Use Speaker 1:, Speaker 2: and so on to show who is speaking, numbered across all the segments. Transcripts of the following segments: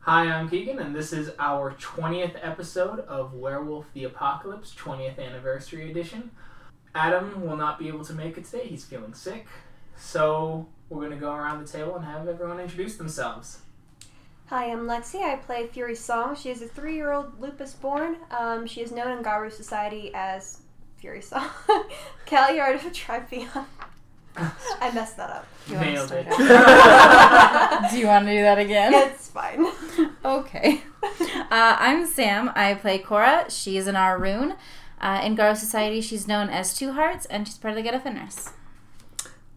Speaker 1: Hi, I'm Keegan, and this is our 20th episode of Werewolf the Apocalypse, 20th Anniversary Edition. Adam will not be able to make it today, he's feeling sick. So, we're going to go around the table and have everyone introduce themselves.
Speaker 2: Hi, I'm Lexi. I play Fury Song. She is a three year old lupus born. Um, she is known in Garu society as Fury Song. Calliard of Tripheon. I messed that up.
Speaker 3: You wanna
Speaker 1: Nailed
Speaker 3: start
Speaker 1: it.
Speaker 3: out? do you want to do that again?
Speaker 2: It's fine.
Speaker 3: Okay. Uh, I'm Sam. I play Cora. She is an Arun. Uh, in Garo Society, she's known as Two Hearts, and she's part of the Get Finners.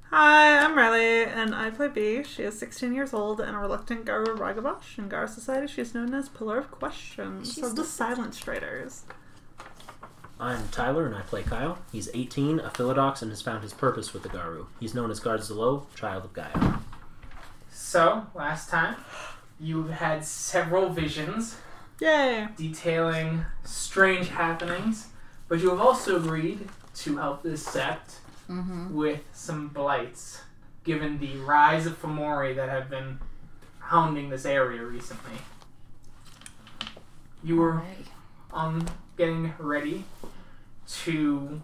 Speaker 4: Hi, I'm Riley, and I play B. She is 16 years old and a reluctant Garu Ragabash. In Garu society, she is known as Pillar of Questions,
Speaker 3: She's
Speaker 4: or
Speaker 3: still-
Speaker 4: the Silence Traders.
Speaker 5: I'm Tyler and I play Kyle. He's 18, a Philodox, and has found his purpose with the Garu. He's known as Guard Zalo, Child of Gaia.
Speaker 1: So, last time, you had several visions
Speaker 4: Yay!
Speaker 1: detailing strange happenings, but you have also agreed to help this sect
Speaker 3: Mm-hmm.
Speaker 1: with some blights, given the rise of Fomori that have been hounding this area recently. You were um, getting ready to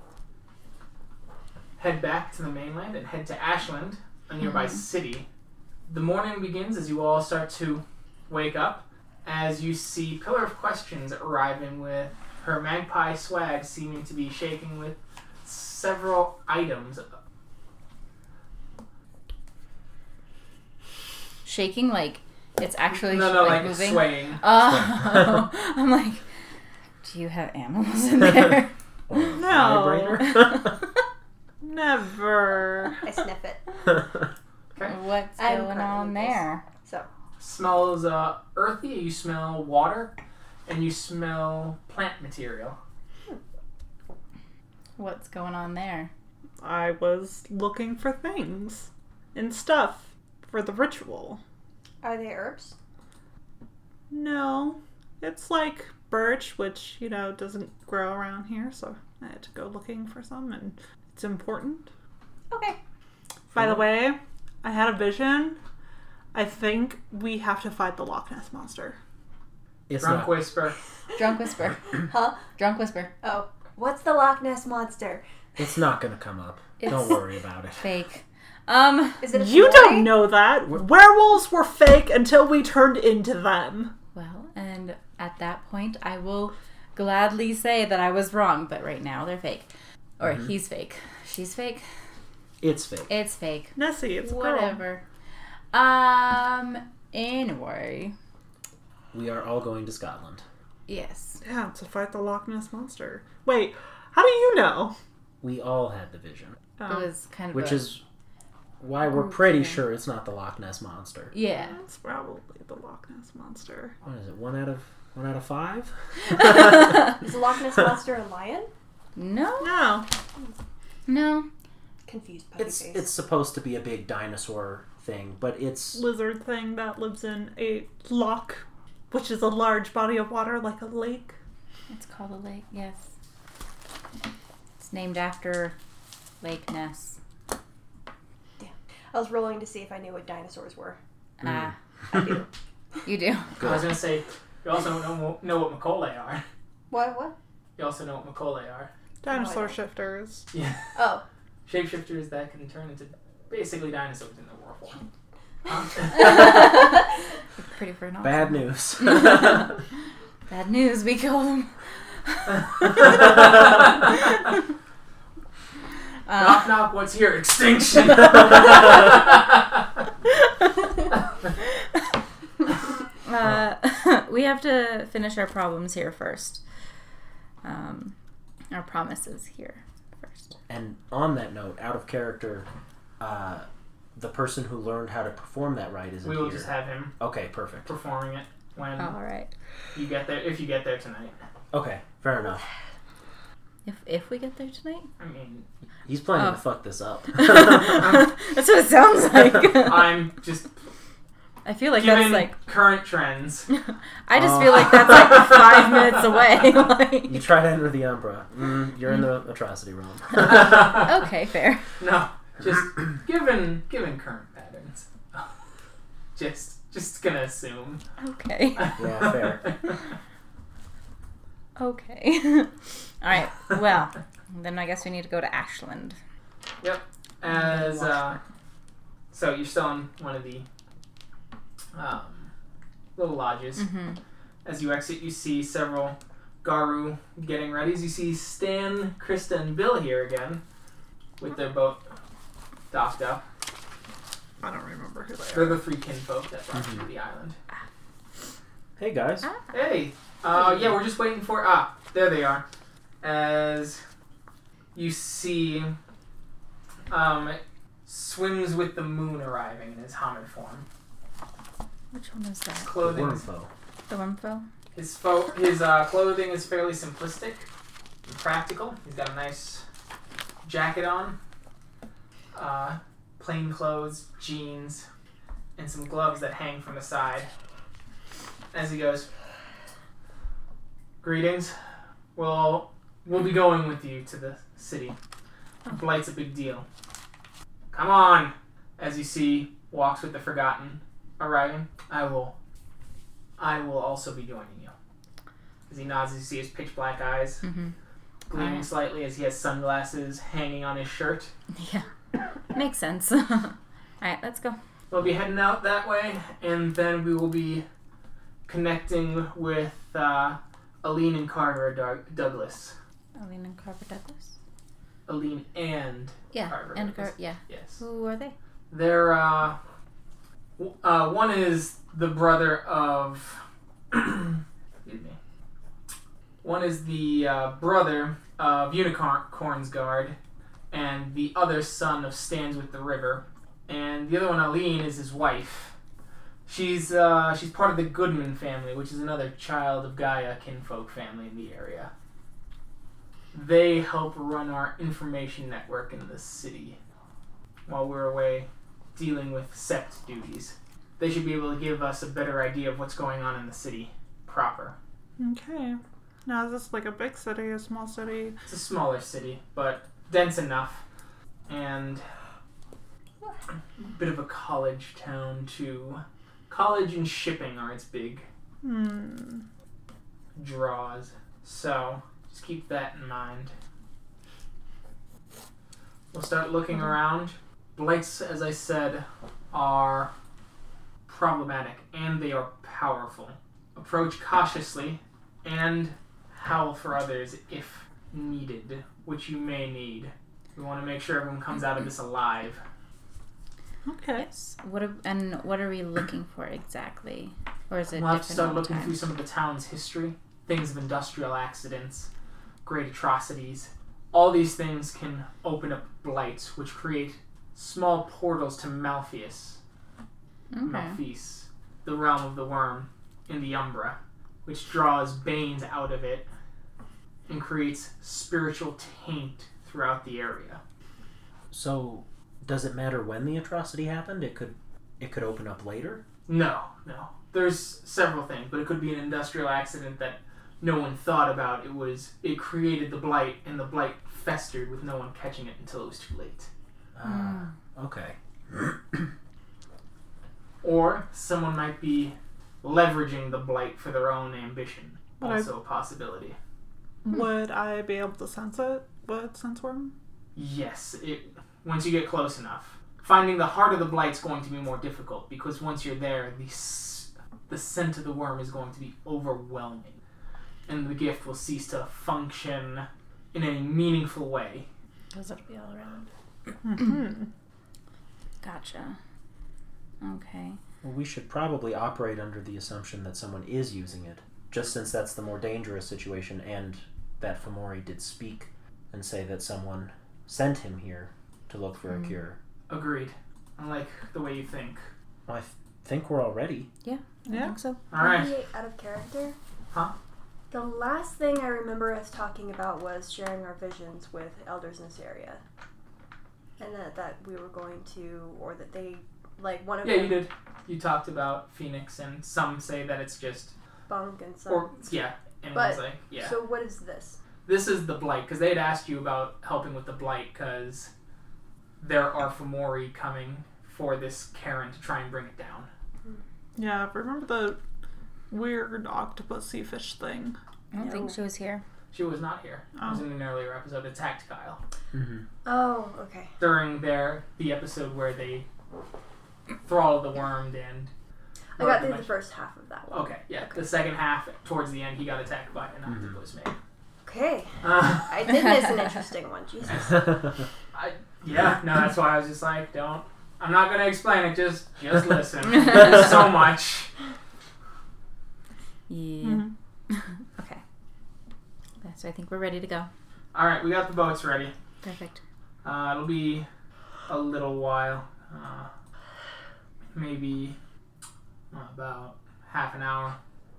Speaker 1: head back to the mainland and head to Ashland, a nearby
Speaker 3: Mm-hmm.
Speaker 1: city. The morning begins as you all start to wake up, as you see Pillar of Questions arriving with her magpie swag seeming to be shaking with several items.
Speaker 3: Shaking like it's actually
Speaker 1: no, no,
Speaker 3: like,
Speaker 1: like,
Speaker 3: moving.
Speaker 1: swaying.
Speaker 3: Oh, I'm like, do you have animals in there?
Speaker 5: Or a
Speaker 4: No.
Speaker 5: vibrator.
Speaker 4: Never.
Speaker 2: I sniff it.
Speaker 3: What's
Speaker 2: I'm
Speaker 3: going
Speaker 2: part lupus.
Speaker 3: on there?
Speaker 1: Smells uh, earthy. You smell water, and you smell plant material.
Speaker 3: What's going on there?
Speaker 4: I was looking for things and stuff for the ritual.
Speaker 2: Are they herbs?
Speaker 4: No, it's like birch, which, you know, doesn't grow around here, so I had to go looking for some, and it's important.
Speaker 2: Okay.
Speaker 4: By the way, I had a vision. I think we have to fight the Loch Ness monster.
Speaker 5: It's
Speaker 1: Drunk
Speaker 5: not.
Speaker 1: whisper.
Speaker 3: Drunk whisper.
Speaker 2: Huh?
Speaker 3: Drunk whisper.
Speaker 2: Oh. What's the Loch Ness monster?
Speaker 5: It's not gonna come up.
Speaker 3: It's-
Speaker 5: Don't worry about it.
Speaker 3: Fake. Um.
Speaker 2: Is it a
Speaker 4: You
Speaker 2: Fomori?
Speaker 4: don't know that. Werewolves were fake until we turned into them.
Speaker 3: Well, and at that point, I will gladly say that I was wrong, but right now they're fake. Or
Speaker 5: Mm-hmm.
Speaker 3: he's fake. She's fake.
Speaker 5: It's fake.
Speaker 3: It's fake.
Speaker 4: Nessie, it's a girl.
Speaker 3: Whatever. Um, anyway.
Speaker 5: We are all going to Scotland.
Speaker 3: Yes.
Speaker 4: Yeah, to fight the Loch Ness monster. Wait, how do you know? Oh,
Speaker 5: We all had the vision,
Speaker 3: It
Speaker 4: Um,
Speaker 3: was kind of
Speaker 5: which
Speaker 3: a-
Speaker 5: is why we're pretty
Speaker 3: Okay.
Speaker 5: sure it's not the Loch Ness monster.
Speaker 3: Yeah.
Speaker 4: It's probably the Loch Ness monster.
Speaker 5: What is it? One out of one out of five?
Speaker 2: Is the Loch Ness monster a lion?
Speaker 3: No.
Speaker 4: No,
Speaker 3: No.
Speaker 2: Confused puppy
Speaker 5: It's
Speaker 2: face.
Speaker 5: it's supposed to be a big dinosaur thing, but it's
Speaker 4: lizard thing that lives in a loch, which is a large body of water like a lake.
Speaker 3: It's called a lake. Yes. It's named after Lake Ness.
Speaker 2: I was rolling to see if I knew what dinosaurs were.
Speaker 5: Mm.
Speaker 3: Ah,
Speaker 2: I do.
Speaker 3: you do.
Speaker 1: I was gonna say. You also don't know, know what Macaulay are.
Speaker 2: what? What?
Speaker 1: You also know what Macaulay are.
Speaker 4: Dinosaur
Speaker 2: don't.
Speaker 4: shifters.
Speaker 1: Yeah.
Speaker 2: Oh.
Speaker 1: Shapeshifters that can turn into basically dinosaurs in the war form. Huh?
Speaker 2: Oh.
Speaker 3: Pretty for an option.
Speaker 5: bad news.
Speaker 3: Bad news. We killed him. Um,
Speaker 1: knock knock. What's here? Extinction.
Speaker 3: Uh, we have to finish our problems here first. Um, our promises here first.
Speaker 5: And on that note, out of character, uh, the person who learned how to perform that right isn't
Speaker 1: we will
Speaker 5: here.
Speaker 1: just have him
Speaker 5: okay, perfect.
Speaker 1: performing it when
Speaker 3: All right.
Speaker 1: you get there. If you get there tonight.
Speaker 5: Okay, fair enough.
Speaker 3: If if we get there tonight,
Speaker 1: I mean,
Speaker 5: He's planning
Speaker 3: Oh.
Speaker 5: to fuck this up.
Speaker 3: that's what it sounds like.
Speaker 1: I'm just
Speaker 3: I feel like
Speaker 1: given
Speaker 3: that's like
Speaker 1: current trends.
Speaker 3: I just
Speaker 5: Uh.
Speaker 3: feel like that's like five minutes away.
Speaker 5: you try to enter the Umbra. Mm, you're in the atrocity realm.
Speaker 3: Like, okay, fair.
Speaker 1: No, just given given current patterns. just Just gonna assume.
Speaker 3: Okay.
Speaker 5: Yeah, fair.
Speaker 3: Okay. All right. Well, then I guess we need to go to Ashland.
Speaker 1: As uh, so, you're still in one of the um, little lodges.
Speaker 3: Mm-hmm.
Speaker 1: As you exit, you see several Garu getting ready. As you see Stan, Krista, and Bill here again with their boat docked up.
Speaker 4: I don't remember who they
Speaker 1: They're
Speaker 4: are.
Speaker 1: the three kinfolk that brought you to the island.
Speaker 5: Hey guys.
Speaker 3: Ah,
Speaker 1: Hey, uh, yeah, we're just waiting for. Ah, there they are. As you see, um, swims with the moon arriving in his Hamid form.
Speaker 3: Which one was that?
Speaker 1: Clothing,
Speaker 5: Wormfo.
Speaker 3: The worm foe?
Speaker 1: his fo- his uh, clothing is fairly simplistic, and practical. He's got a nice jacket on, uh, plain clothes, jeans, and some gloves that hang from the side. As he goes, greetings. Well, we'll be going with you to the city. The Blight's a big deal. Come on. As you see, walks with the forgotten arriving. I will. I will also be joining you. As he nods, as you see his pitch black eyes
Speaker 3: Mm-hmm.
Speaker 1: gleaming
Speaker 3: Alright.
Speaker 1: slightly as he has sunglasses hanging on his shirt.
Speaker 3: Yeah. Makes sense. All right, let's go.
Speaker 1: We'll be heading out that way, and then we will be connecting with uh, Aline and Carver Doug- Douglas.
Speaker 3: Aline and Carver Douglas.
Speaker 1: Aline and
Speaker 3: Yeah.
Speaker 1: Carver
Speaker 3: and
Speaker 1: Douglas.
Speaker 3: Gar- yeah.
Speaker 1: yes,
Speaker 3: Who are they?
Speaker 1: they're uh, w- uh, one is the brother of. excuse me. One is the uh, brother of Unicorn's guard, and the other son of Stands with the River, and the other one, Aline, is his wife. She's uh, she's part of the Goodman family, which is another child of Gaia kinfolk family in the area. They help run our information network in the city while we're away dealing with sect duties. They should be able to give us a better idea of what's going on in the city proper.
Speaker 4: Okay. Now, is this like a big city, a small city?
Speaker 1: It's a smaller city, but dense enough, and a bit of a college town too. College and shipping are its big
Speaker 4: Hmm.
Speaker 1: draws, so just keep that in mind. We'll start looking around. Blights, as I said, are problematic and they are powerful. Approach cautiously and howl for others if needed, which you may need. We want to make sure everyone comes out of this alive.
Speaker 4: Okay.
Speaker 3: Yes. What are, and what are we looking for exactly? Or is it
Speaker 1: We'll have to
Speaker 3: different
Speaker 1: start
Speaker 3: all the
Speaker 1: looking
Speaker 3: time?
Speaker 1: through some of the town's history, things of industrial accidents, great atrocities. All these things can open up blights, which create small portals to Malpheus,
Speaker 3: okay.
Speaker 1: Malphis, the realm of the worm in the Umbra, which draws Banes out of it and creates spiritual taint throughout the area.
Speaker 5: So, does it matter when the atrocity happened? It could, it could open up later.
Speaker 1: No, no. There's several things, but it could be an industrial accident that no one thought about. It was it created the blight, and the blight festered with no one catching it until it was too late. uh,
Speaker 3: Hmm. Mm.
Speaker 5: Ah, okay.
Speaker 1: Or someone might be leveraging the blight for their own ambition.
Speaker 4: But I-
Speaker 1: also a possibility.
Speaker 4: Would I be able to sense it with sense worm?
Speaker 1: Yes, it once you get close enough. Finding the heart of the blight's going to be more difficult because once you're there, the s- the scent of the worm is going to be overwhelming, and the gift will cease to function in any meaningful way.
Speaker 3: Those it'll be all around. Mm-hmm.
Speaker 4: Hmm.
Speaker 3: Gotcha. Okay.
Speaker 5: Well, we should probably operate under the assumption that someone is using it, just since that's the more dangerous situation, and that Fomori did speak and say that someone sent him here to look for a cure.
Speaker 1: Agreed. I like the way you think.
Speaker 5: Well, I th- think we're all ready.
Speaker 3: I
Speaker 4: Yeah.
Speaker 3: think so.
Speaker 1: All right.
Speaker 2: Maybe Out of character.
Speaker 1: Huh?
Speaker 2: The last thing I remember us talking about was sharing our visions with elders in this area, and that that we were going to, or that they, like one of
Speaker 1: Yeah,
Speaker 2: them,
Speaker 1: you did. You talked about Phoenix, and some say that it's just
Speaker 2: bunk and some.
Speaker 1: or yeah, and
Speaker 2: But-
Speaker 1: one's like yeah.
Speaker 2: So what is this?
Speaker 1: this is the blight because they had asked you about helping with the blight because there are Fomori coming for this Karen to try and bring it down.
Speaker 4: Yeah, remember the weird octopusy fish thing?
Speaker 3: I don't think she was here.
Speaker 1: She was not here. It was in an earlier episode. Attacked Kyle
Speaker 5: Mm-hmm.
Speaker 2: Oh, okay.
Speaker 1: during their the episode where they throttle the wormed and.
Speaker 2: I got through the first half of that one.
Speaker 1: Okay, yeah. The second half, towards the end, he got attacked by an
Speaker 5: Mhm.
Speaker 1: octopus man.
Speaker 2: Okay.
Speaker 1: Uh,
Speaker 2: I did miss an interesting one. Jesus.
Speaker 1: yeah, no, that's why I was just like, don't. I'm not gonna explain it. Just, just listen. There's so much.
Speaker 3: Yeah.
Speaker 4: Mm-hmm.
Speaker 3: okay. Okay, So I think we're ready to go.
Speaker 1: All right, we got the boats ready.
Speaker 3: Perfect.
Speaker 1: Uh, it'll be a little while. Uh, maybe uh, about half an hour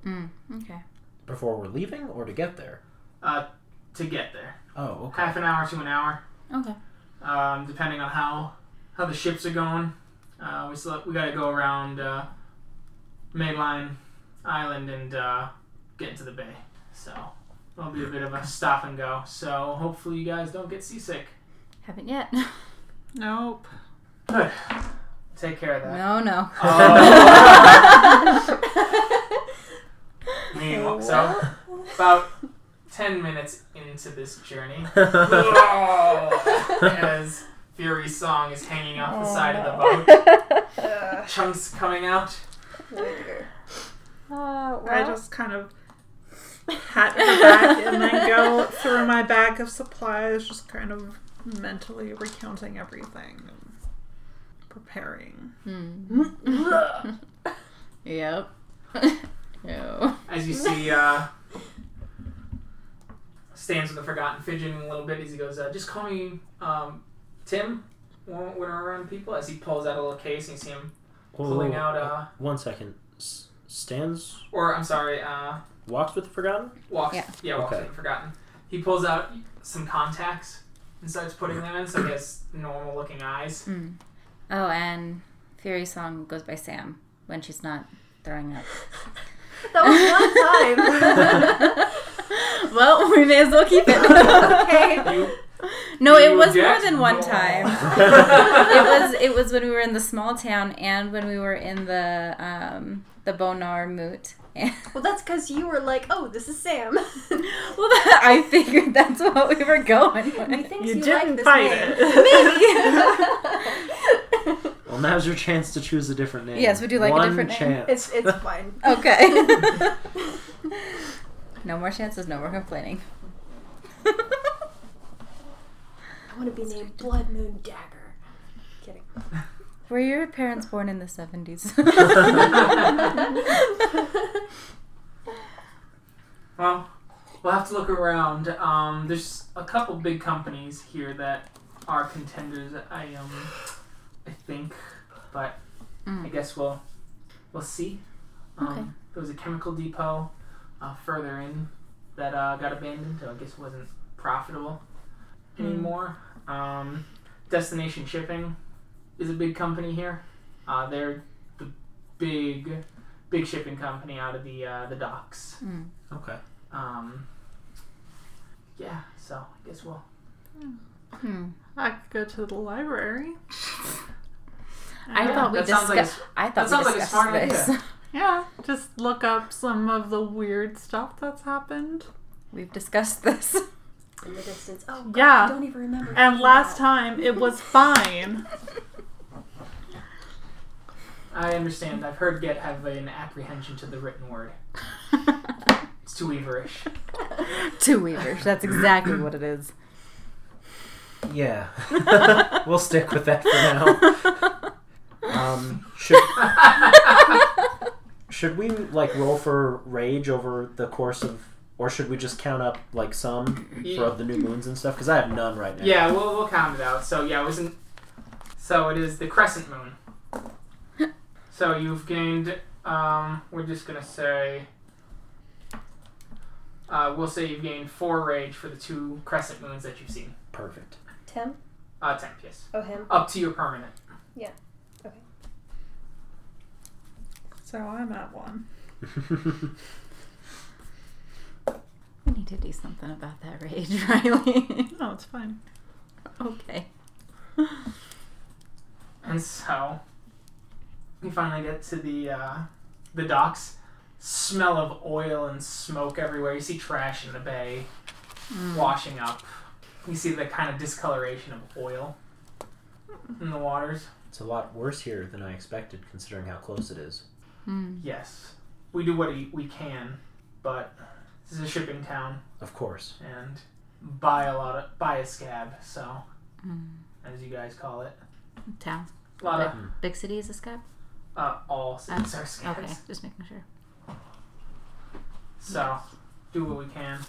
Speaker 3: Mm. Okay.
Speaker 5: Before we're leaving or to get there?
Speaker 1: to get there.
Speaker 5: Oh, okay.
Speaker 1: Half an hour to an hour,
Speaker 3: Okay.
Speaker 1: um, depending on how how the ships are going. Uh, we still we got to go around uh, Mainline Island and uh, get into the bay. So it'll be a bit of a stop and go. So hopefully you guys don't get seasick.
Speaker 3: Haven't yet.
Speaker 4: Nope.
Speaker 1: Take care of that.
Speaker 3: No, no.
Speaker 1: Meanwhile- so about ten minutes into this journey. as Fury's song is hanging off the side of the boat. Chunks coming out.
Speaker 3: Uh,
Speaker 4: I just kind of pat her back and then go through my bag of supplies, just kind of mentally recounting everything and preparing.
Speaker 3: Mm. yep. no.
Speaker 1: As you see, uh, stands with the Forgotten fidgeting a little bit as he goes, uh, just call me um, Tim when when we're around people. As he pulls out a little case and you see him pulling out, uh,
Speaker 5: One second. S- stands
Speaker 1: or I'm sorry, uh,
Speaker 5: walks with the forgotten.
Speaker 1: walks, yeah,
Speaker 3: Yeah.
Speaker 1: walks
Speaker 5: Okay.
Speaker 1: with the Forgotten. He pulls out some contacts and starts putting them in so he has normal looking eyes.
Speaker 3: Mm. Oh, and Fury Song goes by Sam when she's not throwing up.
Speaker 2: that was one time.
Speaker 3: well, we may as well keep it.
Speaker 2: okay.
Speaker 1: You
Speaker 3: no, it
Speaker 1: You
Speaker 3: was more
Speaker 1: get
Speaker 3: than one
Speaker 1: more.
Speaker 3: time. it was it was when we were in the small town and when we were in the um the Bonar Moot.
Speaker 2: Well, that's because you were like, oh, this is Sam.
Speaker 3: Well, that, I figured that's what we were going
Speaker 2: he
Speaker 3: with.
Speaker 2: thinks
Speaker 4: You
Speaker 2: you, like
Speaker 4: didn't
Speaker 2: this
Speaker 4: fight
Speaker 2: name.
Speaker 3: it.
Speaker 2: Maybe.
Speaker 5: Well, now's your chance to choose a different name.
Speaker 3: Yes, would you like a
Speaker 5: One
Speaker 3: different name?
Speaker 5: chance.
Speaker 2: it's it's fine.
Speaker 3: Okay. no more chances, no more complaining.
Speaker 2: I want to be named Blood Moon Dagger. Kidding.
Speaker 3: Were your parents born in the 70s?
Speaker 1: Well, we'll have to look around. Um, there's a couple big companies here that are contenders. I um, I think, but I
Speaker 3: Mm.
Speaker 1: guess we'll we'll see. Um,
Speaker 3: Okay.
Speaker 1: There was a chemical depot uh, further in that uh, got abandoned, so I guess it wasn't profitable
Speaker 3: Hmm.
Speaker 1: anymore. Um, Destination Shipping is a big company here. Uh, they're the big big shipping company out of the uh, the docks.
Speaker 3: Mm.
Speaker 5: Okay.
Speaker 1: Um, yeah, so I guess we'll.
Speaker 3: Hmm.
Speaker 4: I could go to the library.
Speaker 3: I
Speaker 1: Yeah,
Speaker 3: thought we
Speaker 1: that sounds like a
Speaker 3: discussed. I
Speaker 1: that
Speaker 3: thought we
Speaker 1: sounds like a
Speaker 3: discussed
Speaker 1: smart
Speaker 3: this.
Speaker 4: Yeah, just look up some of the weird stuff that's happened.
Speaker 3: We've discussed this.
Speaker 2: In the distance. Oh, God, I
Speaker 4: Yeah,
Speaker 2: don't even remember.
Speaker 4: and last time it was fine.
Speaker 1: I understand. I've heard get have an apprehension to the written word. It's too weaverish.
Speaker 3: Two Weavers. That's exactly what it is.
Speaker 5: Yeah. we'll stick with that for now. Um, should should we like roll for rage over the course of, or should we just count up like some for
Speaker 1: yeah,
Speaker 5: of the new moons and stuff? Because I have none right now.
Speaker 1: yeah, we'll we'll count it out. So yeah, it wasn't. So it is the crescent moon. so you've gained. Um, we're just gonna say. Uh, we'll say you've gained four rage for the two crescent moons that you've seen.
Speaker 5: Perfect.
Speaker 2: Tim?
Speaker 1: Uh, temp, yes.
Speaker 2: Oh, him.
Speaker 1: Up to your permanent.
Speaker 4: So I'm at one.
Speaker 3: We need to do something about that rage, Riley.
Speaker 4: No, Oh, it's fine.
Speaker 3: okay.
Speaker 1: And so, you finally get to the uh, the docks. Smell of oil and smoke everywhere. You see trash in the bay
Speaker 3: Mm.
Speaker 1: washing up. You see the kind of discoloration of oil in the waters.
Speaker 5: It's a lot worse here than I expected, considering how close it is.
Speaker 3: Hmm.
Speaker 1: Yes, we do what we can, but this is a shipping town
Speaker 5: Of course.
Speaker 1: and buy a lot of buy a scab. So,
Speaker 3: Mm.
Speaker 1: as you guys call it,
Speaker 3: Town.
Speaker 1: a lot of
Speaker 3: Big city is a scab?
Speaker 1: uh, all cities are scabs.
Speaker 3: Okay, just making sure.
Speaker 1: So, do what we can.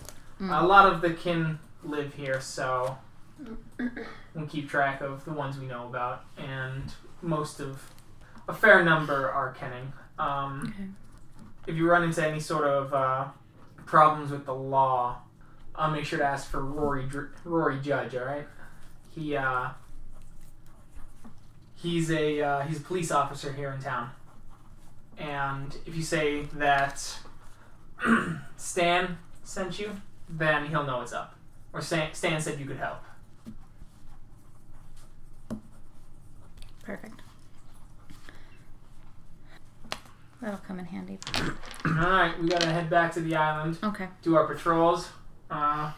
Speaker 3: Mm.
Speaker 1: A lot of the kin live here, so we keep track of the ones we know about, and most of a fair number are kenning. Um,
Speaker 3: Okay.
Speaker 1: if you run into any sort of uh, problems with the law, I'll make sure to ask for Rory Dr- Rory Judge. All right, he uh, he's a uh, he's a police officer here in town, and if you say that Stan sent you, then he'll know it's up. Or Stan, Stan said you could help.
Speaker 4: Perfect.
Speaker 3: That'll come in handy.
Speaker 1: all right, we gotta head back to the island.
Speaker 3: Okay.
Speaker 1: do our patrols. Uh,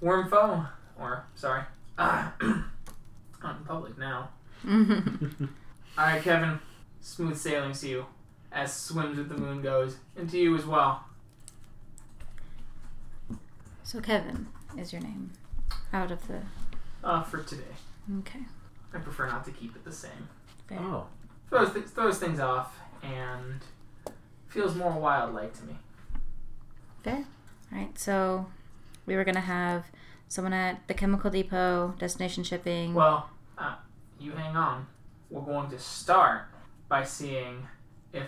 Speaker 1: worm foe, or sorry, uh, out in public now. All right, Kevin. Smooth sailing to you, as swims with the moon goes, and to you as well.
Speaker 3: so Kevin is your name. Out of the
Speaker 1: Uh, for today,
Speaker 3: okay.
Speaker 1: I prefer not to keep it the same.
Speaker 5: Oh,
Speaker 1: Throws th- throws things off, and feels more wild-like to me.
Speaker 3: All right. So we were gonna have someone at the chemical depot, destination shipping.
Speaker 1: Well, uh, you hang on. We're going to start by seeing if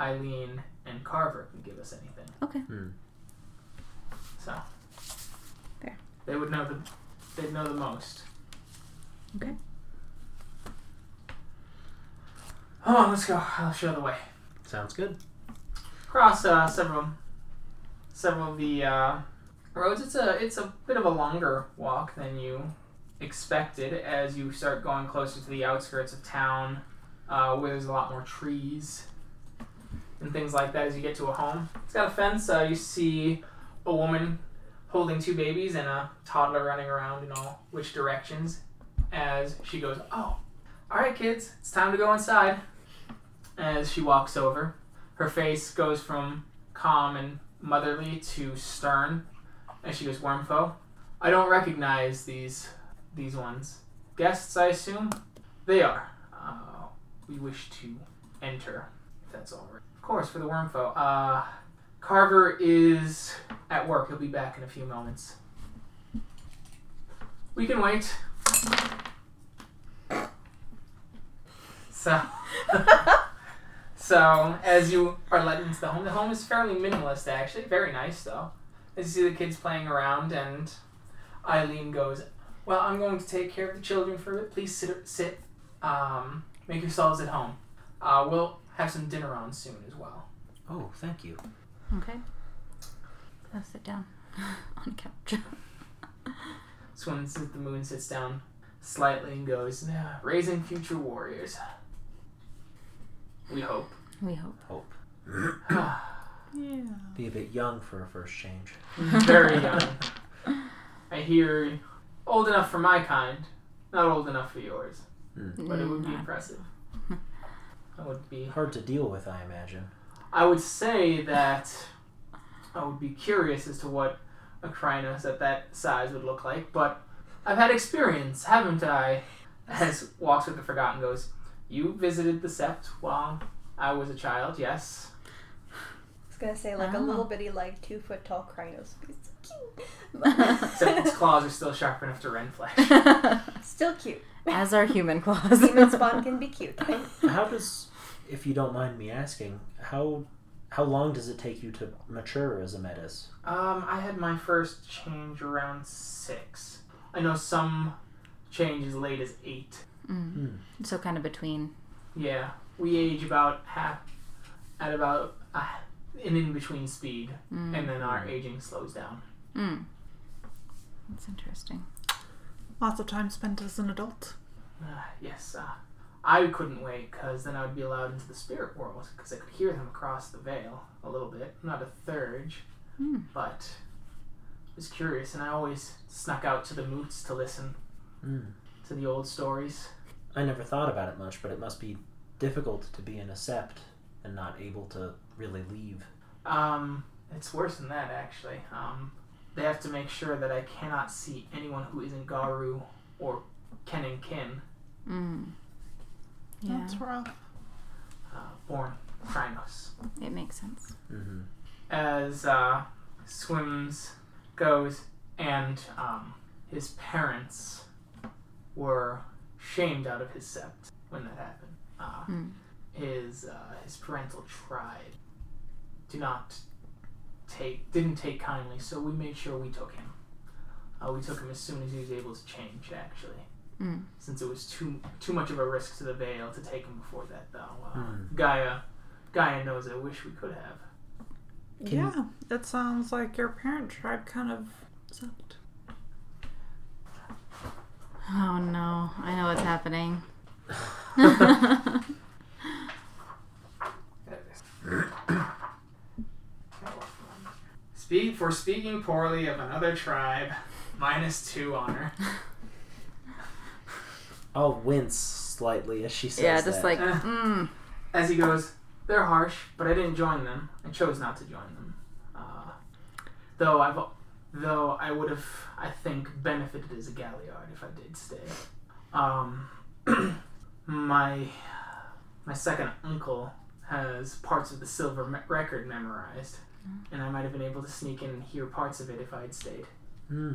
Speaker 1: Eileen and Carver can give us anything.
Speaker 3: Okay.
Speaker 5: Hmm.
Speaker 1: So.
Speaker 3: Fair.
Speaker 1: They would know the. They'd know the most.
Speaker 3: Okay.
Speaker 1: Hold on, let's go. I'll show the way.
Speaker 5: sounds good.
Speaker 1: Across uh, several, several of the uh, roads, it's a it's a bit of a longer walk than you expected as you start going closer to the outskirts of town, uh, where there's a lot more trees and things like that. As you get to a home, it's got a fence. Uh, you see a woman holding two babies and a toddler running around in all which directions. As she goes, oh, all right, kids, it's time to go inside. As she walks over, her face goes from calm and motherly to stern, and she goes, "Wormfo, I don't recognize these these ones. Guests, I assume. They are. Uh, we wish to enter. If that's all right. Of course, for the Wormfo. Uh, Carver is at work. He'll be back in a few moments. We can wait." So, so as you are let into the home, the home is fairly minimalist actually, very nice though. As you see the kids playing around, and Eileen goes, "Well, I'm going to take care of the children for a bit. Please sit, sit, um, make yourselves at home. Uh, we'll have some dinner on soon as well."
Speaker 5: Oh, thank you.
Speaker 3: Okay. I'll sit down on a couch.
Speaker 1: Swims with the moon, sits down slightly, and goes, "Nah, "Raising future warriors. We hope."
Speaker 3: We hope.
Speaker 5: Hope.
Speaker 4: Yeah.
Speaker 5: Be a bit young for a first change.
Speaker 1: Very young. I hear old enough for my kind, not old enough for yours. but it would be
Speaker 3: Mm,
Speaker 1: impressive. I would be.
Speaker 5: Hard to deal with, I imagine.
Speaker 1: I would say that I would be curious as to what a Krynos at that size would look like, but I've had experience, haven't I? As walks with the forgotten goes, you visited the Sept while I was a child, yes.
Speaker 2: I was gonna say like
Speaker 3: Oh.
Speaker 2: a little bitty, like two foot tall Krynos. because It's cute,
Speaker 1: Except its claws are still sharp enough to rend flesh.
Speaker 2: still cute.
Speaker 3: As our human claws.
Speaker 2: Human spawn can be cute.
Speaker 5: How does, if you don't mind me asking, how how long does it take you to mature as a metis?
Speaker 1: Um, I had my first change around six. I know some change as late as eight.
Speaker 3: Mm.
Speaker 5: Hmm.
Speaker 3: So kind of between.
Speaker 1: Yeah, we age about half at about uh, an in between speed,
Speaker 3: Mm.
Speaker 1: and then our aging slows down.
Speaker 3: Mm. That's interesting.
Speaker 4: Lots of time spent as an adult.
Speaker 1: Uh, yes, uh, I couldn't wait because then I would be allowed into the spirit world because I could hear them across the veil a little bit, not a thurge,
Speaker 3: Hmm.
Speaker 1: but I was curious and I always snuck out to the moots to listen
Speaker 5: Mm.
Speaker 1: to the old stories.
Speaker 5: I never thought about it much, but it must be difficult to be in a sept and not able to really leave.
Speaker 1: Um, it's worse than that actually. Um, they have to make sure that I cannot see anyone who isn't Garu or Ken and Kin
Speaker 3: Mm. Yeah,
Speaker 4: That's rough.
Speaker 1: uh, born Krynos.
Speaker 3: it makes sense.
Speaker 5: Mm-hmm.
Speaker 1: as uh, swims goes, and um, his parents were shamed out of his sept when that happened. Uh,
Speaker 3: Hmm.
Speaker 1: His uh, his parental tribe do not take didn't take kindly, so we made sure we took him. Uh, we took him as soon as he was able to change, actually,
Speaker 3: Mm.
Speaker 1: since it was too too much of a risk to the veil to take him before that. Though uh,
Speaker 5: Hmm.
Speaker 1: Gaia Gaia knows. I wish we could have.
Speaker 5: Can-
Speaker 4: yeah, it sounds like your parent tribe kind of sucked.
Speaker 3: Oh no, I know what's happening.
Speaker 1: Speak for speaking poorly of another tribe, minus two honor.
Speaker 5: I'll wince slightly as she says
Speaker 3: yeah, just
Speaker 5: that.
Speaker 3: like
Speaker 1: Eh.
Speaker 3: mm.
Speaker 1: As he goes, they're harsh, but I didn't join them. I chose not to join them. Uh, though I've, though I would have, I think, benefited as a galliard if I did stay. Um, my my second uncle has parts of the silver me- record memorized, and I might have been able to sneak in and hear parts of it if I had stayed.
Speaker 5: Hmm.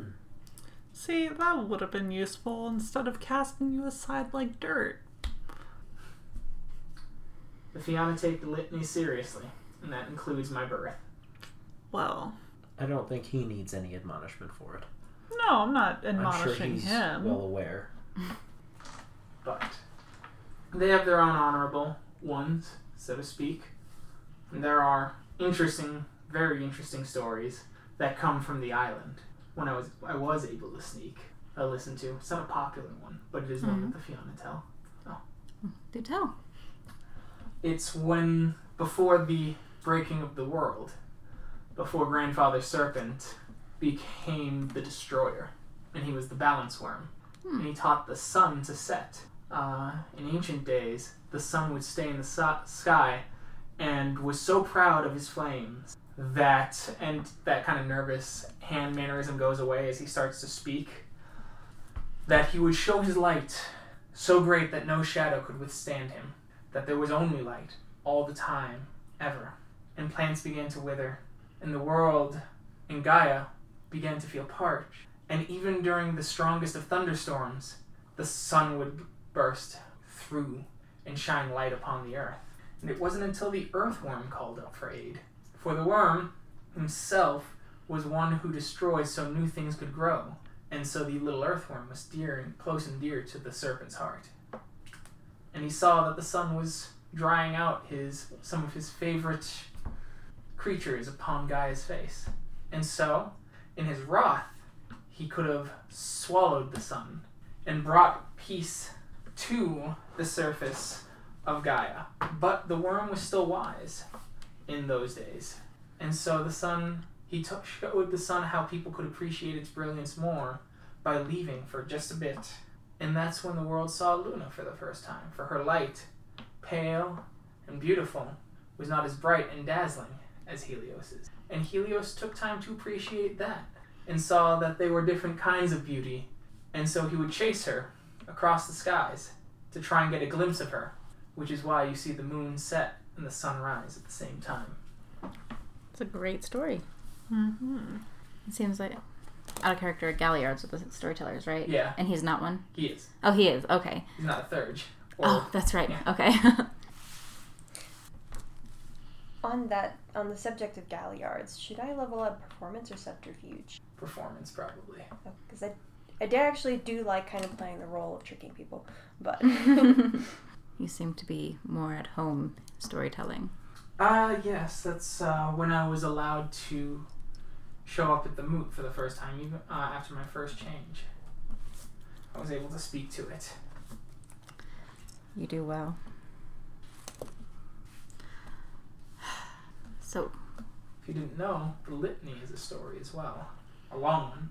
Speaker 4: See, that would have been useful instead of casting you aside like dirt.
Speaker 1: The Fianna take the litany seriously, and that includes my birth.
Speaker 4: Well,
Speaker 5: I don't think he needs any admonishment for it.
Speaker 4: no, I'm not
Speaker 5: I'm sure
Speaker 4: admonishing
Speaker 5: he's
Speaker 4: him.
Speaker 5: well aware.
Speaker 1: But they have their own honorable ones, so to speak. And there are interesting, very interesting stories that come from the island. When I was I was able to sneak, I listened to. It's not a popular one, but it is one that the Fianna tell.
Speaker 3: do tell.
Speaker 1: It's when before the breaking of the world, before Grandfather Serpent became the destroyer, and he was the balance worm, and he taught the sun to set. Uh, in ancient days, the sun would stay in the so- sky, and was so proud of his flames that, and that kind of nervous hand mannerism goes away as he starts to speak, that he would show his light so great that no shadow could withstand him that there was only light all the time, ever. And plants began to wither, and the world and Gaia began to feel parched. And even during the strongest of thunderstorms, the sun would burst through and shine light upon the earth. And it wasn't until the earthworm called up for aid. For the worm himself was one who destroyed so new things could grow, and so the little earthworm was dear and close and dear to the serpent's heart and he saw that the sun was drying out his some of his favorite creatures upon Gaia's face. And so, in his wrath, he could have swallowed the sun and brought peace to the surface of Gaia. But the worm was still wise in those days. And so the sun, he took, showed the sun how people could appreciate its brilliance more by leaving for just a bit. And that's when the world saw Luna for the first time, for her light, pale and beautiful, was not as bright and dazzling as Helios's. And Helios took time to appreciate that and saw that they were different kinds of beauty, and so he would chase her across the skies to try and get a glimpse of her, which is why you see the moon set and the sun rise at the same time.
Speaker 3: It's a great story.
Speaker 4: Mm-hmm.
Speaker 3: It seems like out of character Galliards with the storytellers, right?
Speaker 1: Yeah,
Speaker 3: And he's not one.
Speaker 1: he is.
Speaker 3: Oh, he is. Okay.
Speaker 1: He's not a Thurge. Or
Speaker 3: Oh, that's right.
Speaker 1: Yeah.
Speaker 3: Okay.
Speaker 2: On that, on the subject of galliards, should I level up performance or subterfuge?
Speaker 1: performance, probably.
Speaker 2: Because I, I did actually do like kind of playing the role of tricking people, but
Speaker 3: you seem to be more at home storytelling.
Speaker 1: Uh, yes, that's uh, when I was allowed to show up at the moot for the first time, even uh, after my first change. I was able to speak to it.
Speaker 3: You do well. So
Speaker 1: If you didn't know, the litany is a story as well. A long one.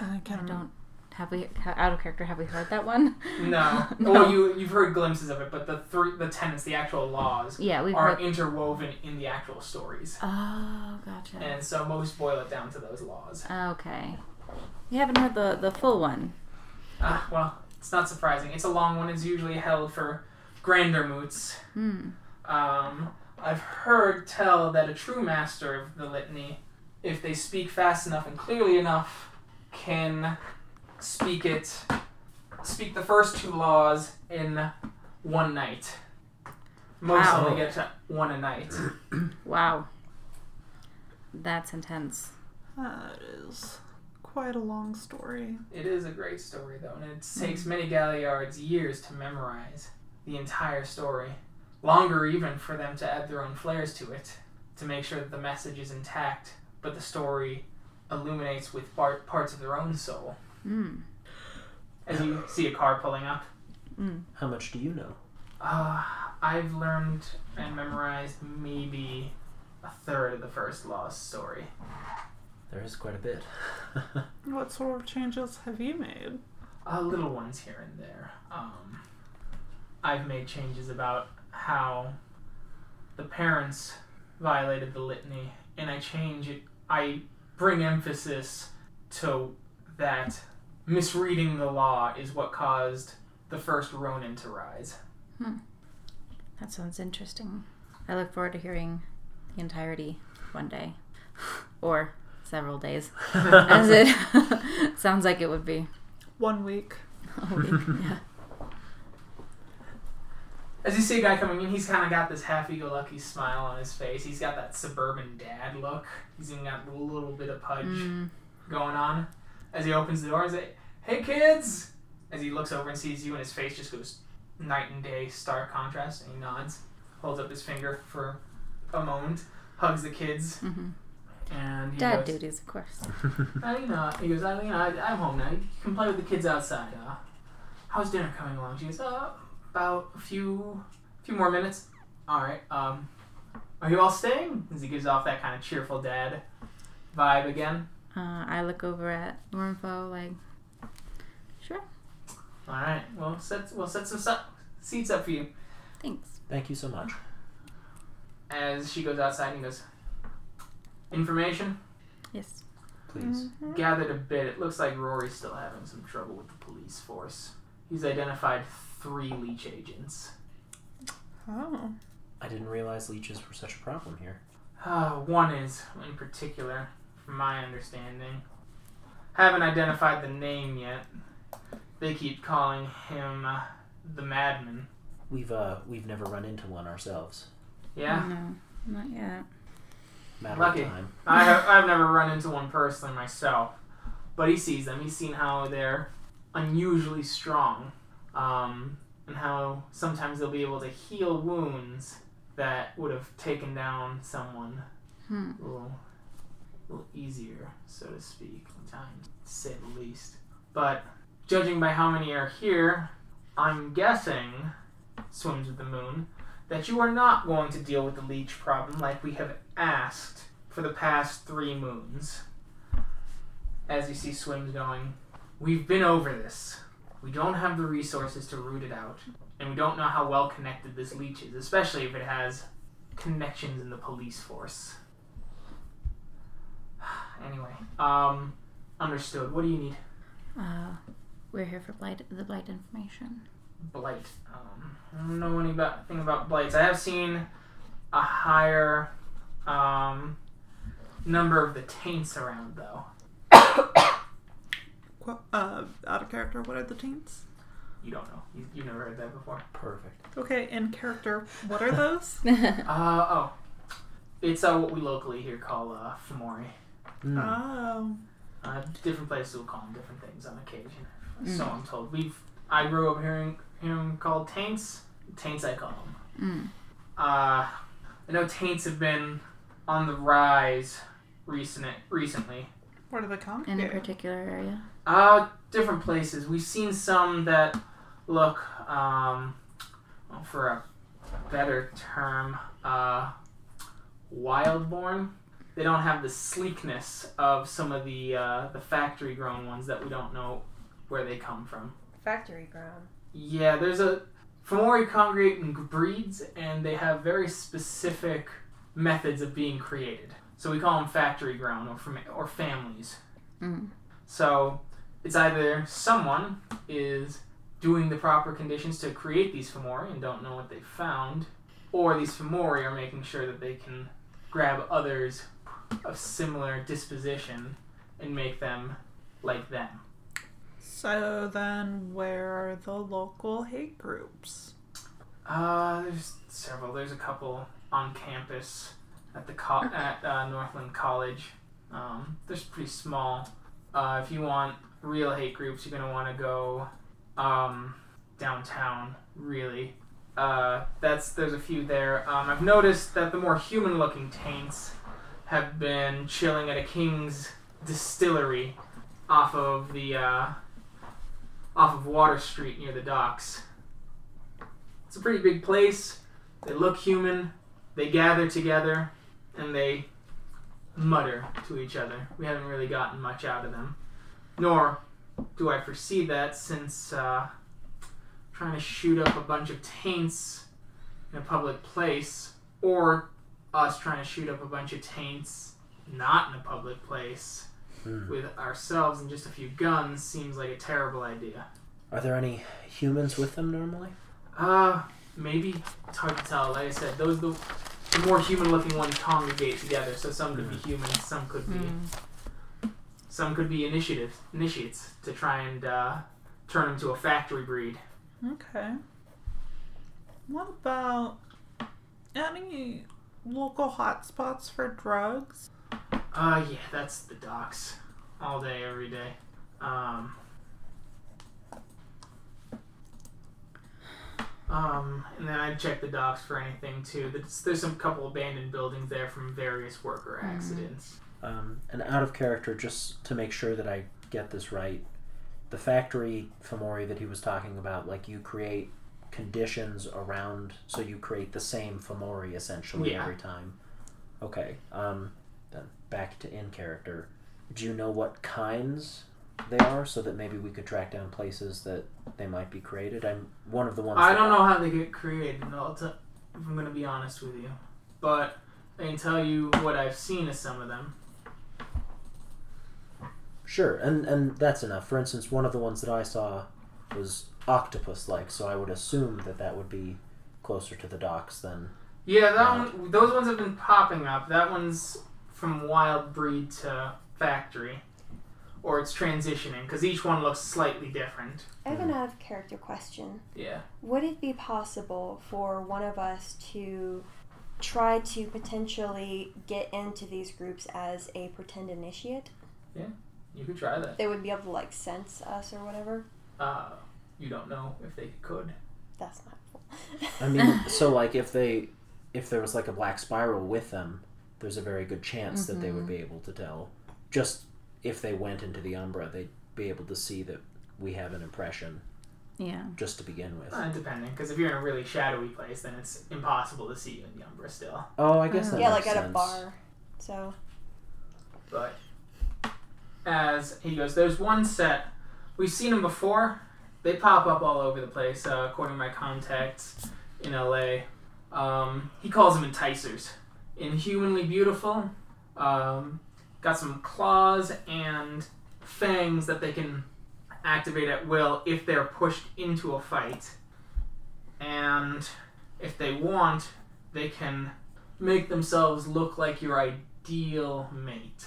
Speaker 4: I
Speaker 3: I
Speaker 1: Um,
Speaker 4: can't remember.
Speaker 3: don't have we ha- out of character. Have we heard that one?
Speaker 1: No.
Speaker 3: No.
Speaker 1: Oh, Well, you you've heard glimpses of it, but the three the tenets, the actual laws,
Speaker 3: Yeah, we've
Speaker 1: are
Speaker 3: heard.
Speaker 1: interwoven in the actual stories,
Speaker 3: Oh, gotcha.
Speaker 1: and so most boil it down to those laws.
Speaker 3: Okay. You haven't heard the the full one.
Speaker 1: Ah, well, it's not surprising. It's a long one. It's usually held for grander moots.
Speaker 3: Hmm.
Speaker 1: Um, I've heard tell that a true master of the litany, if they speak fast enough and clearly enough, can speak it, speak the first two laws in one night. Most
Speaker 3: Wow.
Speaker 1: only get to one a night.
Speaker 3: Wow. That's intense.
Speaker 4: That is quite a long story.
Speaker 1: It is a great story though, and it takes many Galliards years to memorize the entire story. Longer even for them to add their own flares to it, to make sure that the message is intact, but the story illuminates with part, parts of their own soul.
Speaker 3: Hmm.
Speaker 1: As you see a car pulling up,
Speaker 5: How much do you know?
Speaker 1: uh, I've learned and memorized maybe a third of the first law's story.
Speaker 5: There is quite a bit.
Speaker 4: What sort of changes have you made?
Speaker 1: uh, little ones here and there. Um, I've made changes about how the parents violated the litany, and I change it. I bring emphasis to that misreading the law is what caused the first Ronin to rise.
Speaker 3: That sounds interesting. I look forward to hearing the entirety one day, or several days, as it sounds like it would be.
Speaker 4: One week.
Speaker 3: A week. Yeah.
Speaker 1: As you see a guy coming in, he's kind of got this happy-go-lucky smile on his face. He's got that suburban dad look. He's even got a little bit of pudge.
Speaker 3: Mm.
Speaker 1: going on as he opens the door and say, "Hey kids!" As he looks over and sees you, and his face just goes night and day, stark contrast. And he nods, holds up his finger for a moment, hugs the kids,
Speaker 3: hmm
Speaker 1: and he
Speaker 3: Dad
Speaker 1: goes,
Speaker 3: duties, of course.
Speaker 1: "Uh, you know," he goes, "I, you know, I, I'm home now. You can play with the kids outside. Uh, how's dinner coming along?" She goes, "Uh, about a few, few more minutes." All right. Um, are you all staying? As he gives off that kind of cheerful dad vibe again.
Speaker 3: Uh, I look over at Wormfo like, sure,
Speaker 1: All right. Well, set we'll set some su- seats up for you.
Speaker 3: thanks.
Speaker 5: Thank you so much.
Speaker 1: As she goes outside and goes, information
Speaker 3: Yes.
Speaker 4: Mm-hmm.
Speaker 5: Please.
Speaker 1: gathered a bit. It looks like Rory's still having some trouble with the police force. He's identified three leech agents.
Speaker 4: Oh.
Speaker 5: I didn't realize leeches were such a problem here.
Speaker 1: Uh, one is in particular, from my understanding. Haven't identified the name yet. They keep calling him uh, the Madman.
Speaker 5: We've uh we've never run into one ourselves.
Speaker 1: Yeah,
Speaker 3: No, not yet.
Speaker 5: Matter
Speaker 1: Lucky.
Speaker 5: of time.
Speaker 1: I have, I've never run into one personally myself, but he sees them. He's seen how they're unusually strong, um, and how sometimes they'll be able to heal wounds that would have taken down someone
Speaker 3: Hmm.
Speaker 1: a little, a little easier, so to speak, at times, to say the least. But judging by how many are here, I'm guessing swims with the moon that you are not going to deal with the leech problem like we have asked for the past three moons. As you see Swims going, we've been over this. We don't have the resources to root it out, and we don't know how well connected this leech is, especially if it has connections in the police force. anyway, um, understood. What do you need?
Speaker 3: Uh, we're here for blight, the blight information.
Speaker 1: blight. Um, I don't know any about, thing about blights. I have seen a higher um, number of the taints around, though.
Speaker 4: Qu- uh, out of character, what are the taints?
Speaker 1: You don't know. You, you've never heard that before.
Speaker 5: Perfect.
Speaker 4: Okay, in character, what are those?
Speaker 1: Uh, oh. It's uh, what we locally here call uh, Fomori.
Speaker 5: Hmm.
Speaker 4: oh.
Speaker 1: Uh, different places will call them different things on occasion. So I'm told. We've I grew up hearing him called taints. Taints, I call them.
Speaker 3: mm.
Speaker 1: Uh, I know taints have been on the rise recent recently.
Speaker 4: Where do they come
Speaker 3: In a
Speaker 4: from?
Speaker 3: particular area.
Speaker 1: Uh, different places. We've seen some that look um, well, for a better term, uh, wildborn. They don't have the sleekness of some of the uh, the factory grown ones that we don't know where they come from.
Speaker 2: Factory grown.
Speaker 1: Yeah, there's a Fomori congregate in breeds, and they have very specific methods of being created. So we call them factory grown or fam- or families.
Speaker 3: Mm.
Speaker 1: So it's either someone is doing the proper conditions to create these Fomori and don't know what they found, or these Fomori are making sure that they can grab others of similar disposition and make them like them.
Speaker 4: So then, where are the local hate groups?
Speaker 1: Uh, there's several. There's a couple on campus at the co- at uh, Northland College. Um, there's pretty small. Uh, if you want real hate groups, you're gonna want to go um, downtown. Really, uh, that's there's a few there. Um, I've noticed that the more human-looking taints have been chilling at a King's distillery off of the uh, off of Water Street near the docks. It's a pretty big place. They look human. They gather together and they mutter to each other. We haven't really gotten much out of them. Nor do I foresee that since uh, trying to shoot up a bunch of taints in a public place or us trying to shoot up a bunch of taints not in a public place
Speaker 5: Hmm.
Speaker 1: with ourselves and just a few guns seems like a terrible idea.
Speaker 5: Are there any humans with them normally?
Speaker 1: Uh, maybe it's hard to tell. Like I said, those the, the more human-looking ones congregate together, so some could be humans, some could be some could be initiatives initiates to try and uh, turn them to a factory breed.
Speaker 4: Okay. What about any local hotspots for drugs?
Speaker 1: Uh, yeah, that's the docks, all day, every day. Um, um, and then I'd check the docks for anything too. There's, there's some couple abandoned buildings there from various worker
Speaker 3: Mhm.
Speaker 1: accidents.
Speaker 5: Um, and out of character, just to make sure that I get this right, the factory Fomori that he was talking about, like you create conditions around, so you create the same Fomori essentially
Speaker 1: Yeah.
Speaker 5: every time. Okay. Um, then back to in character. Do you know what kinds they are, so that maybe we could track down places that they might be created? I'm one of the ones.
Speaker 1: I
Speaker 5: that-
Speaker 1: don't know how they get created. I'll t- if I'm gonna be honest with you, but I can tell you what I've seen of some of them.
Speaker 5: Sure, and and that's enough. For instance, one of the ones that I saw was octopus-like, so I would assume that that would be closer to the docks than.
Speaker 1: Yeah, that
Speaker 5: Right.
Speaker 1: one. Those ones have been popping up. That one's from wild breed to factory, or it's transitioning because each one looks slightly different.
Speaker 2: I
Speaker 5: Hmm.
Speaker 2: have an out of character question.
Speaker 1: Yeah.
Speaker 2: Would it be possible for one of us to try to potentially get into these groups as a pretend initiate?
Speaker 1: You could try that.
Speaker 2: They would be able to like sense us or whatever.
Speaker 1: Uh, you don't know if they could.
Speaker 2: That's not cool.
Speaker 5: I mean, so like if they, if there was like a black spiral with them, there's a very good chance that they would
Speaker 2: Mm-hmm.
Speaker 5: be able to tell. Just if they went into the Umbra, they'd be able to see that we have an impression
Speaker 3: Yeah.
Speaker 5: just to begin with.
Speaker 1: Uh, depending, because if you're in a really shadowy place, then it's impossible to see you in the umbra still.
Speaker 5: Oh, I guess that
Speaker 2: yeah, like at
Speaker 5: makes
Speaker 2: a
Speaker 5: sense.
Speaker 2: bar. So
Speaker 1: But as he goes, there's one set. We've seen them before. They pop up all over the place, uh, according to my contacts in LA. Um, he calls them enticers. Inhumanly beautiful. Um, got some claws and fangs that they can activate at will if they're pushed into a fight. And if they want, they can make themselves look like your ideal mate.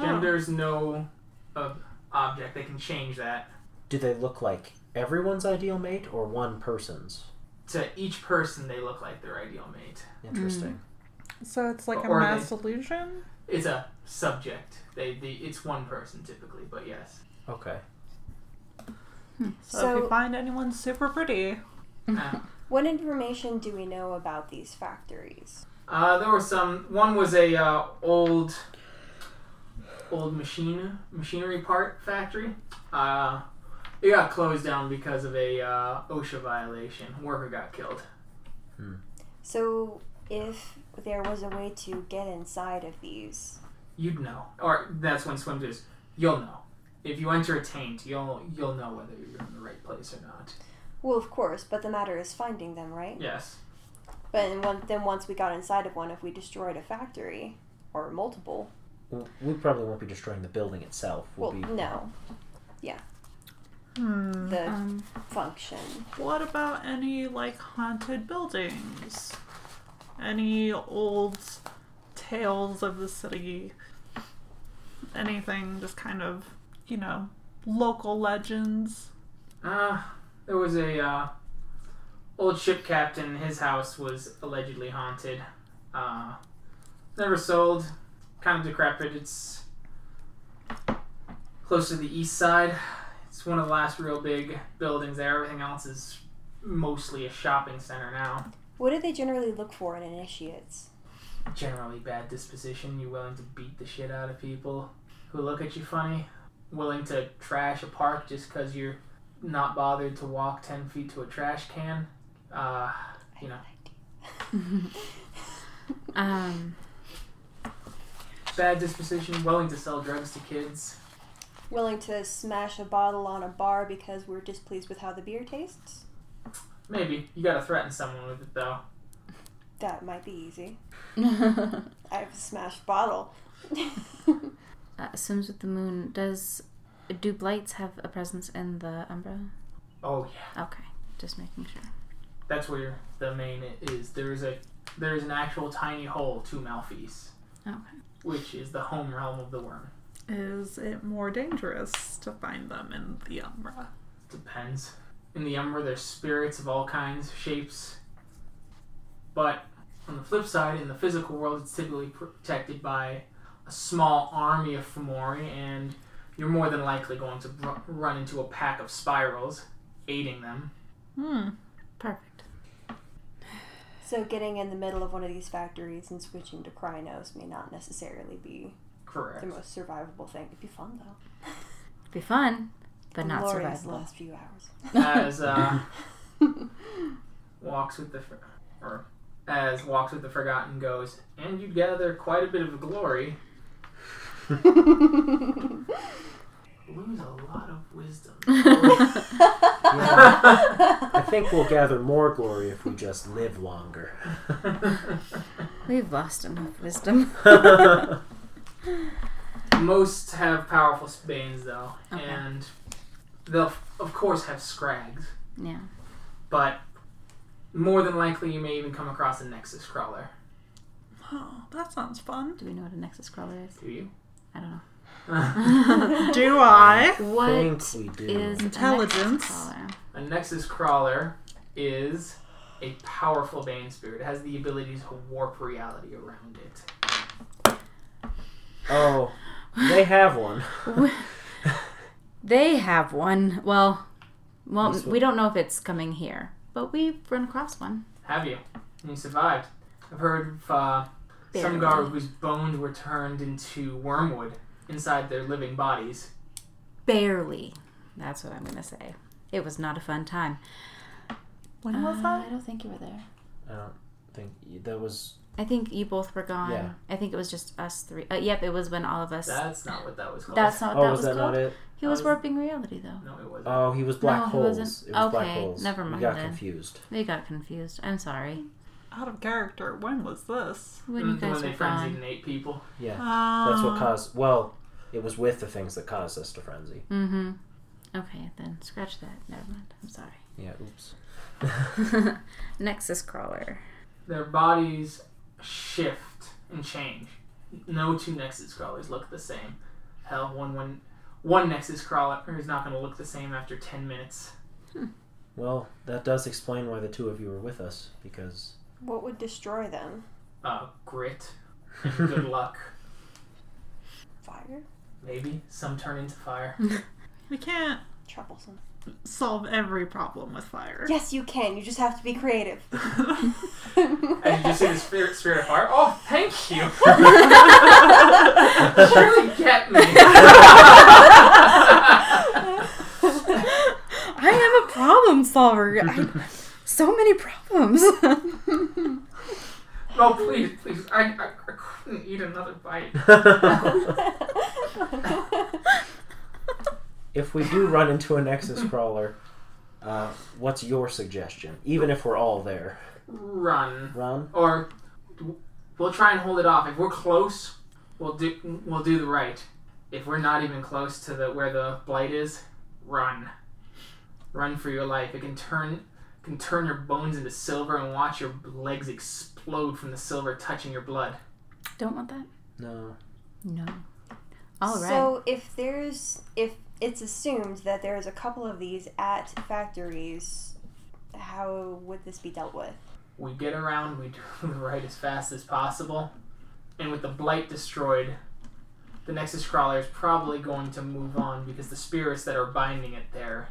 Speaker 1: Gender's no ob- object. They can change that
Speaker 5: Do they look like everyone's ideal mate or one person's?
Speaker 1: to each person. They look like their ideal mate.
Speaker 5: Interesting.
Speaker 4: So it's like a
Speaker 1: Or they-
Speaker 4: mass illusion?
Speaker 1: It's a subject. They, they it's one person typically, but yes,
Speaker 2: Mm-hmm.
Speaker 5: Okay.
Speaker 4: So,
Speaker 2: So-
Speaker 4: if you find anyone super pretty,
Speaker 1: Uh,
Speaker 2: what information do we know about these factories?
Speaker 1: uh, there were some. One was a uh, old old machine machinery part factory. Uh, it got closed down because of a uh, OSHA violation. Worker got killed.
Speaker 5: Hmm.
Speaker 2: So, if there was a way to get inside of these,
Speaker 1: You'd know, or that's when swim is. You'll know if you enter a taint. You'll you'll know whether you're in the right place or not.
Speaker 2: well, of course, but the matter is finding them, right?
Speaker 1: Yes.
Speaker 2: But in one, then once we got inside of one, if we destroyed a factory or multiple,
Speaker 5: W- We probably won't be destroying the building itself. We'll,
Speaker 2: well,
Speaker 5: be
Speaker 2: no,
Speaker 4: Hmm.
Speaker 2: the
Speaker 3: Mm-hmm.
Speaker 4: Um,
Speaker 2: function.
Speaker 4: What about any like haunted buildings? Any old tales of the city? Anything just kind of, you know, local legends?
Speaker 1: Uh, there was a uh, old ship captain. His house was allegedly haunted. Uh, never sold. Kind of decrepit. It's close to the east side. It's one of the last real big buildings there. Everything else is mostly a shopping center now.
Speaker 2: What do they generally look for in initiates?
Speaker 1: Generally bad disposition. You willing to beat the shit out of people who look at you funny. Willing to trash a park just because you're not bothered to walk ten feet to a trash can. Uh, you know,
Speaker 3: Um,
Speaker 1: bad disposition. Willing to sell drugs to kids.
Speaker 2: Willing to smash a bottle on a bar because we're displeased with how the beer tastes?
Speaker 1: Maybe you gotta threaten someone with it though.
Speaker 2: That might be easy.
Speaker 3: uh,
Speaker 2: I have a smashed bottle.
Speaker 3: uh, Swims with the Moon. Does do blights have a presence in the Umbra?
Speaker 1: Oh yeah,
Speaker 3: Okay, just making sure.
Speaker 1: that's where the main is. There is a there is an actual tiny hole to Malphite,
Speaker 3: Okay.
Speaker 1: which is the home realm of the worm.
Speaker 4: Is it more dangerous to find them in the Umbra?
Speaker 1: Depends. In the Umbra, there's spirits of all kinds, shapes. But on the flip side, in the physical world, it's typically protected by a small army of Fomori, and you're more than likely going to br- run into a pack of spirals, aiding them.
Speaker 4: Hmm.
Speaker 3: Perfect.
Speaker 2: So getting in the middle of one of these factories and switching to Krynos may not necessarily be
Speaker 1: Correct.
Speaker 2: the most survivable thing. It'd be fun though.
Speaker 3: Be fun, but not
Speaker 2: Lori's
Speaker 3: survivable.
Speaker 2: last few hours.
Speaker 1: As uh, walks with the for- or as walks with the forgotten goes, and you gather quite a bit of glory. Lose a lot of wisdom.
Speaker 5: I think we'll gather more glory if we just live longer.
Speaker 3: We've lost enough wisdom.
Speaker 1: Most have powerful spans though,
Speaker 3: Okay.
Speaker 1: and they'll of course have scrags,
Speaker 3: yeah.
Speaker 1: but more than likely you may even come across a Nexus crawler.
Speaker 4: Oh, that sounds fun.
Speaker 3: Do we know what a Nexus crawler is?
Speaker 1: Do you?
Speaker 3: I don't know.
Speaker 4: Do I?
Speaker 3: What
Speaker 5: think we do.
Speaker 3: is a
Speaker 4: Intelligence.
Speaker 3: Nexus crawler?
Speaker 1: A Nexus crawler is a powerful Bane spirit. It has the ability to warp reality around it.
Speaker 5: Oh, they have one.
Speaker 3: They have one. Well, well,
Speaker 5: This one.
Speaker 3: we don't know if it's coming here, but we've run across one.
Speaker 1: Have you? And you survived. I've heard of uh, some
Speaker 3: Barely.
Speaker 1: guard whose bones were turned into wormwood inside their living bodies.
Speaker 3: Barely. That's what I'm gonna say. It was not a fun time.
Speaker 4: When was
Speaker 3: Uh,
Speaker 4: that?
Speaker 3: I don't think you were there.
Speaker 5: I don't think that was.
Speaker 3: I think you both were gone.
Speaker 5: Yeah.
Speaker 3: I think it was just us three. Uh, yep, it was when all of us.
Speaker 1: That's not what that was called.
Speaker 3: that's not what
Speaker 5: oh,
Speaker 3: that
Speaker 5: was
Speaker 3: was
Speaker 5: that
Speaker 3: called.
Speaker 5: not it?
Speaker 3: He was
Speaker 1: That was-
Speaker 3: warping reality though.
Speaker 1: no, it wasn't.
Speaker 5: Oh, he was black
Speaker 3: No, he
Speaker 5: holes.
Speaker 3: wasn't.
Speaker 5: It was black
Speaker 3: Okay,
Speaker 5: holes.
Speaker 3: never
Speaker 5: We
Speaker 3: mind
Speaker 5: got
Speaker 3: then.
Speaker 5: confused.
Speaker 3: We got confused. I'm sorry.
Speaker 4: Out of character. When was this?
Speaker 3: When you
Speaker 1: Mm,
Speaker 3: guys
Speaker 1: they
Speaker 3: were
Speaker 1: frenzied
Speaker 3: gone.
Speaker 1: and ate people.
Speaker 5: Yeah,
Speaker 4: Um,
Speaker 5: that's what caused. Well, it was with the things that caused us to frenzy.
Speaker 3: Mm-hmm. Okay, then scratch that. Never mind. I'm sorry.
Speaker 5: Yeah. Oops.
Speaker 3: Nexus crawler.
Speaker 1: Their bodies shift and change. No two Nexus crawlers look the same. Hell, one one one Nexus crawler is not going to look the same after ten minutes.
Speaker 5: Well, that does explain why the two of you were with us because
Speaker 2: what would destroy them?
Speaker 1: Uh, grit, and good luck.
Speaker 2: Fire?
Speaker 1: Maybe some turn into fire.
Speaker 4: we can't
Speaker 2: Troublesome.
Speaker 4: solve every problem with fire.
Speaker 2: Yes, you can. You just have to be creative.
Speaker 1: And you just see the spirit, spirit of fire. Oh, thank you. you really get me.
Speaker 3: I am a problem solver. I so many problems.
Speaker 1: Oh, please, please. I, I, I couldn't eat another bite.
Speaker 5: if we do run into a Nexus crawler, uh, what's your suggestion? Even if we're all there,
Speaker 1: Run.
Speaker 5: Ron.
Speaker 1: Or we'll try and hold it off. If we're close, we'll do we'll do the right. If we're not even close to the where the blight is, run. Run for your life. It can turn can turn your bones into silver and watch your legs explode from the silver touching your blood.
Speaker 3: Don't want that.
Speaker 5: No.
Speaker 3: No. All right.
Speaker 2: So if there's if it's assumed that there's a couple of these at factories, how would this be dealt with?
Speaker 1: we get around, we do the right as fast as possible, and with the blight destroyed, the Nexus Crawler is probably going to move on because the spirits that are binding it there,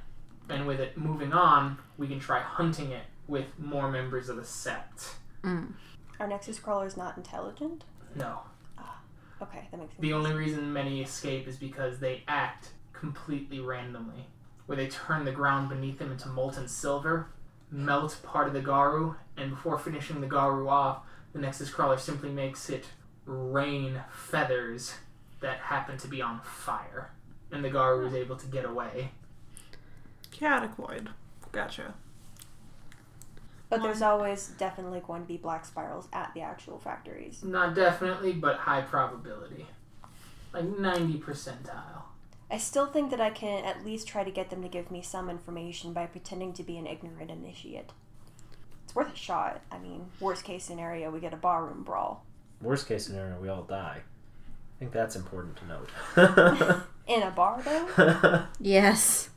Speaker 1: and with it moving on, we can try hunting it with more members of the sect.
Speaker 3: Mm.
Speaker 2: Our Nexus crawler is not intelligent.
Speaker 1: No,
Speaker 2: Okay, that makes sense.
Speaker 1: the only reason many escape is because they act completely randomly, where they turn the ground beneath them into molten silver, melt part of the Garu, and before finishing the Garu off, the Nexus Crawler simply makes it rain feathers that happen to be on fire. And the Garu is able to get away.
Speaker 4: Catacoid. Gotcha.
Speaker 2: But there's always definitely going to be black spirals at the actual factories.
Speaker 1: Not definitely, but high probability. Like 90 percentile.
Speaker 2: I still think that I can at least try to get them to give me some information by pretending to be an ignorant initiate. It's worth a shot. I mean, worst case scenario, we get a barroom brawl
Speaker 5: Worst case scenario, we all die. I think that's important to
Speaker 2: in a bar, though.
Speaker 5: note.
Speaker 3: Yes.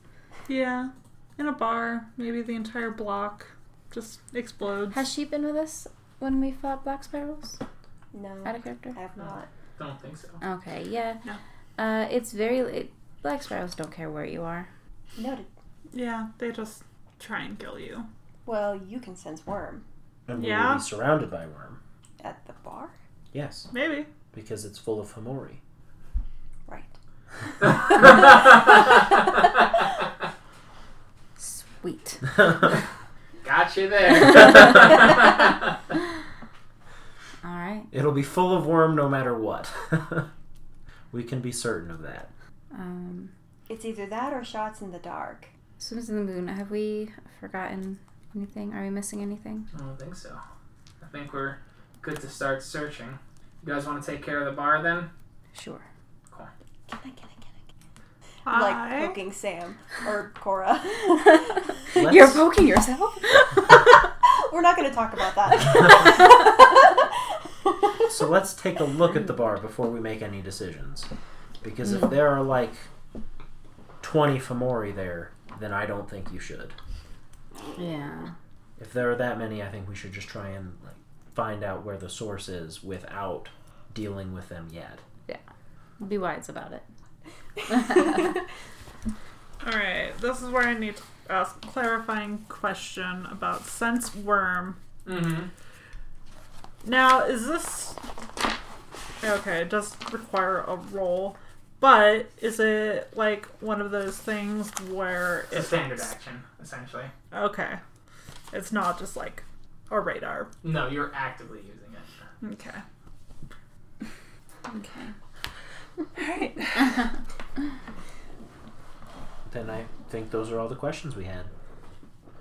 Speaker 4: Yeah. In a bar, maybe the entire block just explodes.
Speaker 3: Has she been with us when we fought Black Spirals?
Speaker 2: No,
Speaker 3: Out of character?
Speaker 2: I have not.
Speaker 1: Don't think so.
Speaker 3: Okay, yeah.
Speaker 4: No.
Speaker 3: Uh, it's very. It, Black Sparrows don't care where you are.
Speaker 2: Noted.
Speaker 4: yeah, they just try and kill you.
Speaker 2: Well, you can sense worm
Speaker 5: and we will
Speaker 4: Yeah.
Speaker 5: be surrounded by worm.
Speaker 2: at the bar,
Speaker 5: Yes,
Speaker 4: Maybe.
Speaker 5: because it's full of Hamori.
Speaker 2: right?
Speaker 3: Sweet.
Speaker 1: Got you there.
Speaker 3: All right.
Speaker 5: It'll be full of worm no matter what. we can be certain of that.
Speaker 3: Um,
Speaker 2: It's either that or shots in the dark.
Speaker 3: Swims in the Moon. Have we forgotten anything? Are we missing anything?
Speaker 1: I don't think so. I think we're good to start searching. You guys want to take care of the bar then?
Speaker 3: Sure.
Speaker 2: Can I? Can I? Can I?
Speaker 4: I
Speaker 2: Like poking Sam or Cora.
Speaker 3: You're poking yourself?
Speaker 2: We're not going to talk about that.
Speaker 5: So let's take a look at the bar before we make any decisions. Because if there are like 20 Famori there, then I don't think you should.
Speaker 3: yeah.
Speaker 5: If there are that many, I think we should just try and like find out where the source is without dealing with them yet.
Speaker 3: Be wise about it.
Speaker 4: Alright, this is where I need to ask a clarifying question about sense worm.
Speaker 1: Mm-hmm.
Speaker 4: Now, is this. Okay, it does require a roll, but is it like one of those things where
Speaker 1: It's a standard
Speaker 4: it's-
Speaker 1: action, essentially.
Speaker 4: Okay. It's not just like a radar.
Speaker 1: No, you're actively using it.
Speaker 4: Okay.
Speaker 3: Okay.
Speaker 4: Alright.
Speaker 5: Then I think those are all the questions we had.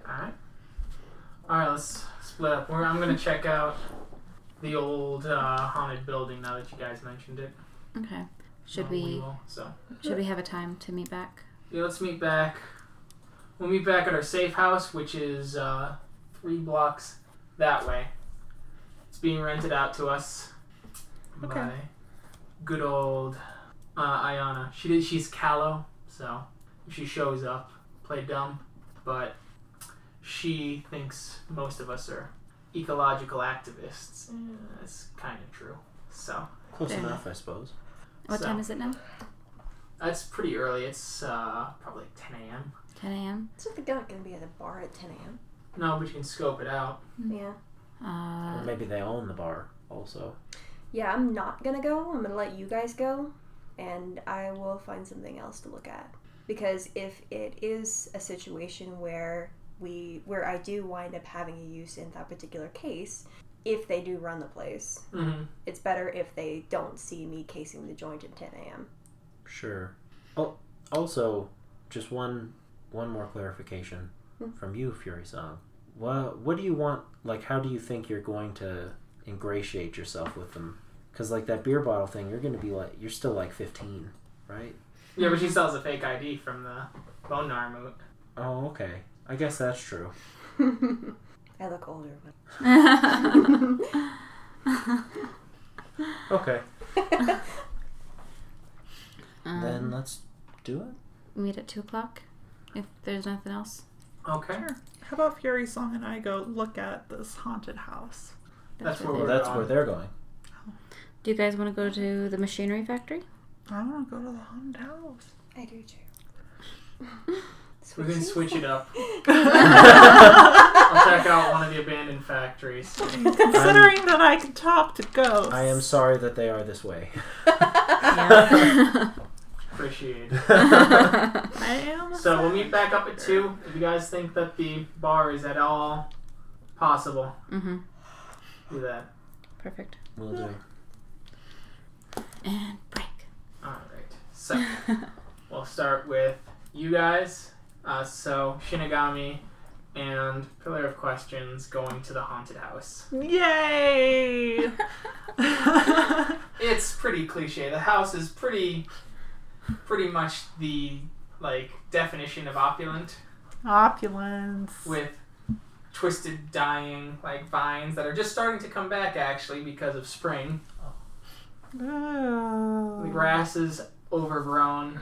Speaker 1: Alright. Alright, let's split up. We're, I'm going to check out the old uh, haunted building now that you guys mentioned it.
Speaker 3: Okay. Should
Speaker 1: Uh,
Speaker 3: we
Speaker 1: will, so.
Speaker 3: should we have a time to meet back?
Speaker 1: Yeah, let's meet back. We'll meet back at our safe house, which is uh, three blocks that way. It's being rented out to us
Speaker 4: Okay.
Speaker 1: by good old uh, Ayana. She did, she's callow, so if she shows up, play dumb, but she thinks most of us are ecological activists. and That's kind of true. So
Speaker 5: Close
Speaker 3: Fair
Speaker 5: enough, I suppose.
Speaker 3: What
Speaker 1: So.
Speaker 3: time is it now?
Speaker 1: that's pretty early. It's uh, probably 10 a.m.
Speaker 3: 10 a.m.
Speaker 2: It's not going to be at the bar at 10 a.m.
Speaker 1: No, but you can scope it out.
Speaker 2: Yeah.
Speaker 5: Or
Speaker 3: Uh,
Speaker 5: maybe they own the bar also.
Speaker 2: Yeah, I'm not going to go. I'm going to let you guys go. And I will find something else to look at. Because if it is a situation where we where I do wind up having a use in that particular case, if they do run the place.
Speaker 1: Mm-hmm.
Speaker 2: It's better if they don't see me casing the joint at 10 a.m.
Speaker 5: Sure. Oh, also, just one one more clarification
Speaker 2: Hmm.
Speaker 5: from you, Fury Song. What what do you want? Like, how do you think you're going to ingratiate yourself with them? Because like that beer bottle thing, you're going to be like you're still like 15, right?
Speaker 1: Yeah, but she sells a fake ID from the bone narmoot.
Speaker 5: Oh, okay. I guess that's true.
Speaker 2: I look older. but-
Speaker 3: Uh,
Speaker 5: Okay.
Speaker 3: Um,
Speaker 5: then uh, let's do it.
Speaker 3: meet at two o'clock if there's nothing else.
Speaker 1: Okay.
Speaker 4: How about Fury Song and I go look at this haunted house?
Speaker 1: That's
Speaker 3: what
Speaker 1: where
Speaker 3: they-
Speaker 1: we're-
Speaker 5: That's
Speaker 1: on.
Speaker 5: where they're going.
Speaker 3: Do you guys want to go to the machinery factory?
Speaker 4: I want to go to the haunted house.
Speaker 2: I do too.
Speaker 1: We're going to switch it up.
Speaker 4: I'm
Speaker 1: I'll check out one of the abandoned factories.
Speaker 4: Considering that I can talk to ghosts.
Speaker 5: I am sorry that they are this way.
Speaker 3: Yeah.
Speaker 1: Appreciate it.
Speaker 3: okay.
Speaker 4: I am.
Speaker 1: So we'll meet back up at 2. If you guys think that the bar is at all possible,
Speaker 3: Mm-hmm.
Speaker 1: do that.
Speaker 3: Perfect.
Speaker 5: Will do.
Speaker 3: And break.
Speaker 1: Alright. So we'll start with you guys. Uh, so Shinigami and Pillar of Questions going to the haunted house.
Speaker 4: Yay!
Speaker 1: It's pretty cliche. The house is pretty, pretty much the like definition of opulent.
Speaker 4: Opulence.
Speaker 1: with twisted dying like vines that are just starting to come back actually because of spring. The
Speaker 4: Oh.
Speaker 1: grass is overgrown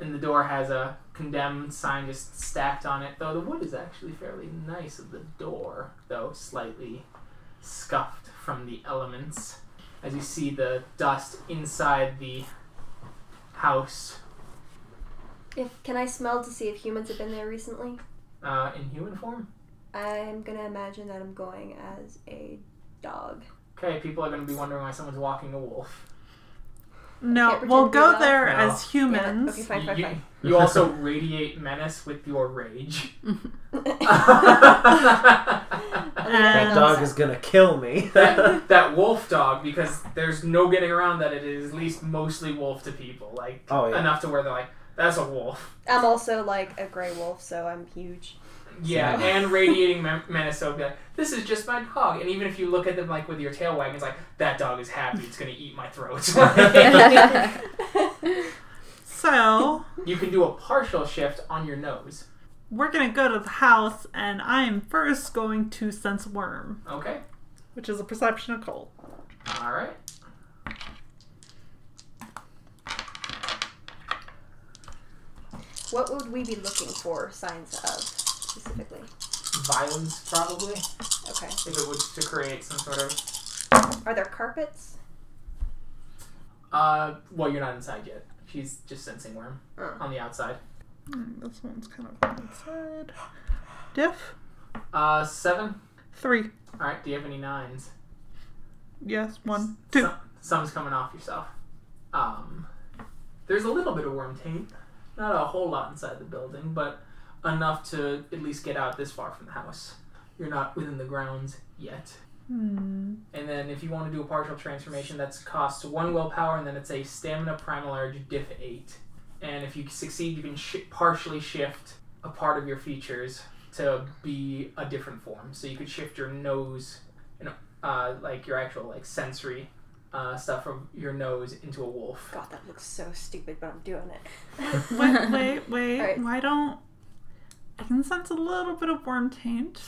Speaker 1: and the door has a condemned sign just stacked on it, though the wood is actually fairly nice of the door, though slightly scuffed from the elements. As you see the dust inside the house,
Speaker 2: If can I smell to see if humans have been there recently?
Speaker 1: uh, in human form.
Speaker 2: I'm gonna imagine that I'm going as a dog.
Speaker 1: Okay, people are going to be wondering why someone's walking a wolf.
Speaker 4: No,
Speaker 2: Can't
Speaker 4: we'll
Speaker 2: pretend
Speaker 4: go
Speaker 2: we
Speaker 4: there
Speaker 1: don't. No.
Speaker 4: as humans.
Speaker 2: Okay, fine,
Speaker 1: you,
Speaker 2: fine,
Speaker 1: you-
Speaker 2: fine.
Speaker 1: you also radiate menace with your rage.
Speaker 5: That
Speaker 4: Um,
Speaker 5: dog is gonna kill me.
Speaker 1: that, that wolf dog, because there's no getting around that it is at least mostly wolf to people. Like,
Speaker 5: Oh, yeah.
Speaker 1: enough to where they're like, that's a wolf.
Speaker 2: I'm also like a gray wolf, so I'm huge.
Speaker 1: Yeah,
Speaker 5: Yeah.
Speaker 1: and radiating men- menace. So be like, this is just my dog. And even if you look at them like with your tail wagging, it's like, that dog is happy. It's going to eat my throat.
Speaker 4: So,
Speaker 1: you can do a partial shift on your nose.
Speaker 4: we're gonna go to the house, and I am first going to sense worm,
Speaker 1: Okay.
Speaker 4: which is a perception of cold.
Speaker 1: All right.
Speaker 2: what would we be looking for signs of specifically?
Speaker 1: Violence, probably,
Speaker 2: Okay.
Speaker 1: if it was to create some sort of.
Speaker 2: Are there carpets?
Speaker 1: Uh, well, you're not inside yet. She's just sensing worm
Speaker 2: Oh.
Speaker 1: on the outside.
Speaker 4: Hmm, this one's kind of inside. Diff?
Speaker 1: Uh, seven.
Speaker 4: Three.
Speaker 1: All right. Do you have any nines?
Speaker 4: Yes, one, two.
Speaker 1: Some, some's coming off yourself. Um, there's a little bit of worm taint, not a whole lot inside the building, but enough to at least get out this far from the house. You're not within the grounds yet.
Speaker 4: Hmm.
Speaker 1: And then if you want to do a partial transformation, that's costs one willpower, and then it's a stamina primal urge diff eight. And if you succeed, you can shi partially shift a part of your features to be a different form. So you could shift your nose and uh, like your actual like sensory uh, stuff from your nose into a wolf.
Speaker 2: God, that looks so stupid, but I'm doing it.
Speaker 4: Wait, wait, wait.
Speaker 2: Alright.
Speaker 4: Why don't. I can sense a little bit of worm taint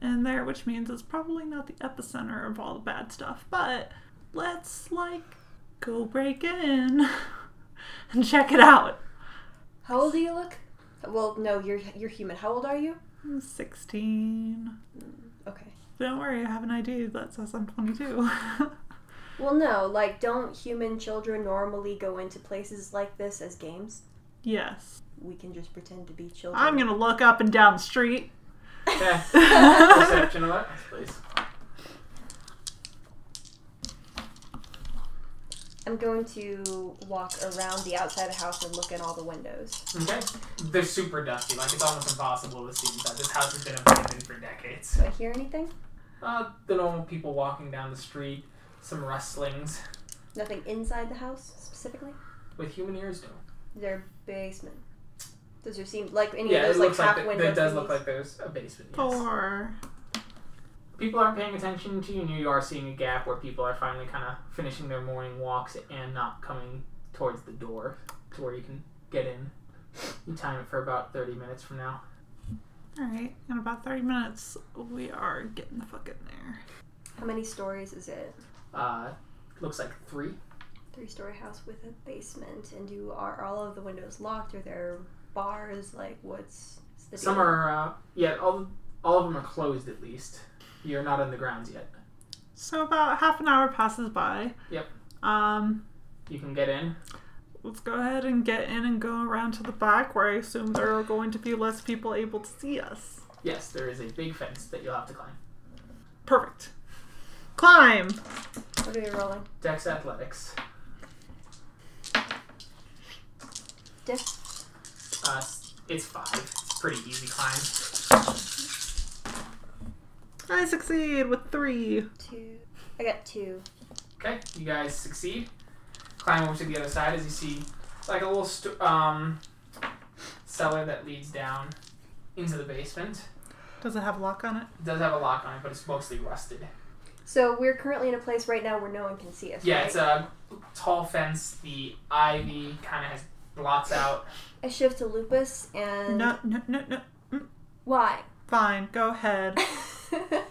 Speaker 4: in there, which means it's probably not the epicenter of all the bad stuff, but let's, like, go break in and check it out.
Speaker 2: How old do you look? Well, no, you're you're human. How old are you?
Speaker 4: I'm 16.
Speaker 2: Okay.
Speaker 4: Don't worry, I have an ID that says I'm 22.
Speaker 2: Well, no, like, don't human children normally go into places like this as games?
Speaker 4: yes.
Speaker 2: We can just pretend to be children.
Speaker 4: I'm gonna look up and down the street.
Speaker 1: Okay. Perception alert, please.
Speaker 2: I'm going to walk around the outside of the house and look in all the windows.
Speaker 1: Okay. They're super dusty. Like it's almost impossible to see inside. This house has been abandoned for decades.
Speaker 2: Do I hear anything?
Speaker 1: Uh, the normal people walking down the street, some rustlings
Speaker 2: Nothing inside the house specifically.
Speaker 1: with human ears. No.
Speaker 2: Their basement. Does there seem like any
Speaker 1: yeah,
Speaker 2: of
Speaker 1: it
Speaker 2: those like
Speaker 1: looks
Speaker 2: half
Speaker 1: like th-
Speaker 2: windows?
Speaker 1: there does
Speaker 2: thingies?
Speaker 1: look like there's a basement. Yes.
Speaker 4: Oh, Or
Speaker 1: People aren't paying attention to you, and you are seeing a gap where people are finally kind of finishing their morning walks and not coming towards the door to where you can get in. You time it for about 30 minutes from now.
Speaker 4: all right, in about thirty minutes, we are getting the fuck in there.
Speaker 2: How many stories is it?
Speaker 1: Uh, looks like three.
Speaker 2: Three story house with a basement, and you are all of the windows locked. Are there bars? Like what's what's the
Speaker 1: Some
Speaker 2: deal?
Speaker 1: are, uh, yeah, all, all of them are closed at least. You're not on the grounds yet.
Speaker 4: So about half an hour passes by.
Speaker 1: Yep.
Speaker 4: Um,
Speaker 1: You can get in.
Speaker 4: let's go ahead and get in and go around to the back, where I assume there are going to be less people able to see us.
Speaker 1: Yes, there is a big fence that you'll have to climb.
Speaker 4: Perfect. Climb.
Speaker 2: What are we rolling?
Speaker 1: Dex Athletics.
Speaker 2: Diff.
Speaker 1: Uh, s- it's five. It's a pretty easy climb.
Speaker 4: I succeed with three.
Speaker 2: Two. I got two.
Speaker 1: Okay, you guys succeed. Climb over to the other side as you see, like a little st- um, cellar that leads down into the basement.
Speaker 4: Does it have a lock on it?
Speaker 1: It does have a lock on it, but it's mostly rusted.
Speaker 2: So we're currently in a place right now where no one can see us.
Speaker 1: Yeah,
Speaker 2: right?
Speaker 1: it's a tall fence. The ivy kind of has blots out.
Speaker 2: I shift to lupus and
Speaker 4: No, no, no, no.
Speaker 2: why?
Speaker 4: Fine, go ahead.
Speaker 2: I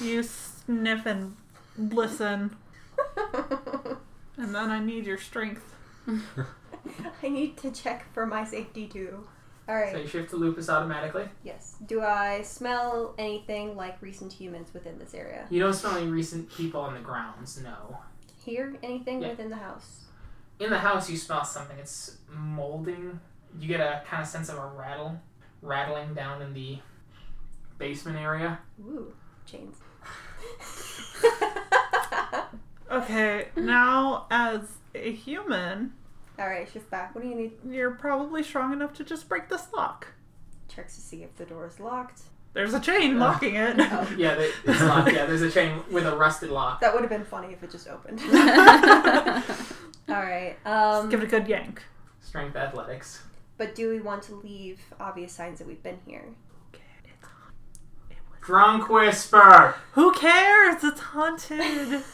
Speaker 4: You sniff and listen, and then I need your strength.
Speaker 2: need to check for my safety too. All
Speaker 1: So
Speaker 2: right.
Speaker 1: you shift to lupus automatically.
Speaker 2: Yes. Do I smell anything like recent humans within this area?
Speaker 1: You don't smell any recent people on the grounds. No.
Speaker 2: Here, anything
Speaker 1: Yeah.
Speaker 2: within the house?
Speaker 1: In the house, you smell something. It's molding. You get a kind of sense of a rattle, rattling down in the basement area.
Speaker 2: Ooh, chains.
Speaker 4: Okay, now as a human,
Speaker 2: All right, shift back. What do you need?
Speaker 4: you're probably strong enough to just break this lock.
Speaker 2: Checks to see if the door is locked.
Speaker 4: There's a chain locking it.
Speaker 2: Oh.
Speaker 1: Yeah, they, it's locked. Yeah, there's a chain with a rusted lock.
Speaker 2: That would have been funny if it just opened. All right.
Speaker 4: Just give
Speaker 2: Um,
Speaker 4: it a good yank.
Speaker 1: Strength athletics.
Speaker 2: but do we want to leave obvious signs that we've been here?
Speaker 1: Drunk whisper.
Speaker 4: Who cares? It's haunted.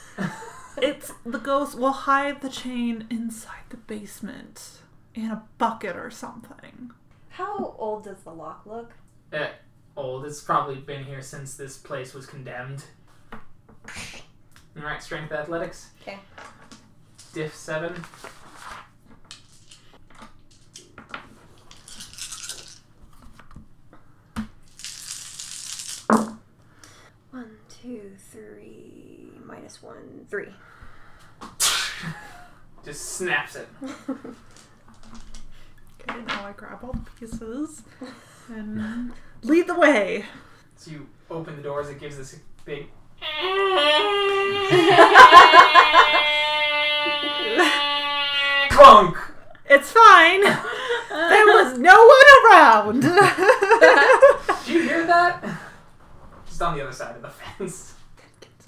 Speaker 4: it's the ghost. We'll hide the chain inside the basement in a bucket or something.
Speaker 2: How old does the lock look?
Speaker 1: Eh, old. It's probably been here since this place was condemned. All right, strength athletics.
Speaker 2: 'Kay.
Speaker 1: Diff seven.
Speaker 2: One, two, three, minus one, three.
Speaker 1: Just snaps it.
Speaker 4: Okay, now I grab all the pieces and lead the way.
Speaker 1: So you open the doors. It gives this big. clunk.
Speaker 4: It's fine. There was no one around.
Speaker 1: Did you hear that? Just on the other side of the fence.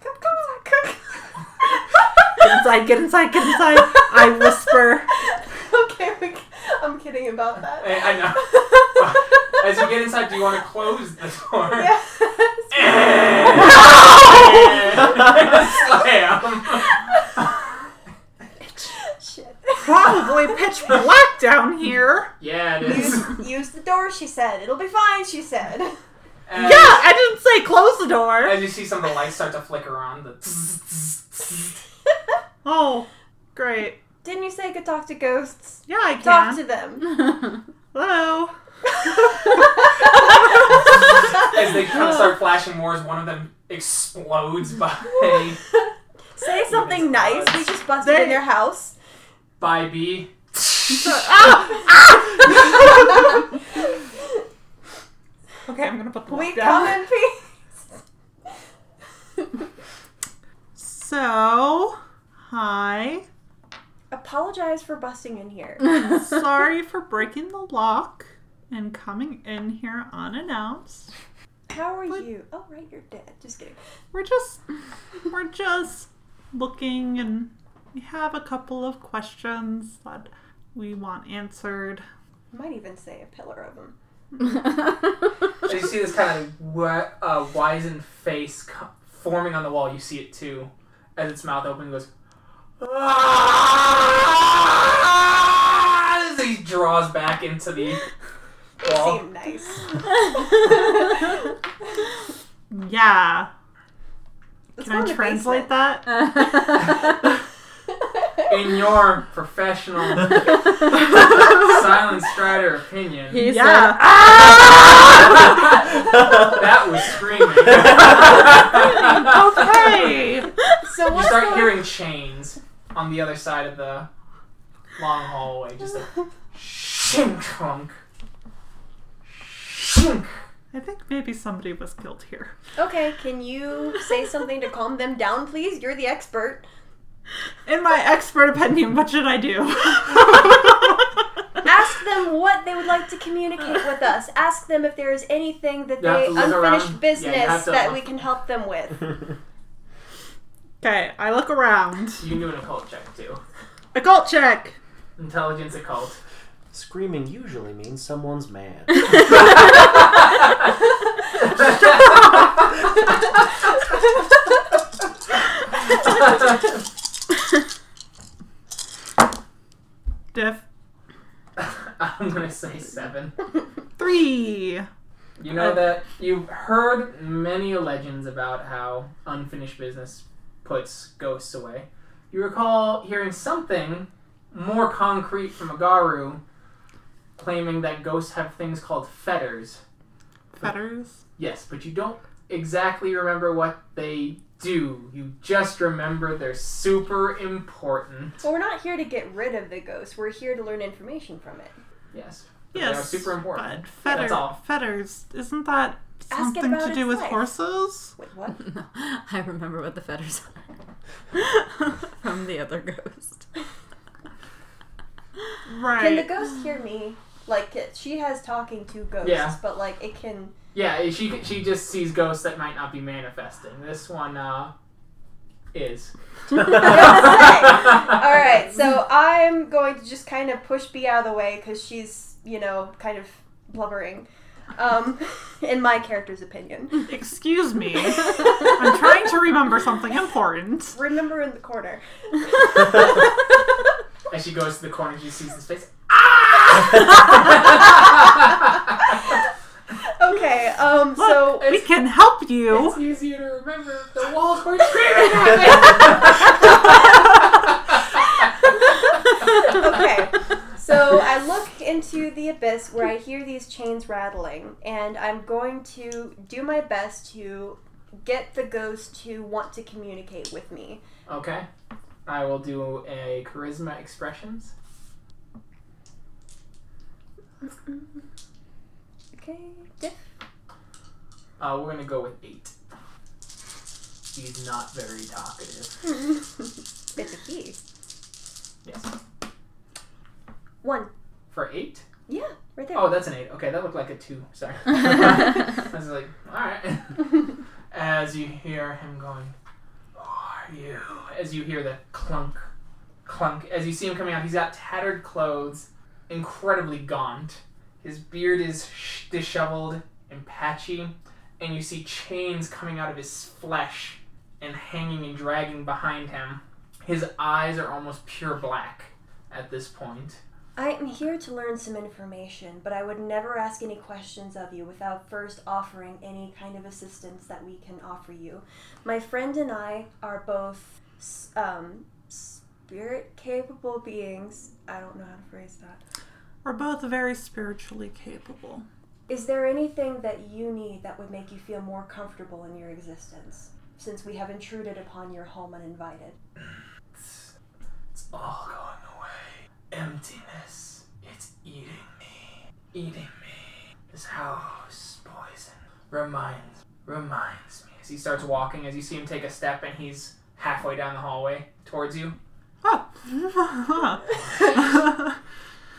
Speaker 4: get inside, get inside, get inside. I whisper.
Speaker 2: okay, we, I'm kidding about that.
Speaker 1: I, I know. As you get inside, do you want to close the door? Slam.
Speaker 2: Shit.
Speaker 4: Probably pitch black down here.
Speaker 1: yeah, it is.
Speaker 2: Use, use the door, she said. It'll be fine, she said.
Speaker 1: As,
Speaker 4: yeah, I didn't say close the door.
Speaker 1: As you see some of the lights start to flicker on, the tss, tss, tss.
Speaker 4: Oh, great.
Speaker 2: Didn't you say I could talk to ghosts?
Speaker 4: Yeah, I
Speaker 2: Talk
Speaker 4: can.
Speaker 2: to them.
Speaker 4: Hello.
Speaker 1: as they kind of start flashing more, as one of them explodes by
Speaker 2: Say something nice. We just busted in their house.
Speaker 1: by B.
Speaker 4: Okay, I'm gonna put the
Speaker 2: We
Speaker 4: lock
Speaker 2: come
Speaker 4: down.
Speaker 2: in peace.
Speaker 4: So, hi.
Speaker 2: Apologize for busting in here.
Speaker 4: Sorry for breaking the lock and coming in here unannounced.
Speaker 2: How are
Speaker 4: But-
Speaker 2: you? Oh, right, you're dead. Just kidding.
Speaker 4: We're just we're just looking and we have a couple of questions that we want answered.
Speaker 2: Might even say a pillar of them.
Speaker 1: So you see this kind of wi- uh, wizened face co- forming on the wall. You see it too, as its mouth opens, it goes. "Ah!" As he draws back into the
Speaker 2: They
Speaker 1: wall.
Speaker 2: seem nice.
Speaker 4: Yeah.
Speaker 2: Let's
Speaker 4: Can
Speaker 2: go in
Speaker 4: I
Speaker 2: the
Speaker 4: translate
Speaker 2: basement.
Speaker 4: that?
Speaker 1: In your professional silent strider opinion,
Speaker 3: He
Speaker 4: Yeah. Ah!
Speaker 1: that was screaming. "Ah!"
Speaker 4: okay.
Speaker 2: so
Speaker 1: You
Speaker 2: what's
Speaker 1: start
Speaker 2: going-
Speaker 1: hearing chains on the other side of the long hallway, just like shink trunk. Shink.
Speaker 4: I think maybe somebody was killed here.
Speaker 2: Okay, can you say something to calm them down, please? You're the expert.
Speaker 4: In my expert opinion, what should I do?
Speaker 2: Ask them what they would like to communicate with us. Ask them if there is anything that
Speaker 1: You have
Speaker 2: they
Speaker 1: to look
Speaker 2: unfinished
Speaker 1: around.
Speaker 2: business
Speaker 1: Yeah, you have to
Speaker 2: that
Speaker 1: look.
Speaker 2: we can help them with.
Speaker 4: Okay, I look around.
Speaker 1: You can do an occult check too.
Speaker 4: Occult check.
Speaker 1: Intelligence occult.
Speaker 5: Screaming usually means someone's mad.
Speaker 4: Diff
Speaker 1: I'm gonna say seven.
Speaker 4: three.
Speaker 1: You know that you've heard many legends about how unfinished business puts ghosts away. You recall hearing something more concrete from Agaru claiming that ghosts have things called fetters.
Speaker 4: Fetters.
Speaker 1: Yes, but you don't exactly remember what they do. You just remember they're super important.
Speaker 2: Well, we're not here to get rid of the ghost. We're here to learn information from it.
Speaker 1: Yes. but They are
Speaker 4: Yes.
Speaker 1: super important.
Speaker 4: But fetter,
Speaker 1: that's all.
Speaker 4: fetters. Isn't that
Speaker 2: it
Speaker 4: something
Speaker 2: about
Speaker 4: to do
Speaker 2: its
Speaker 4: with
Speaker 2: life.
Speaker 4: horses?
Speaker 2: Wait, what?
Speaker 3: No, I remember what the fetters are from the other ghost.
Speaker 4: Right.
Speaker 2: Can the ghost hear me? Like, it- she has talking to ghosts,
Speaker 1: Yeah.
Speaker 2: but, like, it can.
Speaker 1: Yeah, she she just sees ghosts that might not be manifesting. This one uh, is.
Speaker 2: All right, so I'm going to just kind of push B out of the way because she's, you know, kind of blubbering, um, in my character's opinion.
Speaker 4: Excuse me. I'm trying to remember something important.
Speaker 2: Remember in the corner.
Speaker 1: As she goes to the corner, she sees this face. Ah!
Speaker 2: Okay, um, so
Speaker 4: Look, we can help you.
Speaker 1: It's easier to remember if the walls weren't screaming at me.
Speaker 2: okay. So I look into the abyss where I hear these chains rattling, and I'm going to do my best to get the ghost to want to communicate with me.
Speaker 1: Okay, I will do a charisma expressions.
Speaker 2: Okay, diff.
Speaker 1: Uh, we're gonna go with eight. He's not very talkative.
Speaker 2: it's a key.
Speaker 1: Yes.
Speaker 2: One.
Speaker 1: For eight?
Speaker 2: Yeah, right there.
Speaker 1: Oh, that's an eight. Okay, that looked like a two. Sorry. I was like, alright. As you hear him going, Who are you? As you hear the clunk, clunk, as you see him coming out, he's got tattered clothes, incredibly gaunt. His beard is sh- disheveled and patchy, and you see chains coming out of his flesh and hanging and dragging behind him. His eyes are almost pure black at this point.
Speaker 2: I am here to learn some information, but I would never ask any questions of you without first offering any kind of assistance that we can offer you. My friend and I are both s- um, spirit capable beings. I don't know how to phrase that.
Speaker 4: We're both very spiritually capable.
Speaker 2: Is there anything that you need that would make you feel more comfortable in your existence? Since we have intruded upon your home uninvited.
Speaker 1: It's, it's all going away. Emptiness. It's eating me. Eating me. This house poison reminds reminds me. As he starts walking, as you see him take a step, and he's halfway down the hallway towards you.
Speaker 4: Oh.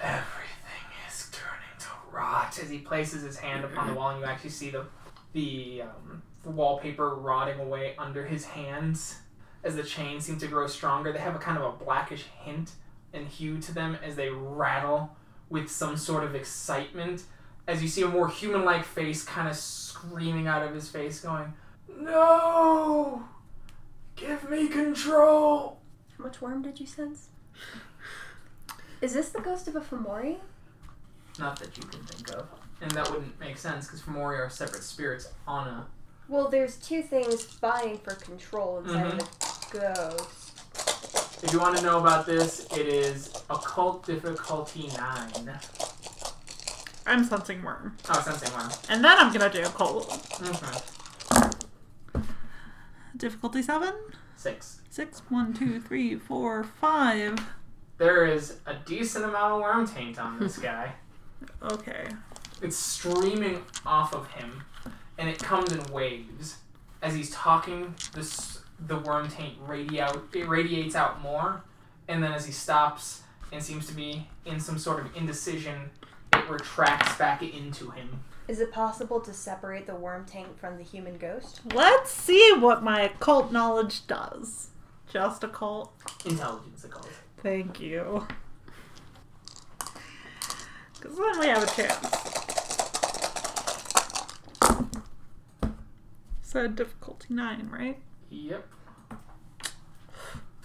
Speaker 1: Everything is turning to rot. As he places his hand upon the wall, and you actually see the the, um, the wallpaper rotting away under his hands as the chains seem to grow stronger. They have a kind of a blackish hint and hue to them as they rattle with some sort of excitement. As you see a more human like face kind of screaming out of his face, going, No! Give me control!
Speaker 2: How much worm did you sense? Is this the ghost of a Fomori?
Speaker 1: Not that you can think of. And that wouldn't make sense because Fomori are separate spirits on a.
Speaker 2: Well, there's two things vying for control inside of the ghost.
Speaker 1: If you want to know about this, it is Occult Difficulty 9.
Speaker 4: I'm sensing worm.
Speaker 1: Oh, sensing one.
Speaker 4: And then I'm gonna do a cold.
Speaker 1: Okay.
Speaker 4: Difficulty seven?
Speaker 1: Six.
Speaker 4: Six, one, two, three, four, five.
Speaker 1: There is a decent amount of worm taint on this guy.
Speaker 4: Okay.
Speaker 1: It's streaming off of him, and it comes in waves. As he's talking, this the worm taint radio, it radiates out more, and then as he stops and seems to be in some sort of indecision, it retracts back into him.
Speaker 2: Is it possible to separate the worm tank from the human ghost?
Speaker 4: Let's see what my occult knowledge does. Just occult.
Speaker 1: Intelligence, they call it.
Speaker 4: Thank you. Because then we have a chance. So difficulty nine, right?
Speaker 1: Yep.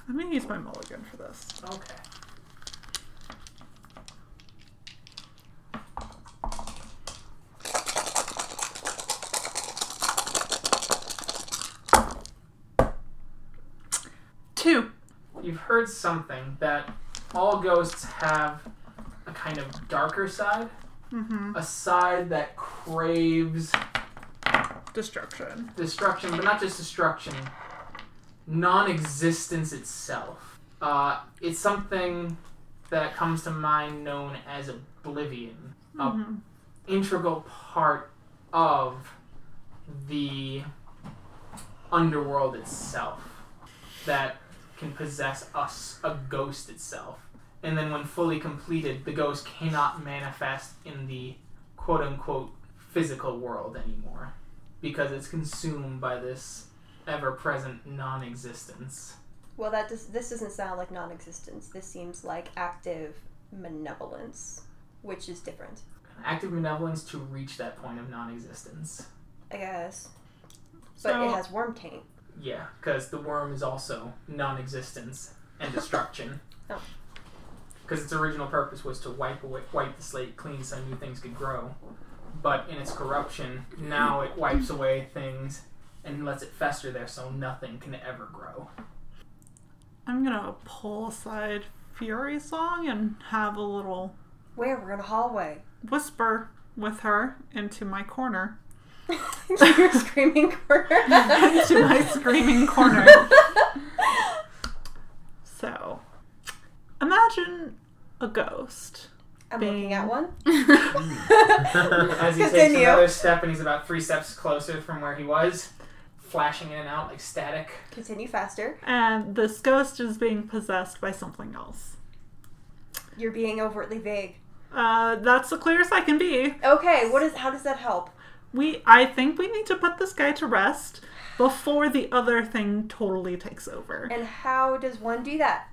Speaker 4: I'm gonna use my mulligan for this.
Speaker 1: Okay.
Speaker 4: Two.
Speaker 1: You've heard something that all ghosts have a kind of darker side,
Speaker 4: Mm-hmm.
Speaker 1: a side that craves
Speaker 4: Destruction.
Speaker 1: destruction, but not just destruction, non existence itself. Uh, it's something that comes to mind known as oblivion, an
Speaker 4: Mhm.
Speaker 1: integral part of the underworld itself that can possess us, a ghost itself. And then when fully completed, the ghost cannot manifest in the quote unquote physical world anymore because it's consumed by this ever present non existence.
Speaker 2: Well, that does, this doesn't sound like non-existence. This seems like active malevolence, which is different,
Speaker 1: Active benevolence to reach that point of non existence.
Speaker 2: I guess. But
Speaker 4: So
Speaker 2: it has worm taint.
Speaker 1: Yeah, because the worm is also non existence and destruction.
Speaker 2: Oh.
Speaker 1: Because its original purpose was to wipe away, wipe the slate clean so new things could grow. But in its corruption, now it wipes away things and lets it fester there so nothing can ever grow.
Speaker 4: I'm gonna pull aside Fury Song and have a little
Speaker 2: Where? We're in a hallway.
Speaker 4: whisper with her into my corner.
Speaker 2: You're screaming for her.
Speaker 4: into my screaming corner. so, imagine a ghost.
Speaker 2: I'm looking at one.
Speaker 1: As he takes
Speaker 2: Continue.
Speaker 1: another step and he's about three steps closer from where he was, flashing in and out like static.
Speaker 2: Continue faster.
Speaker 4: And this ghost is being possessed by something else.
Speaker 2: You're being overtly vague.
Speaker 4: Uh, that's the clearest I can be.
Speaker 2: Okay, what is? How does that help?
Speaker 4: We, I think we need to put this guy to rest before the other thing totally takes over.
Speaker 2: And how does one do that?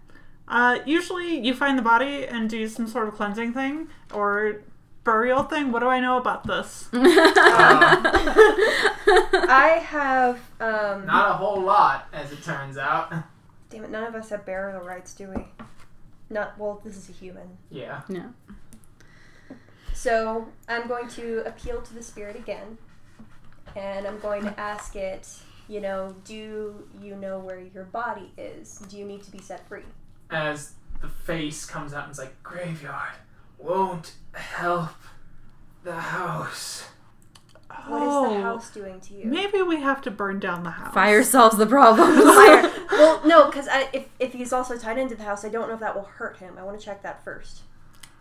Speaker 4: Uh, usually, you find the body and do some sort of cleansing thing or burial thing. What do I know about this?
Speaker 2: I have. Um,
Speaker 1: Not a whole lot, as it turns out.
Speaker 2: damn it, none of us have burial rights, do we? Not well. This is a human,
Speaker 1: Yeah.
Speaker 3: no.
Speaker 2: so I'm going to appeal to the spirit again, and I'm going to ask it. You know, do you know where your body is? Do you need to be set free?
Speaker 1: as the face comes out and is like, Graveyard won't help the house.
Speaker 2: What is
Speaker 4: Oh,
Speaker 2: the house doing to you?
Speaker 4: Maybe we have to burn down the house.
Speaker 3: Fire solves the problem.
Speaker 2: Fire. well, no, because if if he's also tied into the house, I don't know if that will hurt him. I want to check that first.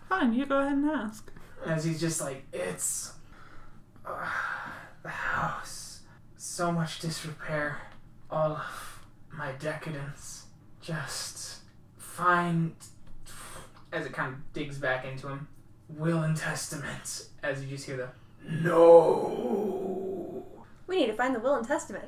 Speaker 4: Fine, you go ahead and ask.
Speaker 1: As he's just like, It's uh, the house. So much disrepair. All of my decadence. Just find. As it kind of digs back into him, will and testament. As you just hear the no.
Speaker 2: We need to find the will and testament.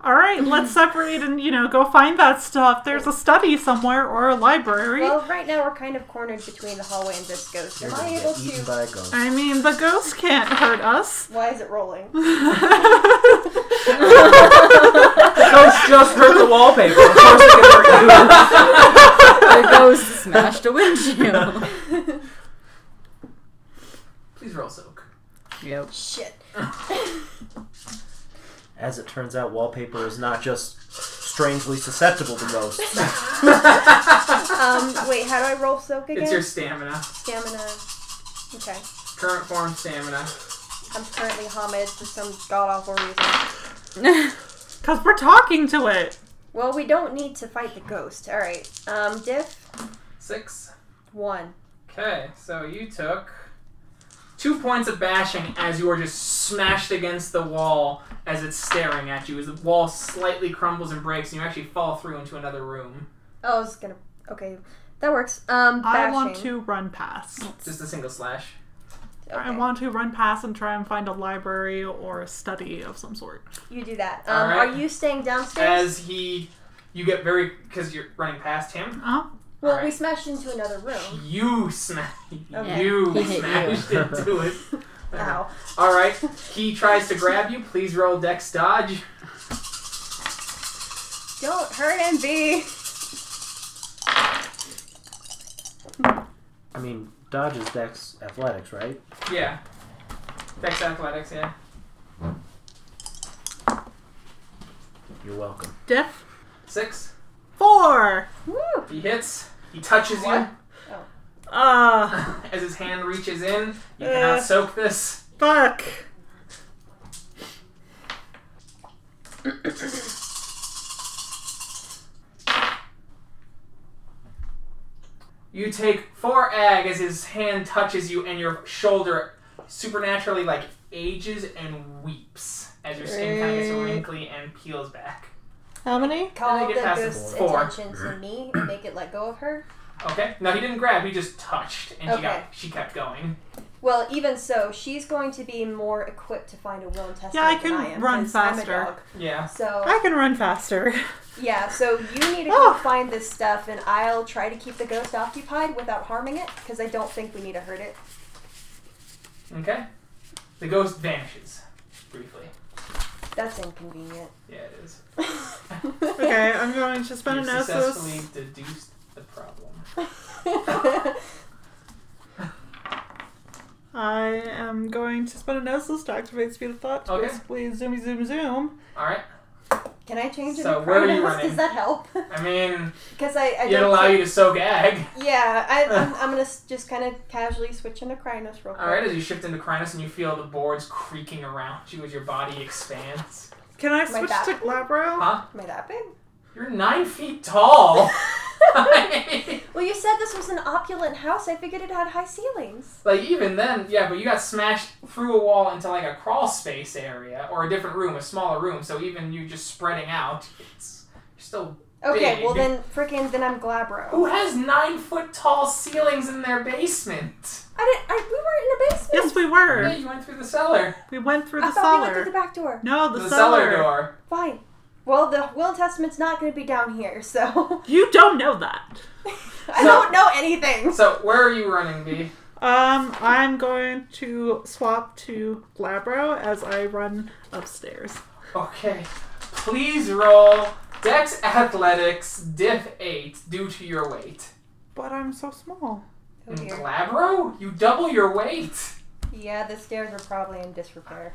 Speaker 4: All right, let's separate and you know go find that stuff. There's a study somewhere or a library.
Speaker 2: Well, right now we're kind of cornered between the hallway and this ghost.
Speaker 5: You're
Speaker 2: Am I
Speaker 5: gonna
Speaker 2: able
Speaker 5: get eaten
Speaker 2: to?
Speaker 5: by a ghost.
Speaker 4: I mean, the ghost can't hurt us.
Speaker 2: Why is it rolling?
Speaker 5: The ghost just hurt the wallpaper. Of course it can hurt you.
Speaker 3: The ghost smashed a windshield.
Speaker 1: Please roll soak.
Speaker 3: yep.
Speaker 2: Shit.
Speaker 5: As it turns out, wallpaper is not just strangely susceptible to ghosts.
Speaker 2: Um, wait, how do I roll soak again?
Speaker 1: It's your stamina.
Speaker 2: stamina. Okay.
Speaker 1: Current form stamina.
Speaker 2: I'm currently homage for some god awful reason.
Speaker 4: Because we're talking to it.
Speaker 2: Well, we don't need to fight the ghost. Alright. Um, diff
Speaker 1: Six.
Speaker 2: one.
Speaker 1: Okay, so you took two points of bashing as you are just smashed against the wall as it's staring at you. As the wall slightly crumbles and breaks, and you actually fall through into another room.
Speaker 2: Oh, I was gonna okay. That works. Um
Speaker 4: I
Speaker 2: bashing.
Speaker 4: want to run past.
Speaker 1: Just a single slash.
Speaker 2: Okay.
Speaker 4: I want to run past and try and find a library or a study of some sort.
Speaker 2: you do that.
Speaker 1: All
Speaker 2: Um
Speaker 1: right.
Speaker 2: are you staying downstairs?
Speaker 1: As he, you get very because you're running past him.
Speaker 4: Oh,
Speaker 2: well,
Speaker 1: all
Speaker 2: we
Speaker 1: right.
Speaker 2: smashed into another room.
Speaker 1: You smash.
Speaker 2: Oh. Okay.
Speaker 1: You
Speaker 3: He hit you.
Speaker 1: smashed into it.
Speaker 2: Ow.
Speaker 1: All right. He tries to grab you. Please roll Dex dodge.
Speaker 2: Don't hurt him, B.
Speaker 5: I mean, dodges Dex athletics, right?
Speaker 1: Yeah. Dex athletics. Yeah.
Speaker 5: You're welcome.
Speaker 4: diff
Speaker 1: Six.
Speaker 4: four.
Speaker 2: Woo!
Speaker 1: He hits. He touches you.
Speaker 2: What?
Speaker 4: Uh,
Speaker 1: As his hand reaches in, you cannot
Speaker 4: Uh.
Speaker 1: soak this.
Speaker 4: fuck.
Speaker 1: You take four ag as his hand touches you, and your shoulder supernaturally like ages and weeps as your skin kind of gets wrinkly and peels back.
Speaker 4: How many?
Speaker 1: I
Speaker 2: Call
Speaker 1: think
Speaker 2: the
Speaker 1: it passes
Speaker 2: ghost's
Speaker 1: four. Mm-hmm.
Speaker 2: attention to me and make it let go of her.
Speaker 1: Okay. No, he didn't grab. He just touched, and she
Speaker 2: Okay.
Speaker 1: got she kept going.
Speaker 2: Well, even so, she's going to be more equipped to find a will and testament.
Speaker 4: Yeah, I
Speaker 2: than
Speaker 4: can
Speaker 2: am,
Speaker 4: run
Speaker 2: 'cause I'm a
Speaker 4: faster.
Speaker 2: dog.
Speaker 1: Yeah.
Speaker 2: So
Speaker 4: I can run faster.
Speaker 2: yeah, so you need to go
Speaker 4: Oh.
Speaker 1: Ah.
Speaker 2: find this stuff, and I'll try to keep the ghost occupied without harming it, because I don't think we need to hurt it.
Speaker 1: Okay. The ghost vanishes briefly.
Speaker 2: That's inconvenient.
Speaker 1: Yeah, it is.
Speaker 4: Okay, I'm going to spend
Speaker 1: You
Speaker 4: a gnosis.
Speaker 1: successfully deduced the problem.
Speaker 4: I am going to spend a gnosis to activate speed of thought to
Speaker 1: Okay.
Speaker 4: basically zoomy zoom zoom.
Speaker 1: All right.
Speaker 2: can I change
Speaker 1: So
Speaker 2: any
Speaker 1: where are you
Speaker 2: pronouns?
Speaker 1: running?
Speaker 2: Does that help?
Speaker 1: I mean,
Speaker 2: Because I, I
Speaker 1: it'd
Speaker 2: don't.
Speaker 1: allow you to soak ag.
Speaker 2: Yeah, I, I'm, I'm gonna s- just kind of casually switch into Krynos real quick.
Speaker 1: All right, as you shift into Krynos and you feel the boards creaking around you as your body expands.
Speaker 4: Can I switch
Speaker 2: back.
Speaker 4: to Glabro?
Speaker 1: Huh?
Speaker 2: Am I that big?
Speaker 1: You're nine feet tall. Oh. like
Speaker 2: Well, you said this was an opulent house. I figured it had high ceilings.
Speaker 1: even then, yeah. But you got smashed through a wall into like a crawl space area or a different room, a smaller room. So even you just spreading out, it's you're still.
Speaker 2: Okay,
Speaker 1: Big.
Speaker 2: well then, frickin' then I'm Glabro.
Speaker 1: Who has nine foot tall ceilings in their basement?
Speaker 2: I didn't. I, we were in a basement.
Speaker 4: Yes, we were.
Speaker 1: Yeah, you went through the cellar,
Speaker 4: We went through
Speaker 2: I
Speaker 4: the
Speaker 2: thought we went
Speaker 4: cellar.
Speaker 2: through the back door.
Speaker 4: no, the,
Speaker 1: the,
Speaker 4: cellar.
Speaker 1: door.
Speaker 2: Fine. Well, the will and testament's not going to be down here, so
Speaker 4: You don't know that.
Speaker 2: I
Speaker 1: So-
Speaker 2: don't know anything.
Speaker 1: So where are you running, B?
Speaker 4: Um, I'm going to swap to Glabro as I run upstairs.
Speaker 1: Okay. Please roll Dex Athletics Diff 8 due to your weight.
Speaker 4: But I'm so small.
Speaker 2: Oh,
Speaker 1: And
Speaker 2: dear.
Speaker 1: Glabro, you double your weight.
Speaker 2: Yeah, the stairs are probably in disrepair.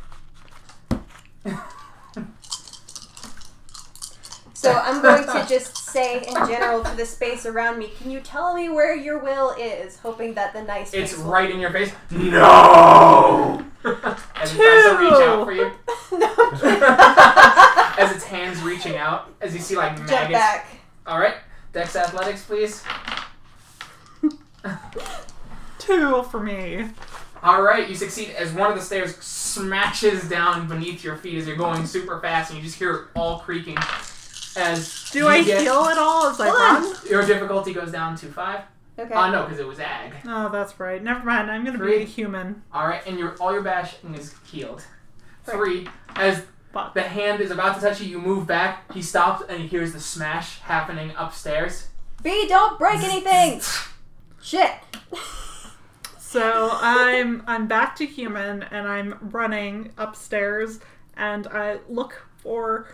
Speaker 2: So I'm going to just say in general to the space around me, can you tell me where your will is? Hoping that the nice
Speaker 1: It's
Speaker 2: face will-
Speaker 1: right in your face. No! As it tries to reach out for you. as its hands reaching out, as you see like
Speaker 2: Jump
Speaker 1: maggots.
Speaker 2: back.
Speaker 1: Alright, Dex Athletics, please.
Speaker 4: Two for me.
Speaker 1: Alright, you succeed as one of the stairs smashes down beneath your feet as you're going super fast and you just hear it all creaking. As
Speaker 4: Do
Speaker 1: you
Speaker 4: I
Speaker 1: get-
Speaker 4: heal at all as I run?
Speaker 1: Your difficulty goes down to five.
Speaker 2: Okay.
Speaker 1: Oh no, because it was ag.
Speaker 4: Oh, that's right. Never mind. I'm gonna be
Speaker 1: Three.
Speaker 4: a human.
Speaker 1: All right, and your all your bashing is healed.
Speaker 2: Three.
Speaker 1: Three. As
Speaker 4: Fuck.
Speaker 1: The hand is about to touch you. You move back. He stops and he hears the smash happening upstairs.
Speaker 2: B, don't break anything! Shit!
Speaker 4: So I'm I'm back to human and I'm running upstairs and I look for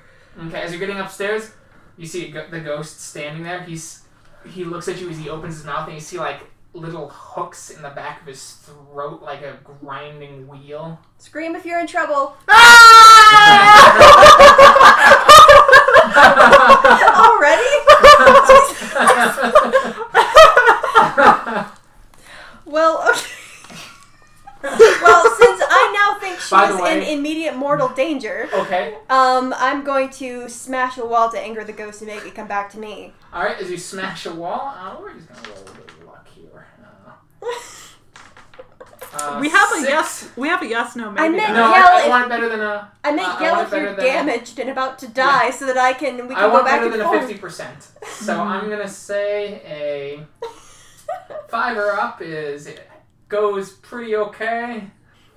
Speaker 1: Okay, as you're getting upstairs, you see a go- the ghost standing there. He's he looks at you as he opens his mouth, and you see like little hooks in the back of his throat, like a grinding wheel.
Speaker 2: Scream if you're in trouble. Already? well, okay. well, since I now think she
Speaker 1: By the
Speaker 2: is
Speaker 1: way-
Speaker 2: in immediate mortal danger,
Speaker 1: okay.
Speaker 2: um, I'm going to smash a wall to anger the ghost and make it come back to me.
Speaker 1: All right. As you smash a wall, uh, we're just gonna roll a bit of luck here. Uh, uh,
Speaker 4: we have a
Speaker 1: six.
Speaker 4: yes we have a yes no maybe.
Speaker 2: I meant-
Speaker 1: No,
Speaker 2: Yell
Speaker 1: I, I
Speaker 2: if-
Speaker 1: want better than a.
Speaker 2: I meant
Speaker 1: Uh, I
Speaker 2: yell
Speaker 1: want
Speaker 2: if
Speaker 1: better
Speaker 2: you're
Speaker 1: than that.
Speaker 2: damaged and about to die, so that I can we can
Speaker 1: I
Speaker 2: go
Speaker 1: want
Speaker 2: back
Speaker 1: better than
Speaker 2: and
Speaker 1: a
Speaker 2: forth.
Speaker 1: fifty percent. So I'm gonna say a fiver up is it goes pretty okay.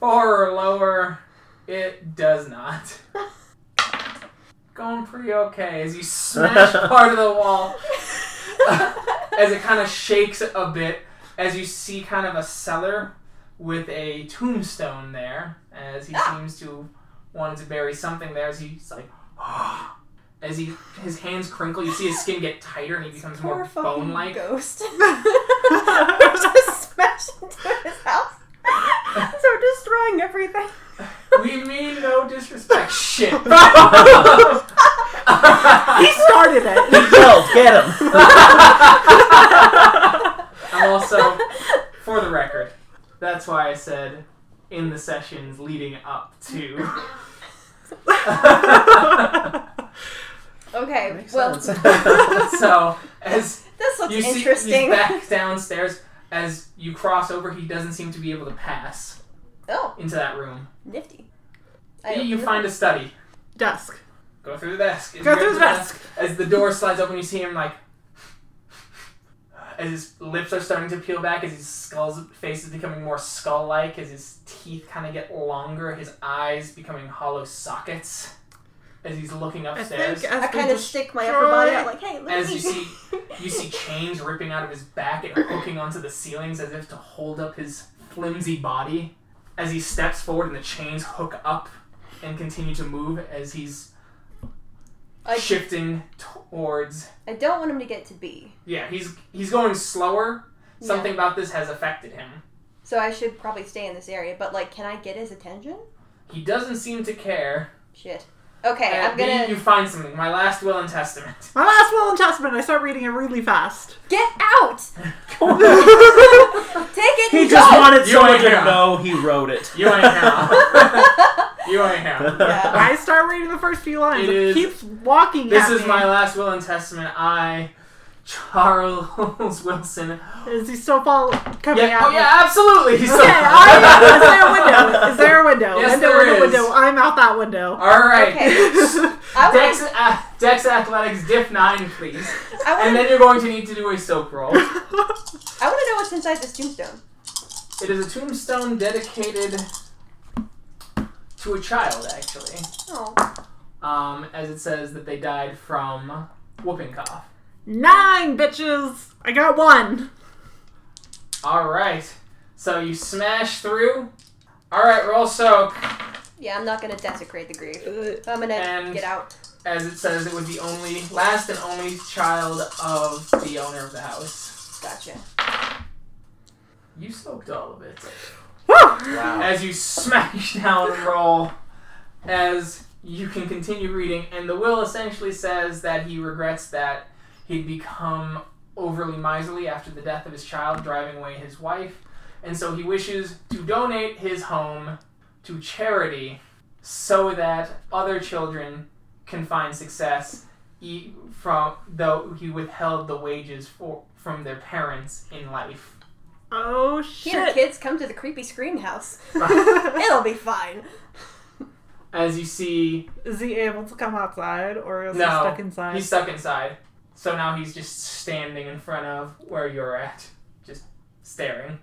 Speaker 1: Four or lower, it does not. Going pretty okay as you smash part of the wall as it kind of shakes a bit as you see kind of a cellar with a tombstone there as he
Speaker 2: Ah!
Speaker 1: seems to want to bury something there as he's like as he his hands crinkle you see his skin get tighter and he becomes
Speaker 2: Poor
Speaker 1: more
Speaker 2: fucking
Speaker 1: bone like
Speaker 2: ghost. just smashed into his house. so destroying everything.
Speaker 1: we mean no disrespect shit
Speaker 4: he started it.
Speaker 5: Yelled, get him!
Speaker 1: I'm also for the record that's why I said in the sessions leading up to
Speaker 2: Okay,
Speaker 5: Makes
Speaker 2: well,
Speaker 5: sense.
Speaker 1: so as
Speaker 2: this looks
Speaker 1: you see he's
Speaker 2: interesting.
Speaker 1: back downstairs as you cross over he doesn't seem to be able to pass
Speaker 2: oh,
Speaker 1: into that room
Speaker 2: nifty. I
Speaker 1: you, you
Speaker 2: open
Speaker 1: find a study
Speaker 4: Desk.
Speaker 1: go through the desk As
Speaker 4: Go
Speaker 1: you
Speaker 4: through the desk.
Speaker 1: as the door slides open you see him like as his lips are starting to peel back as his skull's face is becoming more skull-like as his teeth kind of get longer his eyes becoming hollow sockets as he's looking
Speaker 4: I
Speaker 1: upstairs
Speaker 4: think as
Speaker 2: I
Speaker 4: we
Speaker 2: kind of stick my upper body out,
Speaker 4: destroy-
Speaker 2: like, hey, look
Speaker 1: as
Speaker 2: at
Speaker 1: you
Speaker 2: me.
Speaker 1: see you see chains ripping out of his back and hooking onto the ceilings as if to hold up his flimsy body as he steps forward and the chains hook up and continue to move as he's
Speaker 2: I,
Speaker 1: shifting towards
Speaker 2: I don't want him to get to B,
Speaker 1: yeah he's he's going slower something about this has affected him
Speaker 2: so I should probably stay in this area. But like, can I get his attention?
Speaker 1: he doesn't seem to care
Speaker 2: Shit. Okay,
Speaker 1: Uh,
Speaker 2: I'm gonna
Speaker 1: you, you find something my last will and testament
Speaker 4: My last will and testament, I start reading it really fast.
Speaker 2: get out. Take it.
Speaker 5: He
Speaker 2: and
Speaker 5: just
Speaker 2: go!
Speaker 5: wanted
Speaker 1: You
Speaker 5: someone
Speaker 1: ain't
Speaker 5: to
Speaker 1: him.
Speaker 5: know he wrote it.
Speaker 1: you ain't him you ain't him
Speaker 2: Yeah.
Speaker 4: I start reading the first few lines.
Speaker 1: It
Speaker 4: It,
Speaker 1: is-
Speaker 4: keeps walking
Speaker 1: This
Speaker 4: at
Speaker 1: is
Speaker 4: me
Speaker 1: my last will and testament. I, Charles Wilson.
Speaker 4: Is he still fall coming
Speaker 1: Yeah,
Speaker 4: at
Speaker 1: oh
Speaker 4: me?
Speaker 1: yeah, absolutely. He's
Speaker 4: Okay, I, is there a window? Is there a window?
Speaker 1: Yes,
Speaker 4: window,
Speaker 1: there
Speaker 4: window,
Speaker 1: is.
Speaker 4: window. I'm out that window.
Speaker 1: All right.
Speaker 2: Okay. I wanna-
Speaker 1: Dex, uh, Dex Athletics Diff Nine, please,
Speaker 2: I
Speaker 1: and
Speaker 2: want.
Speaker 1: then you're going to need to do a soap roll.
Speaker 2: I want to know what's inside this tombstone.
Speaker 1: It is a tombstone dedicated to a child, actually,
Speaker 2: Oh,
Speaker 1: um, as it says that they died from whooping cough.
Speaker 4: Nine bitches. I got one.
Speaker 1: All right. So you smash through. All right, roll soap.
Speaker 2: yeah, I'm not gonna desecrate the grave.
Speaker 4: Uh,
Speaker 2: I'm gonna
Speaker 4: um,
Speaker 1: And-
Speaker 2: get out.
Speaker 1: as it says, it was the only, last and only child of the owner of the house.
Speaker 2: Gotcha.
Speaker 1: You soaked all of it.
Speaker 4: Woo!
Speaker 5: Wow.
Speaker 1: As you smash down and roll, as you can continue reading, and the will essentially says that he regrets that he'd become overly miserly after the death of his child, driving away his wife, and so he wishes to donate his home to charity so that other children can find success e- from though he withheld the wages for from their parents in life.
Speaker 4: Oh
Speaker 2: Here,
Speaker 4: shit.
Speaker 2: kids, come to the creepy scream house. It'll be fine.
Speaker 1: As you see,
Speaker 4: is he able to come outside or is
Speaker 1: No.
Speaker 4: he stuck inside?
Speaker 1: he's stuck inside. So now he's just standing in front of where you're at, just staring.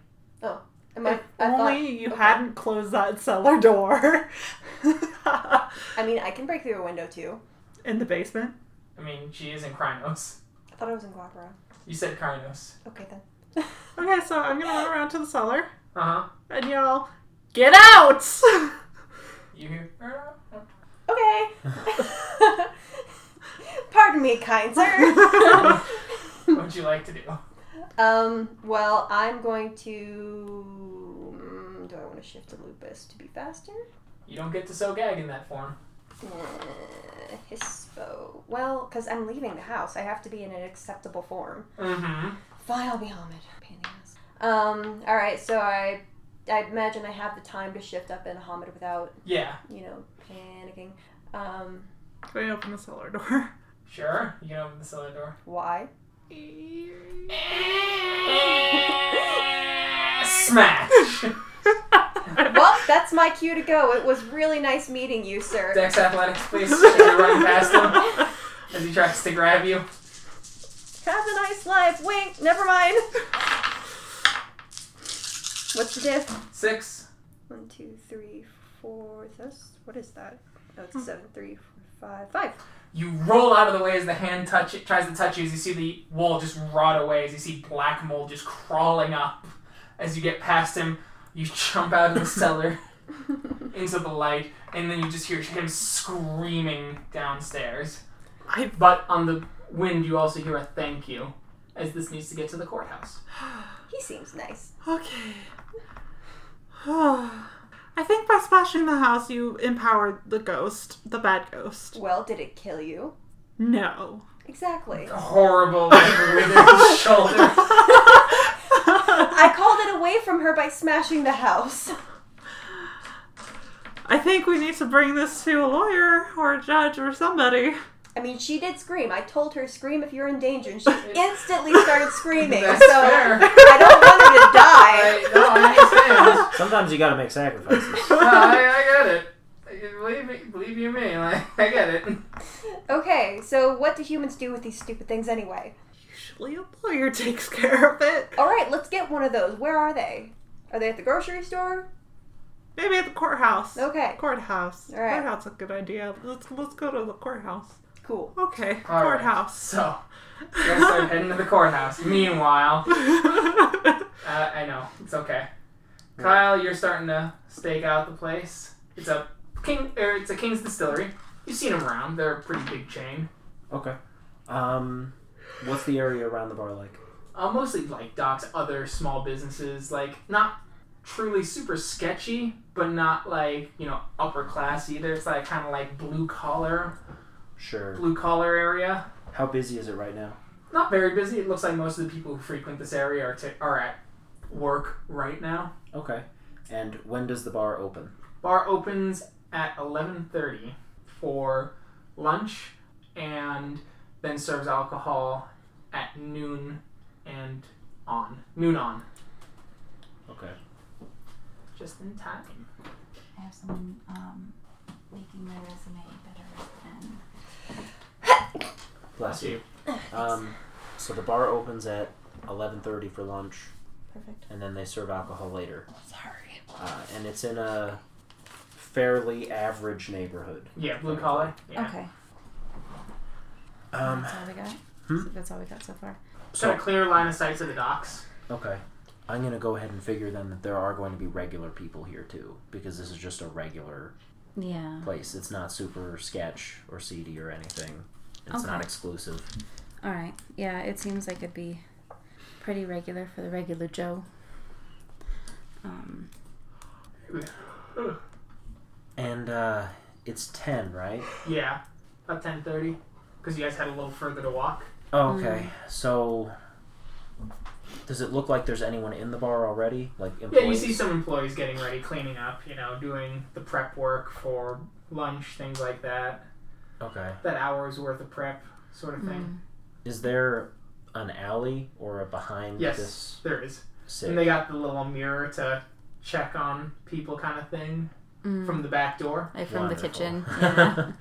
Speaker 2: Am I,
Speaker 4: If
Speaker 2: I
Speaker 4: only you
Speaker 2: okay.
Speaker 4: hadn't closed that cellar door.
Speaker 2: thought, I mean, I can break through a window too.
Speaker 4: in the basement.
Speaker 1: I mean, she is in Krynos.
Speaker 2: I thought I was in Guapara.
Speaker 1: You said Krynos.
Speaker 2: Okay then.
Speaker 4: Okay, so I'm gonna run around to the cellar
Speaker 1: Uh huh.
Speaker 4: and y'all get out.
Speaker 1: You hear?
Speaker 2: okay. Pardon me, kind sir.
Speaker 1: What would you like to do?
Speaker 2: um. Well, I'm going to. mm, Do I want to shift to Lupus to be faster?
Speaker 1: You don't get to so gag in that form.
Speaker 2: Uh, Hispo. Well, because I'm leaving the house, I have to be in an acceptable form.
Speaker 1: Mm-hmm.
Speaker 2: Fine, I'll be Ahmed. Pain in the ass. Um. All right. So I, I imagine I have the time to shift up in Ahmed without
Speaker 1: Yeah.
Speaker 2: you know panicking. Um.
Speaker 4: Can I open the cellar door?
Speaker 1: Sure. You can open the cellar door.
Speaker 2: Why?
Speaker 1: Smash.
Speaker 2: Well, that's my cue to go. It was really nice meeting you, sir.
Speaker 1: Dex athletics, please. As you run past him as he tries to grab you.
Speaker 2: Have a nice life. Wink. Never mind. What's the diff?
Speaker 1: Six.
Speaker 2: One, two, three, four. is This. What is that? Oh, it's seven, three, four, five, five.
Speaker 1: You roll out of the way as the hand touch it tries to touch you. As you see the wall just rot away. As you see black mold just crawling up. As you get past him, you jump out of the cellar into the light, and then you just hear him screaming downstairs.
Speaker 4: I-
Speaker 1: But on the wind, you also hear a thank you, as this needs to get to the courthouse.
Speaker 2: He seems nice.
Speaker 4: Okay. I think by smashing the house, you empowered the ghost, the bad ghost.
Speaker 2: Well, did it kill you?
Speaker 4: No.
Speaker 2: Exactly.
Speaker 1: Horrible withered shoulder.
Speaker 2: I called it away from her by smashing the house.
Speaker 4: I think we need to bring this to a lawyer or a judge or somebody.
Speaker 2: I mean, she did scream. I told her, scream if you're in danger, and she instantly started screaming.
Speaker 1: That's
Speaker 2: so
Speaker 1: fair.
Speaker 2: I don't want her
Speaker 1: I,
Speaker 2: to die.
Speaker 1: no, I understand.
Speaker 5: Sometimes you gotta make sacrifices.
Speaker 1: No, I, I get it. Believe, me, believe you me, like, I get it.
Speaker 2: Okay, so what do humans do with these stupid things anyway?
Speaker 4: Usually a lawyer takes care of it.
Speaker 2: All right, let's get one of those. Where are they? Are they at the grocery store?
Speaker 4: Maybe at the courthouse.
Speaker 2: Okay,
Speaker 4: Courthouse.
Speaker 2: All right.
Speaker 4: Courthouse is a good idea. Let's let's go to the courthouse.
Speaker 2: cool.
Speaker 4: Okay.
Speaker 1: All right.
Speaker 4: courthouse.
Speaker 1: So, you guys start heading to the courthouse. Meanwhile, uh, I know, it's okay. Kyle, you're starting to stake out the place. It's a king, or it's a King's Distillery. You've seen them around. They're a pretty big chain.
Speaker 5: okay. Um, what's the area around the bar like?
Speaker 1: Uh, mostly like docks, other small businesses, like not truly super sketchy, but not like you know upper class either. It's like kind of like blue collar,
Speaker 5: Sure.
Speaker 1: blue collar area.
Speaker 5: How busy is it right now?
Speaker 1: not very busy. It looks like most of the people who frequent this area are, t- are at work right now.
Speaker 5: Okay. And when does the bar open?
Speaker 1: Bar opens at 11:30 for lunch and then serves alcohol at noon and on. Noon on.
Speaker 5: Okay.
Speaker 1: Just in time.
Speaker 3: I have someone um, making my resume better than
Speaker 5: Bless you. Um, so the bar opens at 11:30 for lunch,
Speaker 2: Perfect.
Speaker 5: and then they serve alcohol later.
Speaker 2: Sorry.
Speaker 5: Uh, and it's in a fairly average neighborhood.
Speaker 1: Yeah, blue collar. Yeah.
Speaker 3: Okay.
Speaker 5: Um,
Speaker 3: that's all we got.
Speaker 5: hmm?
Speaker 3: So that's all we got so far.
Speaker 1: So a clear line of sight to the docks.
Speaker 5: Okay. I'm going to go ahead and figure then that there are going to be regular people here too, because this is just a regular
Speaker 3: Yeah.
Speaker 5: place. It's not super sketch or seedy or anything. It's not
Speaker 3: Okay.
Speaker 5: exclusive.
Speaker 3: All right. Yeah, it seems like it'd be pretty regular for the regular Joe. Um,
Speaker 5: And uh, it's 10, right?
Speaker 1: Yeah, about 10:30 because you guys had a little further to walk.
Speaker 5: Oh, Okay.
Speaker 3: Mm.
Speaker 5: So does it look like there's anyone in the bar already? Like employees?
Speaker 1: Yeah, you see some employees getting ready, cleaning up, you know, doing the prep work for lunch, things like that.
Speaker 5: Okay.
Speaker 1: That hour's worth of prep, sort of thing.
Speaker 5: Is there an alley or a behind
Speaker 1: Yes.
Speaker 5: this
Speaker 1: There is.
Speaker 5: sit?
Speaker 1: And they got the little mirror to check on people, kind of thing,
Speaker 3: mm,
Speaker 1: from the back door.
Speaker 3: like from
Speaker 5: Wonderful.
Speaker 3: the kitchen. Yeah.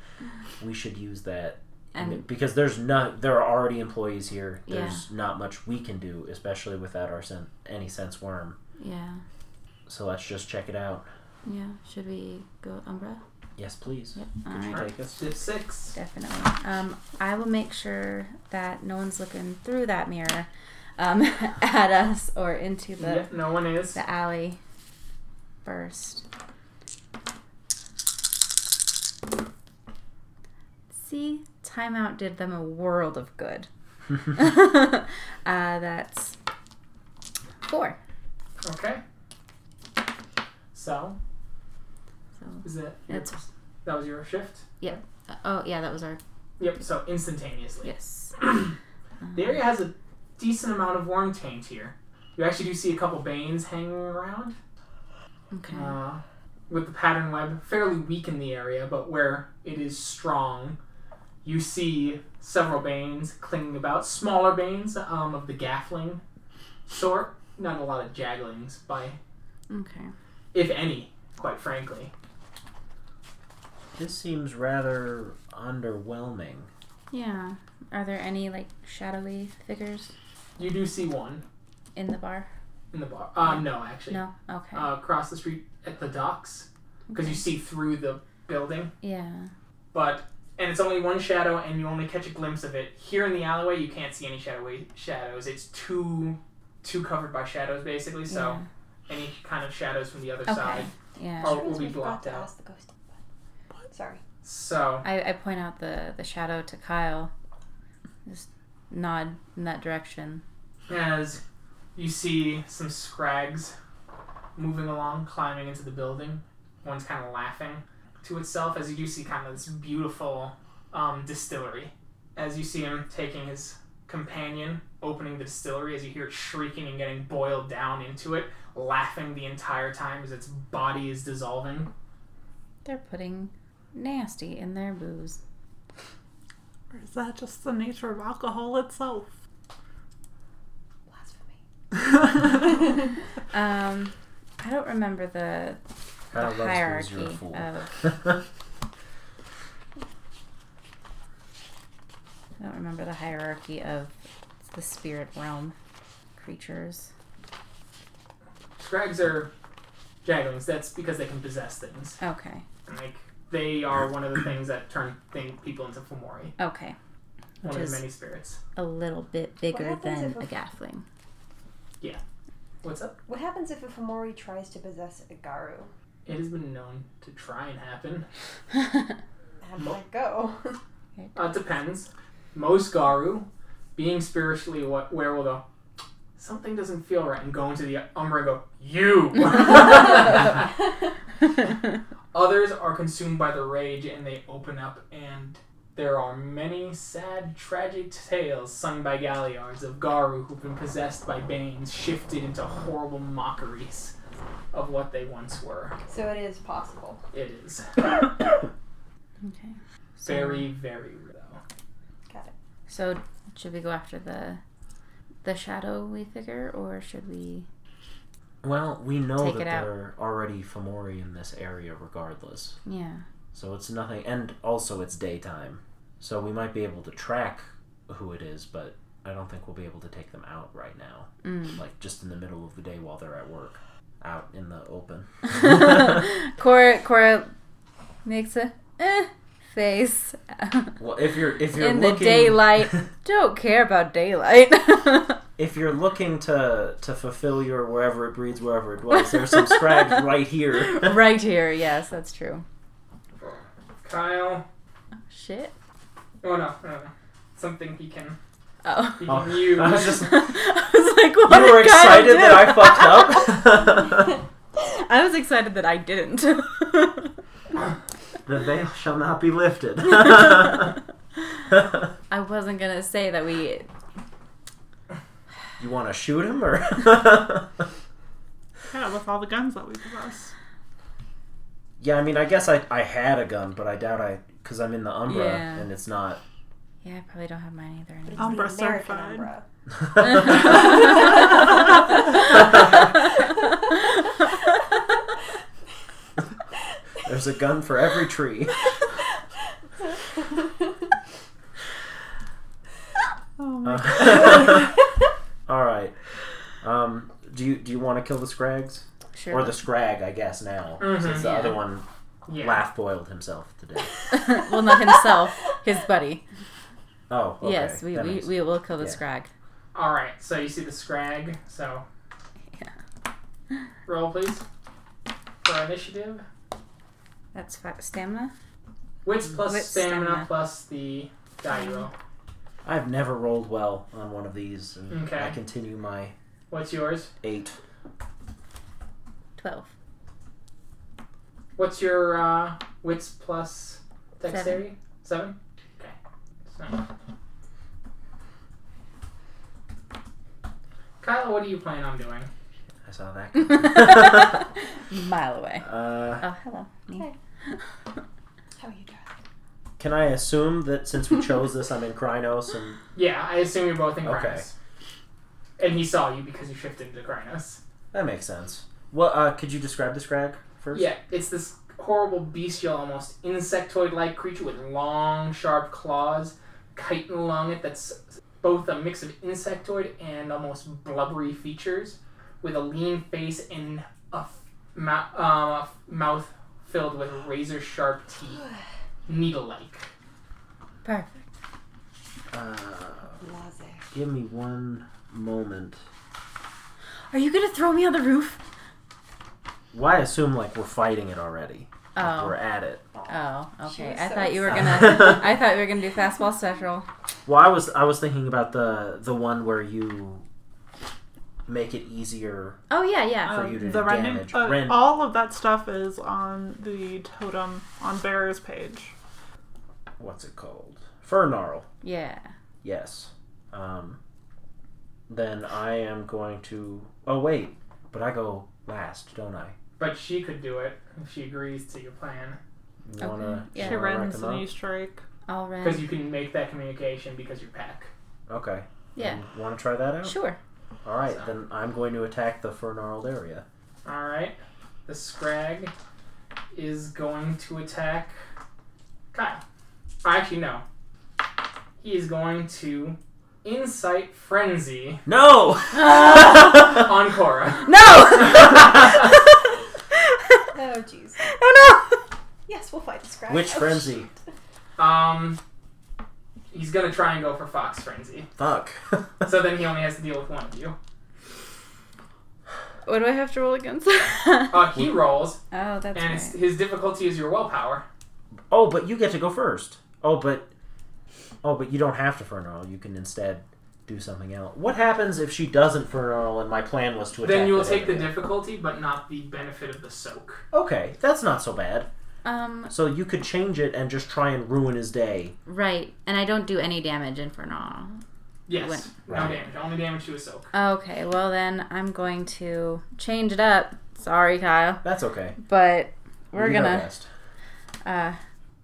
Speaker 5: we should use that
Speaker 3: and
Speaker 5: because there's not there are already employees here
Speaker 3: Yeah.
Speaker 5: there's not much we can do especially without our sen- any sense worm
Speaker 3: yeah,
Speaker 5: so let's just check it out
Speaker 3: yeah. Should we go with Umbra?
Speaker 5: Yes, please.
Speaker 3: Yep.
Speaker 5: Could you
Speaker 3: Alright.
Speaker 5: take us?
Speaker 1: Dip six.
Speaker 3: Definitely. Um, I will make sure that no one's looking through that mirror um, at us or into the,
Speaker 1: Yep, no one is.
Speaker 3: the alley first. See, timeout did them a world of good. uh, that's four.
Speaker 1: Okay. So,
Speaker 3: So
Speaker 1: is it?
Speaker 3: It's-
Speaker 1: that was your shift?
Speaker 3: oh yeah, that was our
Speaker 1: Yep, so instantaneously.
Speaker 3: yes.
Speaker 1: The area has a decent amount of worm taint here. You actually do see a couple banes hanging around
Speaker 3: Okay.
Speaker 1: uh, with the pattern web fairly weak in the area, but where it is strong, you see several banes clinging about. Smaller banes um, of the gaffling sort. Not a lot of jagglings, by
Speaker 3: Okay.
Speaker 1: if any, quite frankly.
Speaker 5: This seems rather underwhelming.
Speaker 3: Yeah. Are there any like shadowy figures
Speaker 1: You do see one
Speaker 3: in the bar?
Speaker 1: in the bar. Uh, no, actually.
Speaker 3: No. Okay.
Speaker 1: Uh, across the street at the docks, because you see through the building.
Speaker 3: yeah.
Speaker 1: but and it's only one shadow and you only catch a glimpse of it here in the alleyway you can't see any shadowy shadows it's too too covered by shadows basically so any kind of shadows from the other
Speaker 3: Okay.
Speaker 1: side
Speaker 3: Yeah.
Speaker 1: Oh, it will
Speaker 2: Reminds
Speaker 1: be
Speaker 2: me, I forgot
Speaker 1: blocked
Speaker 2: to
Speaker 1: out.
Speaker 2: ask the ghost about it. Sorry.
Speaker 1: so
Speaker 3: I, I point out the the shadow to Kyle. Just nod in that direction.
Speaker 1: as you see some scrags moving along climbing into the building one's kind of laughing to itself as you do see kind of this beautiful um, distillery as you see him taking his companion opening the distillery as you hear it shrieking and getting boiled down into it laughing the entire time as its body is dissolving
Speaker 3: They're putting nasty in their booze.
Speaker 4: Or is that just the nature of alcohol itself?
Speaker 2: Blasphemy.
Speaker 3: Um, I don't remember the, the
Speaker 5: Kyle loves booze,
Speaker 3: hierarchy
Speaker 5: you're a fool.
Speaker 3: of. I don't remember the hierarchy of the spirit realm creatures.
Speaker 1: scrags are jaglings that's because they can possess things
Speaker 3: Okay.
Speaker 1: like they are one of the things that turn thing, people into fomori
Speaker 3: Okay.
Speaker 1: one
Speaker 3: Which
Speaker 1: of
Speaker 3: is-
Speaker 1: the many spirits
Speaker 3: A little bit bigger
Speaker 2: happens
Speaker 3: than
Speaker 2: if a-
Speaker 3: a gaffling.
Speaker 1: what's up
Speaker 2: What happens if a Fomori tries to possess a Garu?
Speaker 1: It has been known to try and happen.
Speaker 2: How did that go?
Speaker 1: Uh, it depends. Most Garu, being spiritually wa- aware, will go, something doesn't feel right, and go into the Umbra and go, you! Others are consumed by the rage and they open up, and there are many sad, tragic tales sung by Galliards of Garu who've been possessed by Banes, shifted into horrible mockeries of what they once were.
Speaker 2: so it is possible.
Speaker 1: It is
Speaker 3: okay. So-
Speaker 1: very, very real, though.
Speaker 2: Got it.
Speaker 3: So should we go after the the shadowy figure or should we
Speaker 5: Well, we know
Speaker 3: Take
Speaker 5: that
Speaker 3: it out.
Speaker 5: there are already Fomori in this area regardless.
Speaker 3: Yeah.
Speaker 5: So it's nothing and also it's daytime. So we might be able to track who it is, but I don't think we'll be able to take them out right now.
Speaker 3: Mm.
Speaker 5: Like just in the middle of the day while they're at work. Out in the open.
Speaker 3: Cora Cora makes a eh face.
Speaker 5: Well if you're if you're
Speaker 3: In the
Speaker 5: looking,
Speaker 3: daylight. Don't care about daylight.
Speaker 5: if you're looking to to fulfill your wherever it breeds, wherever it dwells, there's some scrag right here.
Speaker 3: right here, yes, that's true.
Speaker 1: Kyle.
Speaker 3: Shit.
Speaker 1: Oh no, no, no. Something he can
Speaker 3: Oh.
Speaker 1: he
Speaker 5: Oh,
Speaker 1: can use.
Speaker 5: I was just you
Speaker 3: I was like, what
Speaker 5: were
Speaker 3: did Kyle
Speaker 5: excited
Speaker 3: do?
Speaker 5: that I fucked up.
Speaker 3: I was excited that I didn't.
Speaker 5: the veil shall not be lifted.
Speaker 3: I wasn't gonna say that we
Speaker 5: you want to shoot him or?
Speaker 4: Yeah, with all the guns that we possess.
Speaker 5: yeah, I mean, I guess I, I had a gun, but I doubt I because I'm in the Umbra
Speaker 3: Yeah.
Speaker 5: and it's not.
Speaker 3: Yeah, I probably don't have mine either.
Speaker 2: But it's
Speaker 5: Um.
Speaker 4: Umbra
Speaker 2: the American
Speaker 4: certified.
Speaker 2: Umbra.
Speaker 5: There's a gun for every tree.
Speaker 4: Oh my
Speaker 5: Uh, all right. Um, do you do you want to kill the scrags
Speaker 3: sure. Mm-hmm.
Speaker 5: or the scrag? I guess now
Speaker 1: Mhm.
Speaker 5: since the
Speaker 3: Yeah.
Speaker 5: other one
Speaker 1: Yeah.
Speaker 5: laugh boiled himself to death.
Speaker 3: well, not himself, his buddy.
Speaker 5: Oh, okay.
Speaker 3: yes, we,
Speaker 5: that
Speaker 3: we,
Speaker 5: makes-
Speaker 3: we will kill the
Speaker 5: yeah.
Speaker 3: scrag.
Speaker 1: All right. So you see the scrag. So
Speaker 3: Yeah.
Speaker 1: roll, please, for initiative.
Speaker 3: That's five. stamina.
Speaker 1: Wits plus
Speaker 3: Mm. Wits,
Speaker 1: stamina,
Speaker 3: stamina.
Speaker 1: plus the die you roll.
Speaker 5: I've never rolled well on one of these, and
Speaker 1: Okay.
Speaker 5: I continue my
Speaker 1: What's yours?
Speaker 5: eight.
Speaker 3: Twelve.
Speaker 1: What's your uh, wits plus dexterity? Seven. Okay. So. Kyla, what are you planning on doing?
Speaker 5: I saw that. coming.
Speaker 3: Mile away.
Speaker 5: uh,
Speaker 3: Oh, hello. Me.
Speaker 2: Hey. How are you doing?
Speaker 5: can I assume that since we chose this, I'm in Krynos, and
Speaker 1: Yeah, I assume you're both in Krynos.
Speaker 5: Okay.
Speaker 1: And he saw you because you shifted into Krynos.
Speaker 5: that makes sense. Well, uh, could you describe the scrag first?
Speaker 1: Yeah, it's this horrible bestial, almost insectoid like creature with long, sharp claws, chitin along it that's both a mix of insectoid and almost blubbery features, with a lean face and a f- mou- uh, mouth filled with razor sharp teeth, needle like.
Speaker 3: Perfect.
Speaker 5: Uh,
Speaker 2: Blase.
Speaker 5: give me one moment.
Speaker 3: Are you gonna throw me on the roof?
Speaker 5: Why assume like we're fighting it already? Like, We're
Speaker 3: Oh.
Speaker 5: at it.
Speaker 3: Oh. Okay.
Speaker 2: was
Speaker 3: I
Speaker 2: so
Speaker 3: thought you were
Speaker 5: excited.
Speaker 3: gonna. I thought you were gonna do fastball special.
Speaker 5: Well, I was I was thinking about the the one where you make it easier.
Speaker 3: Oh yeah, yeah.
Speaker 5: For
Speaker 4: Um,
Speaker 5: you to
Speaker 4: the random-
Speaker 5: damage.
Speaker 4: uh,
Speaker 5: Ren-
Speaker 4: all of that stuff is on the totem on Bear's page.
Speaker 5: What's it called? Fernarl.
Speaker 3: Yeah.
Speaker 5: Yes. Um, then I am going to. Oh wait, but I go last, don't I?
Speaker 1: But she could do it if she agrees to your plan.
Speaker 5: You wanna,
Speaker 3: Okay, yeah.
Speaker 5: you
Speaker 4: She
Speaker 5: wanna rack
Speaker 4: runs
Speaker 5: them
Speaker 4: and
Speaker 5: up?
Speaker 4: you strike.
Speaker 3: All
Speaker 1: Because
Speaker 3: right.
Speaker 1: you can make that communication because you're pack.
Speaker 5: Okay.
Speaker 3: Yeah.
Speaker 5: Want to try that out?
Speaker 3: Sure.
Speaker 5: All right, then I'm going to attack the Fernarled area.
Speaker 1: Alright. The Scrag is going to attack Kyle. Actually, no. He is going to Insight Frenzy
Speaker 5: No.
Speaker 3: Uh,
Speaker 1: on Cora.
Speaker 3: No.
Speaker 2: Oh, jeez.
Speaker 3: oh no.
Speaker 2: Yes, we'll fight the scratch.
Speaker 5: Which
Speaker 2: Oh,
Speaker 5: frenzy?
Speaker 1: Um, he's going to try and go for Fox Frenzy.
Speaker 5: Fuck.
Speaker 1: So then he only has to deal with one of you.
Speaker 3: What do I have to roll against?
Speaker 1: Uh, he rolls,
Speaker 3: Oh, that's
Speaker 1: and it's, his difficulty is your willpower.
Speaker 5: oh, but you get to go first. Oh, but oh, but you don't have to Fernarl. You can instead do something else. What happens if she doesn't Fernarl and my plan was to attack?
Speaker 1: Then you will
Speaker 5: that
Speaker 1: take the
Speaker 5: area?
Speaker 1: difficulty, but not the benefit of the soak.
Speaker 5: Okay, that's not so bad.
Speaker 3: Um,
Speaker 5: So you could change it and just try and ruin his day.
Speaker 3: right. And I don't do any damage infernal.
Speaker 1: Yes. No
Speaker 5: Right.
Speaker 1: damage. Only damage to a soak.
Speaker 3: Okay, well then I'm going to change it up. Sorry, Kyle,
Speaker 5: That's okay.
Speaker 3: but we're
Speaker 5: You know
Speaker 3: gonna
Speaker 5: best.
Speaker 3: uh,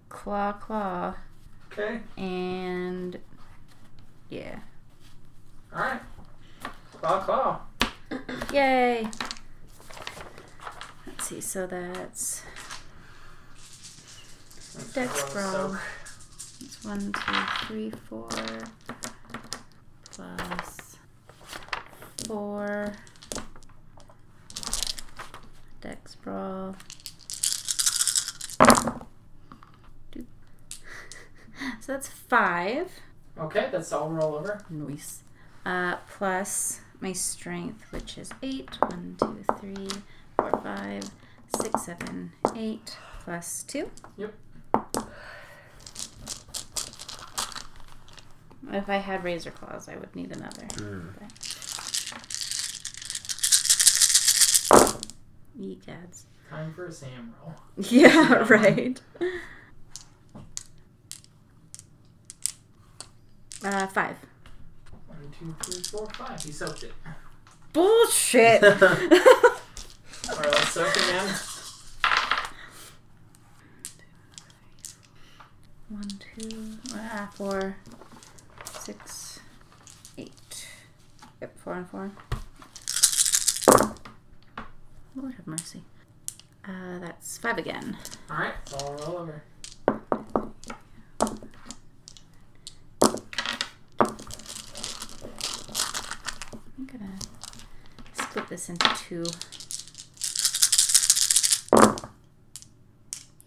Speaker 3: claw, claw,
Speaker 1: Okay.
Speaker 3: and yeah,
Speaker 1: Alright. Claw, claw.
Speaker 3: yay! Let's see. So that's Dex
Speaker 1: So-
Speaker 3: roll. that's one, two, three, four, plus four. Dex brawl. Doop. So that's five.
Speaker 1: Okay, that's all roll over.
Speaker 3: Nice. Uh, plus my strength, which is eight. One, two, three, four, five, six, seven, eight. Plus two.
Speaker 1: Yep.
Speaker 3: If I had razor claws, I would need another. Egads.
Speaker 1: Time for a Sam roll.
Speaker 3: Yeah, right. Uh, five.
Speaker 1: One, two, three, four, five. He soaked it.
Speaker 3: Bullshit.
Speaker 1: All right, let's soak it now.
Speaker 3: One, two, ah, four, six, eight. Yep, four and four. Lord have mercy. Uh, that's five again.
Speaker 1: All right, it's all roll over.
Speaker 3: I'm gonna split this into two. So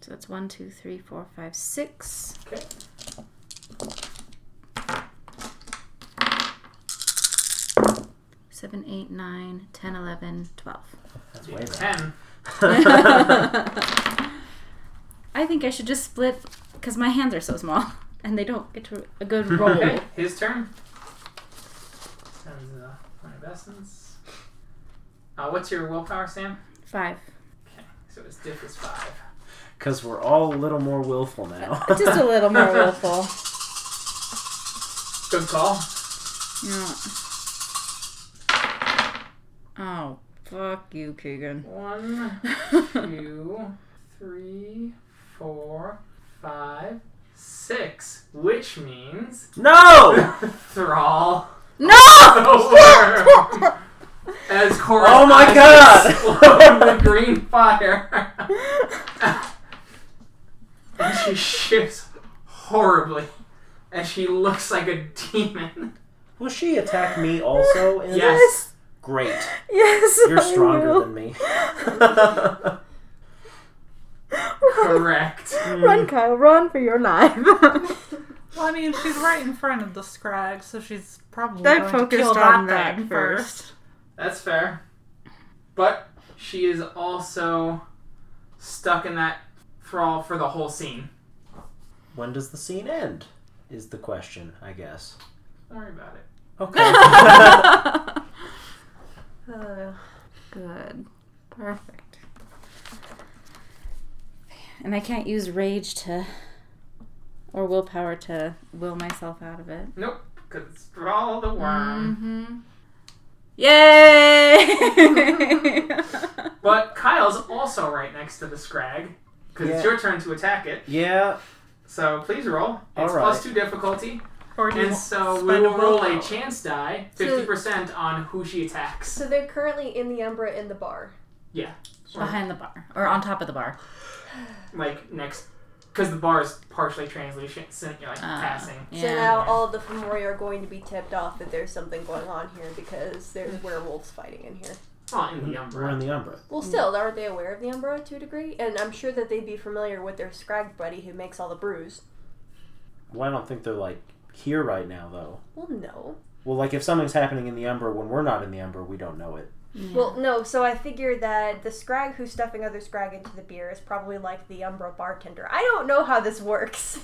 Speaker 3: So that's one, two, three, four, five, six.
Speaker 1: Okay.
Speaker 3: Seven, eight, nine, ten, eleven, twelve.
Speaker 5: That's
Speaker 1: You
Speaker 5: way
Speaker 1: get
Speaker 5: better.
Speaker 1: ten.
Speaker 3: I think I should just split because my hands are so small and they don't get to a good roll.
Speaker 1: Okay, his turn. Sends the point of essence. Uh, what's your willpower, Sam?
Speaker 3: Five.
Speaker 1: So his diff is five.
Speaker 5: Because we're all a little more willful now.
Speaker 3: Just a little more willful.
Speaker 1: Good call.
Speaker 3: Yeah. Oh, fuck you, Keegan.
Speaker 1: One, two, three, four, five, six. Which means
Speaker 5: no!
Speaker 1: Thrall.
Speaker 3: no!
Speaker 1: Over. As Cora's
Speaker 5: Oh my
Speaker 1: eyes
Speaker 5: God!
Speaker 1: explode with green fire. and she shifts horribly. And she looks like a demon.
Speaker 5: Will she attack me also? In
Speaker 1: Yes.
Speaker 5: This? Great.
Speaker 3: Yes.
Speaker 5: You're
Speaker 3: I
Speaker 5: stronger
Speaker 3: will.
Speaker 5: than me.
Speaker 1: Correct.
Speaker 5: Hmm.
Speaker 3: Run, Kyle, run for your life.
Speaker 4: Well, I mean, she's right in front of the scrag, so she's probably
Speaker 3: They're
Speaker 4: going to
Speaker 3: focused
Speaker 4: kill
Speaker 3: on that
Speaker 4: that thing
Speaker 3: first.
Speaker 4: first.
Speaker 1: That's fair. But she is also stuck in that thrall for the whole scene.
Speaker 5: when does the scene end? Is the question, I guess.
Speaker 1: Don't worry about it.
Speaker 5: Okay.
Speaker 2: Oh,
Speaker 3: Good. Perfect. And I can't use rage to or willpower to will myself out of it.
Speaker 1: Nope, because it's Thrall the
Speaker 5: Mm.
Speaker 1: Worm.
Speaker 3: Mm-hmm. Yay!
Speaker 1: But Kyle's also right next to the Scrag, because it's
Speaker 5: Yeah.
Speaker 1: your turn to attack it.
Speaker 5: yeah.
Speaker 1: So please roll. It's
Speaker 5: All right.
Speaker 1: plus two difficulty,
Speaker 4: Or do you
Speaker 1: and so we
Speaker 4: spend a
Speaker 1: will roll a
Speaker 4: willpower?
Speaker 1: chance die,
Speaker 2: So-
Speaker 1: fifty percent on who she attacks.
Speaker 2: So they're currently in the Umbra in the bar.
Speaker 3: Behind the bar or on top of the bar.
Speaker 1: Like next, because the bar is partially translucent, so you're like
Speaker 3: Ah.
Speaker 1: passing.
Speaker 2: So now all of the Fomori are going to be tipped off that there's something going on here because there's werewolves fighting in here.
Speaker 1: Well, in the
Speaker 5: We're in
Speaker 1: umbra.
Speaker 5: the Umbra.
Speaker 2: Well, still, aren't they aware of the Umbra to a degree? And I'm sure that they'd be familiar with their Scrag buddy who makes all the brews.
Speaker 5: Well, I don't think they're like here right now, though.
Speaker 2: Well, no.
Speaker 5: Well, like if something's happening in the Umbra when we're not in the Umbra, we don't know it.
Speaker 3: Yeah.
Speaker 2: Well, no, so I figure that the Scrag who's stuffing other Scrag into the beer is probably like the Umbra bartender. I don't know how this works.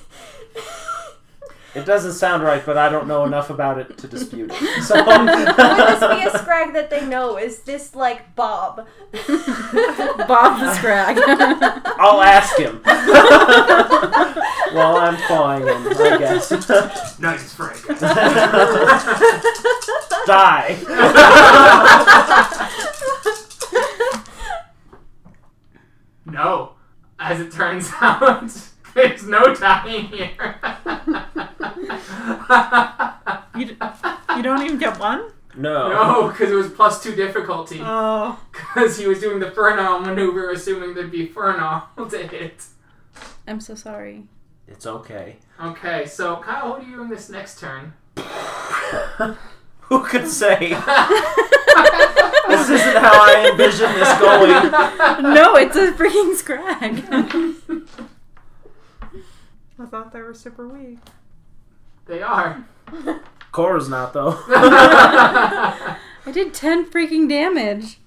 Speaker 5: It doesn't sound right, but I don't know enough about it to dispute it. So,
Speaker 2: Would this be a Scrag that they know? Is this like Bob?
Speaker 3: Bob the Scrag.
Speaker 5: I'll ask him. well, I'm clawing him, I guess.
Speaker 1: Nice Frank.
Speaker 5: Die.
Speaker 1: No, as it turns out, there's no dying here.
Speaker 4: You, d- you don't even get one?
Speaker 5: no.
Speaker 1: no, because it was plus two difficulty.
Speaker 5: Uh.
Speaker 4: Oh.
Speaker 1: Because he was doing the Fernal maneuver, assuming there'd be Fernal to hit.
Speaker 3: I'm so sorry.
Speaker 5: It's okay.
Speaker 1: Okay, so Kyle, what are you doing this next turn?
Speaker 5: Who could say? this isn't how I envision this going.
Speaker 3: No, it's a freaking Scrag.
Speaker 4: I thought they were super weak.
Speaker 1: They are.
Speaker 5: Cora's not, though.
Speaker 3: I did 10 freaking damage.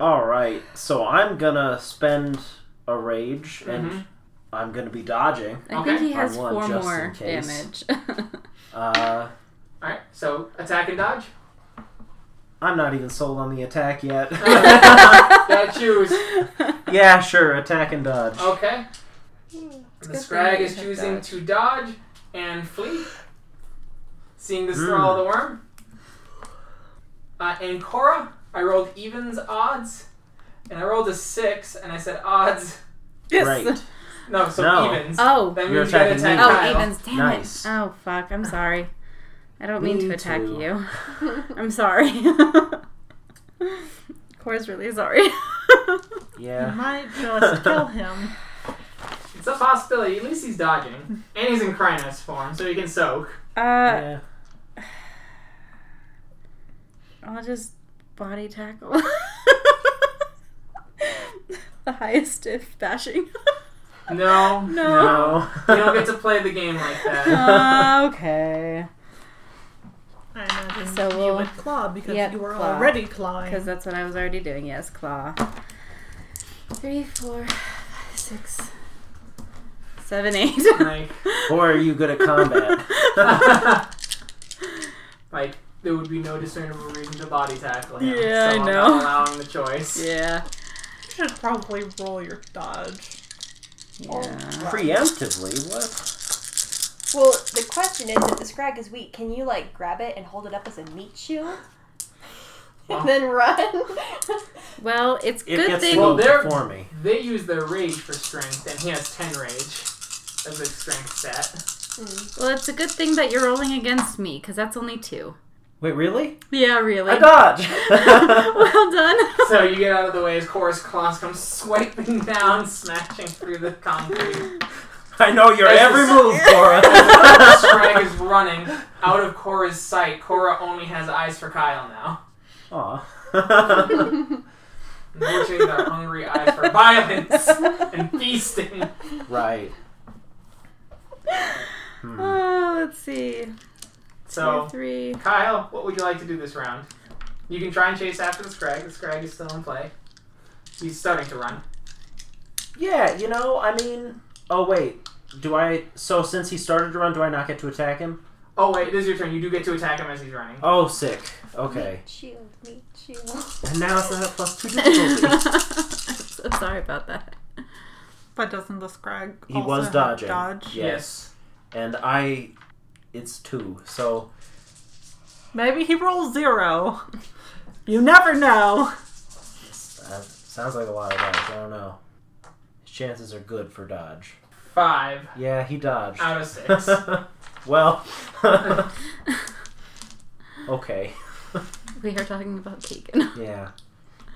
Speaker 5: Alright, so I'm gonna spend a rage and
Speaker 1: Mhm.
Speaker 5: I'm gonna be dodging.
Speaker 3: I
Speaker 1: Okay.
Speaker 3: think he
Speaker 5: I
Speaker 3: has
Speaker 5: won
Speaker 3: four
Speaker 5: just
Speaker 3: more
Speaker 5: in case.
Speaker 3: damage.
Speaker 5: Uh,
Speaker 1: Alright, so attack and dodge.
Speaker 5: I'm not even sold on the attack yet.
Speaker 1: Gotta choose.
Speaker 5: yeah, sure, attack and dodge.
Speaker 1: Okay.
Speaker 3: good
Speaker 1: The
Speaker 3: thing
Speaker 1: Scrag
Speaker 3: you
Speaker 1: is
Speaker 3: have
Speaker 1: choosing
Speaker 3: dodge.
Speaker 1: to dodge and flee, seeing the
Speaker 5: Mm.
Speaker 1: Thrall of the Worm. Uh, and Cora, I rolled evens, odds, and I rolled a six, and I said odds.
Speaker 5: Great.
Speaker 1: No, so
Speaker 5: No.
Speaker 1: evens.
Speaker 3: Oh.
Speaker 1: That
Speaker 5: You're
Speaker 1: means you gotta attack
Speaker 5: attacking me.
Speaker 3: Oh,
Speaker 1: Kyle.
Speaker 3: Evans, damn
Speaker 5: Nice.
Speaker 3: it. Oh, fuck. I'm sorry. I don't mean
Speaker 5: Me
Speaker 3: to attack
Speaker 5: too.
Speaker 3: you. I'm sorry. Cora's really sorry.
Speaker 4: You
Speaker 5: Yeah.
Speaker 4: might just kill him.
Speaker 1: It's a possibility. At least he's dodging. And he's in Krynos form, so he can soak.
Speaker 3: Uh,
Speaker 5: yeah.
Speaker 3: I'll just body tackle. the highest stiff bashing.
Speaker 1: No,
Speaker 3: No.
Speaker 1: you don't get to play the game like that.
Speaker 3: Ah, okay.
Speaker 4: I imagine
Speaker 3: So
Speaker 4: you
Speaker 3: we'll-
Speaker 4: would claw because
Speaker 3: Yep,
Speaker 4: you were
Speaker 3: claw.
Speaker 4: already clawing.
Speaker 3: Because that's what I was already doing. Yes, claw. Three, four, five, six, seven, eight.
Speaker 1: Like,
Speaker 5: Or are you good at combat?
Speaker 1: like there would be no discernible reason to body tackle him.
Speaker 3: Yeah,
Speaker 1: so
Speaker 3: I
Speaker 1: I'm
Speaker 3: know.
Speaker 1: Not allowing the choice.
Speaker 3: yeah.
Speaker 4: You should probably roll your dodge.
Speaker 3: Yeah.
Speaker 5: Preemptively, what?
Speaker 2: Well, the question is if the scrag is weak, can you like grab it and hold it up as a meat shield?
Speaker 1: Well-
Speaker 2: and then run?
Speaker 3: Well, it's
Speaker 5: It
Speaker 3: good
Speaker 5: gets
Speaker 3: thing.
Speaker 1: Well,
Speaker 5: slowed
Speaker 1: they're-
Speaker 5: for me.
Speaker 1: They use their rage for strength, and he has ten rage as a strength stat.
Speaker 3: Well, it's a good thing that you're rolling against me because that's only two.
Speaker 5: Wait, really?
Speaker 3: Yeah, really.
Speaker 5: I dodge.
Speaker 3: well done.
Speaker 1: So you get out of the way as Chorus Claws comes swiping down, smashing through the concrete.
Speaker 5: I know your
Speaker 1: This
Speaker 5: every
Speaker 1: is-
Speaker 5: move, Cora.
Speaker 1: The Scrag is running out of Cora's sight. Cora only has eyes for Kyle now.
Speaker 5: Aw.
Speaker 1: Unfortunately, they're hungry eyes for violence and feasting.
Speaker 5: right.
Speaker 3: Oh, let's see.
Speaker 1: So
Speaker 3: Three.
Speaker 1: Kyle, what would you like to do this round? You can try and chase after the Scrag. The Scrag is still in play. He's starting to run.
Speaker 5: Yeah, you know, I mean. Oh wait, do I? So since he started to run, do I not get to attack him?
Speaker 1: Oh wait, it is your turn. You do get to attack him as he's running.
Speaker 5: Oh, sick. Okay,
Speaker 2: Meat shield, meat shield.
Speaker 5: and now it's not a plus two difficulty.
Speaker 3: so sorry about that.
Speaker 4: But doesn't the scrag
Speaker 5: He
Speaker 4: also
Speaker 5: was
Speaker 4: have
Speaker 5: dodging.
Speaker 4: dodge?
Speaker 5: Yes. and I, it's two. So
Speaker 4: Maybe he rolls zero. You never know.
Speaker 5: uh, sounds like a lot of dodge. I don't know. His chances are good for dodge.
Speaker 1: Five
Speaker 5: Yeah, he dodged.
Speaker 1: out of six.
Speaker 5: well. okay.
Speaker 3: We are talking about Keegan.
Speaker 5: Yeah.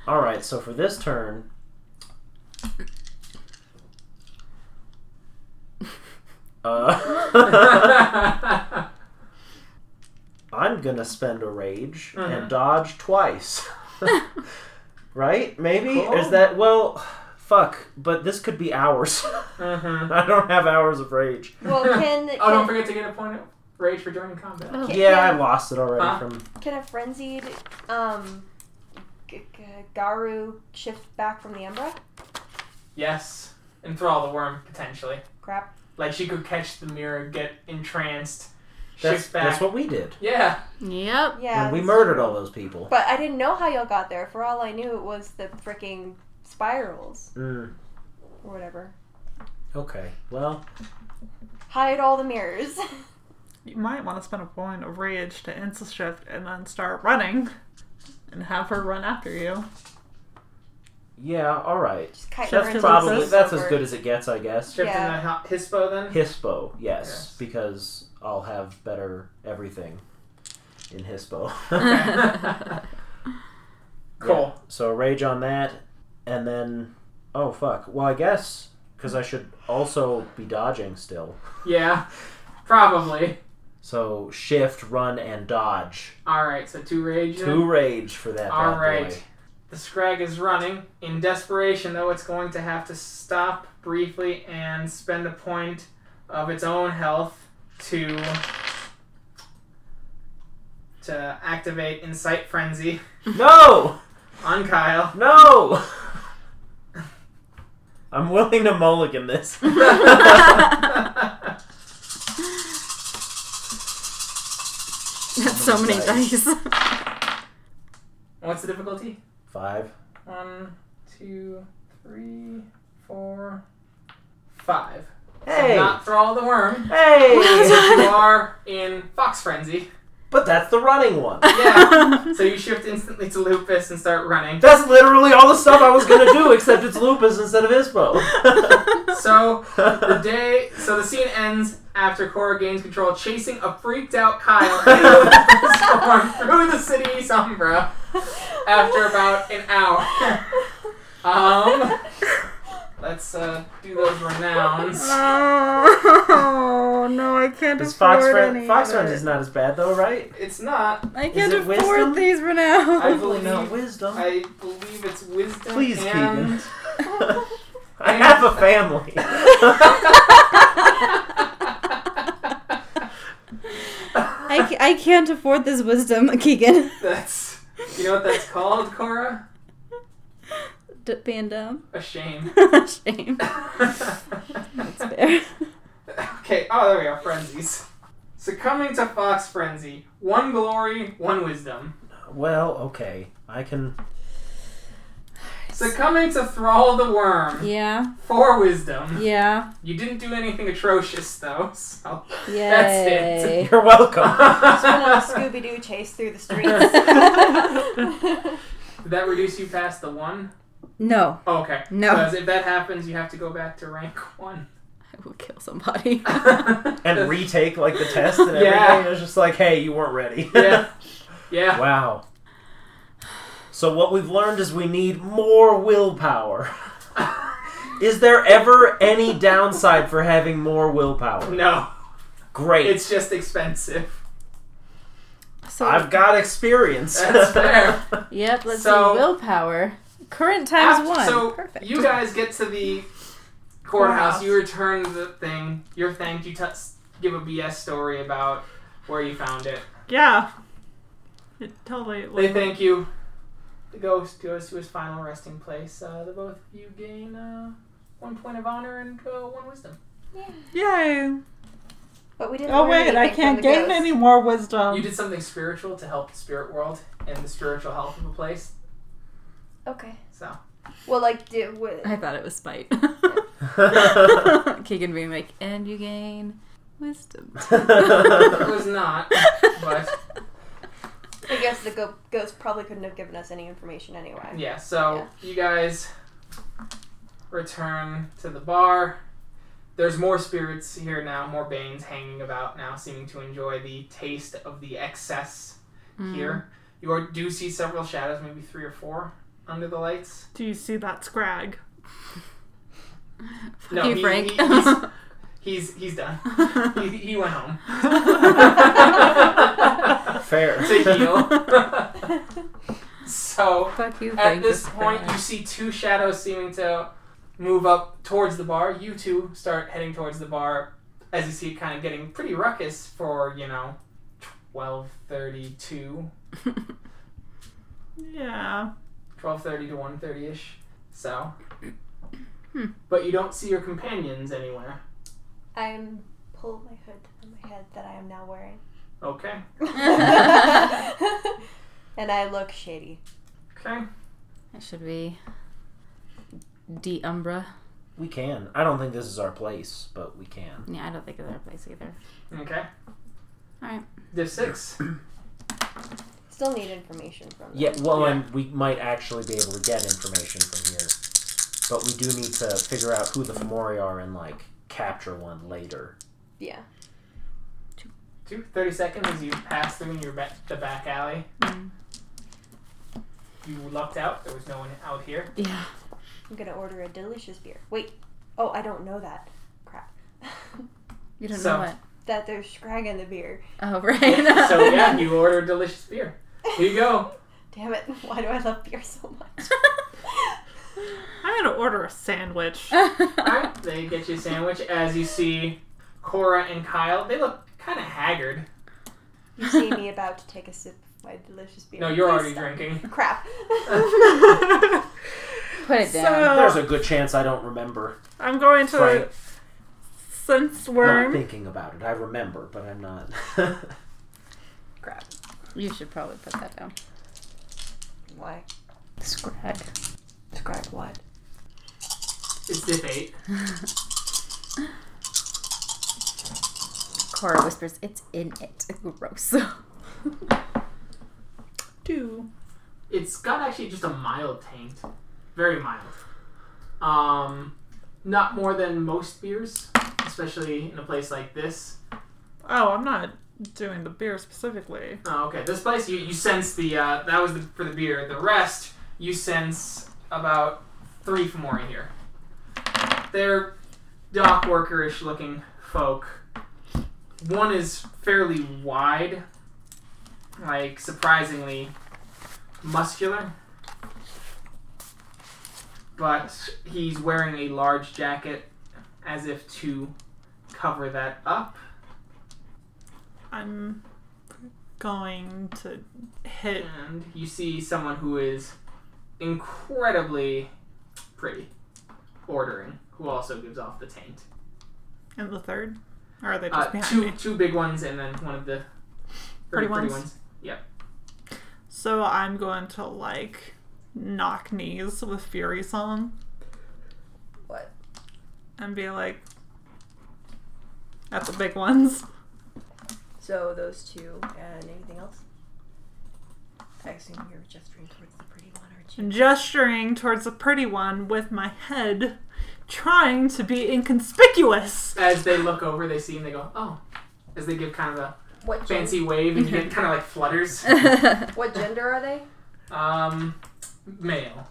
Speaker 5: All right. So for this turn, uh, I'm gonna spend a rage
Speaker 1: Mm-hmm.
Speaker 5: and dodge twice. right? Maybe is
Speaker 1: Cool.
Speaker 5: that well? Fuck. But this could be hours.
Speaker 1: Mhm.
Speaker 5: I don't have hours of rage.
Speaker 2: Well, can,
Speaker 1: Oh, don't
Speaker 2: can,
Speaker 1: forget to get a point of rage for joining combat.
Speaker 3: Oh,
Speaker 2: Okay.
Speaker 5: Yeah,
Speaker 2: yeah.
Speaker 5: I lost it already
Speaker 1: Huh?
Speaker 5: from.
Speaker 2: can a frenzied um, g- g- Garu shift back from the Umbra?
Speaker 1: Yes, enthrall the worm potentially.
Speaker 2: Crap.
Speaker 1: Like she could catch the mirror, get entranced,
Speaker 5: That's,
Speaker 1: shift back.
Speaker 5: that's what we did.
Speaker 1: yeah,
Speaker 3: Yep.
Speaker 2: Yeah.
Speaker 5: when we
Speaker 2: that's-
Speaker 5: murdered all those people.
Speaker 2: But I didn't know how y'all got there. For all I knew, it was the freaking spirals
Speaker 5: Mm,
Speaker 2: or whatever.
Speaker 5: okay. Well,
Speaker 2: Hide all the mirrors.
Speaker 4: You might want to spend a point of rage to insta shift and then start running and have her run after you.
Speaker 5: yeah. All right.
Speaker 2: Just kite her
Speaker 5: That's
Speaker 2: into
Speaker 5: probably
Speaker 2: the
Speaker 5: that's as
Speaker 2: silver.
Speaker 5: good as it gets, I guess.
Speaker 1: shift
Speaker 2: Yeah.
Speaker 1: in the hispo then.
Speaker 5: Hispo, yes,
Speaker 1: Yes.
Speaker 5: because I'll have better everything in Hispo.
Speaker 1: Cool.
Speaker 5: Yeah, So rage on that, and then oh fuck. Well, I guess because I should also be dodging still.
Speaker 1: Yeah, probably.
Speaker 5: So shift, run, and dodge.
Speaker 1: All right, so two rage. then.
Speaker 5: Two rage for that.
Speaker 1: All
Speaker 5: bad
Speaker 1: right.
Speaker 5: boy.
Speaker 1: The Scrag is running. In desperation, though, it's going to have to stop briefly and spend a point of its own health to to activate Incite Frenzy
Speaker 5: No,
Speaker 1: on Kyle.
Speaker 5: no. I'm willing to mulligan this.
Speaker 1: That's
Speaker 3: That's so many
Speaker 5: Nice.
Speaker 3: dice.
Speaker 1: What's the difficulty?
Speaker 5: Five.
Speaker 1: One, two, three, four, five. So
Speaker 5: Hey,
Speaker 1: not throw the worm.
Speaker 5: hey.
Speaker 1: You are in Fox Frenzy.
Speaker 5: but that's the running one.
Speaker 1: Yeah. so you shift instantly to Lupus and start running.
Speaker 5: That's literally all the stuff I was gonna do, except it's lupus instead of ispo.
Speaker 1: So the day, so the scene ends after Cora gains control, chasing a freaked out Kyle in the storm through the city's umbra. After about an hour, um, let's uh, do those renowns.
Speaker 4: Oh no, I can't
Speaker 5: Is Fox Friend Fox Friend is not as bad though, right?
Speaker 1: It's not.
Speaker 3: I
Speaker 5: can't it afford wisdom?
Speaker 3: these for now.
Speaker 1: I
Speaker 5: Hopefully
Speaker 1: believe.
Speaker 5: wisdom.
Speaker 1: I believe it's wisdom.
Speaker 5: Please,
Speaker 1: and
Speaker 5: Keegan. I have a family.
Speaker 3: I, ca- I can't afford this wisdom, Keegan.
Speaker 1: That's you know what that's called, Cora?
Speaker 3: D- being dumb.
Speaker 1: A shame.
Speaker 3: Shame. That's
Speaker 1: okay,
Speaker 3: fair.
Speaker 1: oh there we go, frenzies. Succumbing to Fox Frenzy. One glory, one wisdom.
Speaker 5: well, okay. I can.
Speaker 1: Succumbing to Thrall of the Worm.
Speaker 3: Yeah.
Speaker 1: Four wisdom.
Speaker 3: Yeah.
Speaker 1: You didn't do anything atrocious though, so
Speaker 3: Yay.
Speaker 1: That's it.
Speaker 5: You're welcome.
Speaker 2: Just
Speaker 1: Did
Speaker 2: want a Scooby Doo chase through the streets.
Speaker 1: that reduce you past the one?
Speaker 3: No.
Speaker 1: Oh, okay.
Speaker 3: No.
Speaker 1: Because if that happens, you have to go back to rank one.
Speaker 3: I will kill somebody.
Speaker 5: and retake like the test and everything.
Speaker 1: Yeah.
Speaker 5: It was just like, hey, you weren't ready.
Speaker 1: yeah. Yeah.
Speaker 5: Wow. So what we've learned is we need more willpower. Is there ever any downside for having more willpower?
Speaker 1: No.
Speaker 5: Great.
Speaker 1: It's just expensive.
Speaker 3: so,
Speaker 5: I've got experience.
Speaker 1: That's fair.
Speaker 3: yep, let's
Speaker 1: So-
Speaker 3: see. Willpower. Current times
Speaker 1: After-
Speaker 3: one.
Speaker 1: So
Speaker 3: Perfect.
Speaker 1: you guys get to the courthouse. You return the thing. You're thanked. You t- give a BS story about where you found it.
Speaker 4: Yeah. It totally.
Speaker 1: They thank you. The ghost goes to his final resting place. Uh, the both of you gain uh, one point of honor and uh, one wisdom.
Speaker 4: Yay.
Speaker 2: but we didn't.
Speaker 4: Oh,
Speaker 2: learn
Speaker 4: wait, I
Speaker 2: anything from
Speaker 4: can't
Speaker 2: the
Speaker 4: gain
Speaker 2: ghost.
Speaker 4: any more wisdom.
Speaker 1: You did something spiritual to help the spirit world and the spiritual health of a place.
Speaker 2: Okay.
Speaker 1: So
Speaker 2: Well, like, do, w-
Speaker 3: I thought it was spite. Keegan being like, and you gain wisdom.
Speaker 1: it was not. But
Speaker 2: I guess the go- ghost probably couldn't have given us any information anyway.
Speaker 1: Yeah, so you guys return to the bar. There's more spirits here now, more Banes hanging about now, seeming to enjoy the taste of the excess
Speaker 3: Mm.
Speaker 1: here. You are, do see several shadows, maybe three or four, under the lights.
Speaker 4: Do you see that scrag?
Speaker 3: Fuck you,
Speaker 1: he-
Speaker 3: Frank.
Speaker 1: he- he's, he's, he's done. He, he went home.
Speaker 5: fair.
Speaker 1: to heal. so,
Speaker 3: Fuck you, Frank.
Speaker 1: At this
Speaker 3: is
Speaker 1: point,
Speaker 3: bad.
Speaker 1: you see two shadows seeming to move up towards the bar. You two start heading towards the bar as you see it kind of getting pretty ruckus for, you know, 1232,
Speaker 4: Yeah.
Speaker 1: 1230 to 130-ish. So. But you don't see your companions anywhere.
Speaker 2: I'm pull my hood on my head that I am now wearing,
Speaker 1: Okay.
Speaker 2: and I look shady.
Speaker 1: Okay.
Speaker 3: That should be D Umbra.
Speaker 5: We can. I don't think this is our place, but we can.
Speaker 3: Yeah, I don't think of their place either.
Speaker 1: Okay.
Speaker 3: Alright.
Speaker 1: Div 6.
Speaker 2: Still need information from them.
Speaker 5: Yeah, well,
Speaker 1: Yeah.
Speaker 5: and we might actually be able to get information from here. But we do need to figure out who the Fomori are and, like, capture one later.
Speaker 2: Yeah.
Speaker 1: 230 seconds as you pass through in your ba- the back alley.
Speaker 3: Mm.
Speaker 1: You lucked out. There was no one out here.
Speaker 3: Yeah.
Speaker 2: I'm gonna order a delicious beer. Wait. Oh, I don't know that. Crap.
Speaker 3: You don't
Speaker 1: So-
Speaker 3: know what.
Speaker 2: that there's scrag in the beer.
Speaker 3: Oh, right.
Speaker 1: so yeah, you order a delicious beer. Here you go.
Speaker 2: Damn it! Why do I love beer so much?
Speaker 4: I'm gonna order a sandwich.
Speaker 3: Uh,
Speaker 1: Alright, they get you a sandwich. As you see, Cora and Kyle, they look kind of haggard.
Speaker 2: You see me about to take a sip of my delicious beer.
Speaker 1: No, you're
Speaker 2: Please
Speaker 1: already
Speaker 2: stop.
Speaker 1: drinking.
Speaker 2: Crap.
Speaker 3: Put it down.
Speaker 5: There's
Speaker 4: so
Speaker 5: a good chance I don't remember.
Speaker 4: I'm going to
Speaker 5: Frank.
Speaker 4: since
Speaker 5: Not
Speaker 4: we're
Speaker 5: thinking about it. I remember, but I'm not.
Speaker 2: Crap.
Speaker 3: You should probably put that down.
Speaker 2: Why?
Speaker 3: Scrag.
Speaker 2: Describe what?
Speaker 1: It's Div 8.
Speaker 3: Cora whispers, it's in it. Gross.
Speaker 4: two,
Speaker 1: It's got actually just a mild taint. Very mild. Um, not more than most beers, especially in a place like this.
Speaker 4: oh, I'm not doing the beer specifically.
Speaker 1: Oh, okay. This place, you, you sense the, uh, that was the, for the beer. The rest, you sense about three Fomori here. They're dock workerish looking folk. One is fairly wide, like surprisingly muscular. but he's wearing a large jacket as if to cover that up.
Speaker 4: I'm going to hit.
Speaker 1: And you see someone who is incredibly pretty ordering, who also gives off the taint.
Speaker 4: And the third? Or are they
Speaker 1: Uh,
Speaker 4: just behind
Speaker 1: two
Speaker 4: me?
Speaker 1: two big ones and then one of the
Speaker 4: Pretty
Speaker 1: pretty, pretty
Speaker 4: ones?
Speaker 1: ones.
Speaker 4: So I'm going to like knock knees with Fury Song.
Speaker 2: What?
Speaker 4: And be like, at the big ones.
Speaker 2: So those two and anything else? I assume you're gesturing towards the pretty one, aren't you?
Speaker 4: And gesturing towards the pretty one with my head, trying to be inconspicuous.
Speaker 1: As they look over, they see him. They go, "Oh!" As they give kind of a
Speaker 2: What gen-
Speaker 1: fancy wave, and he kind of like flutters.
Speaker 2: What gender are they?
Speaker 1: Um, male.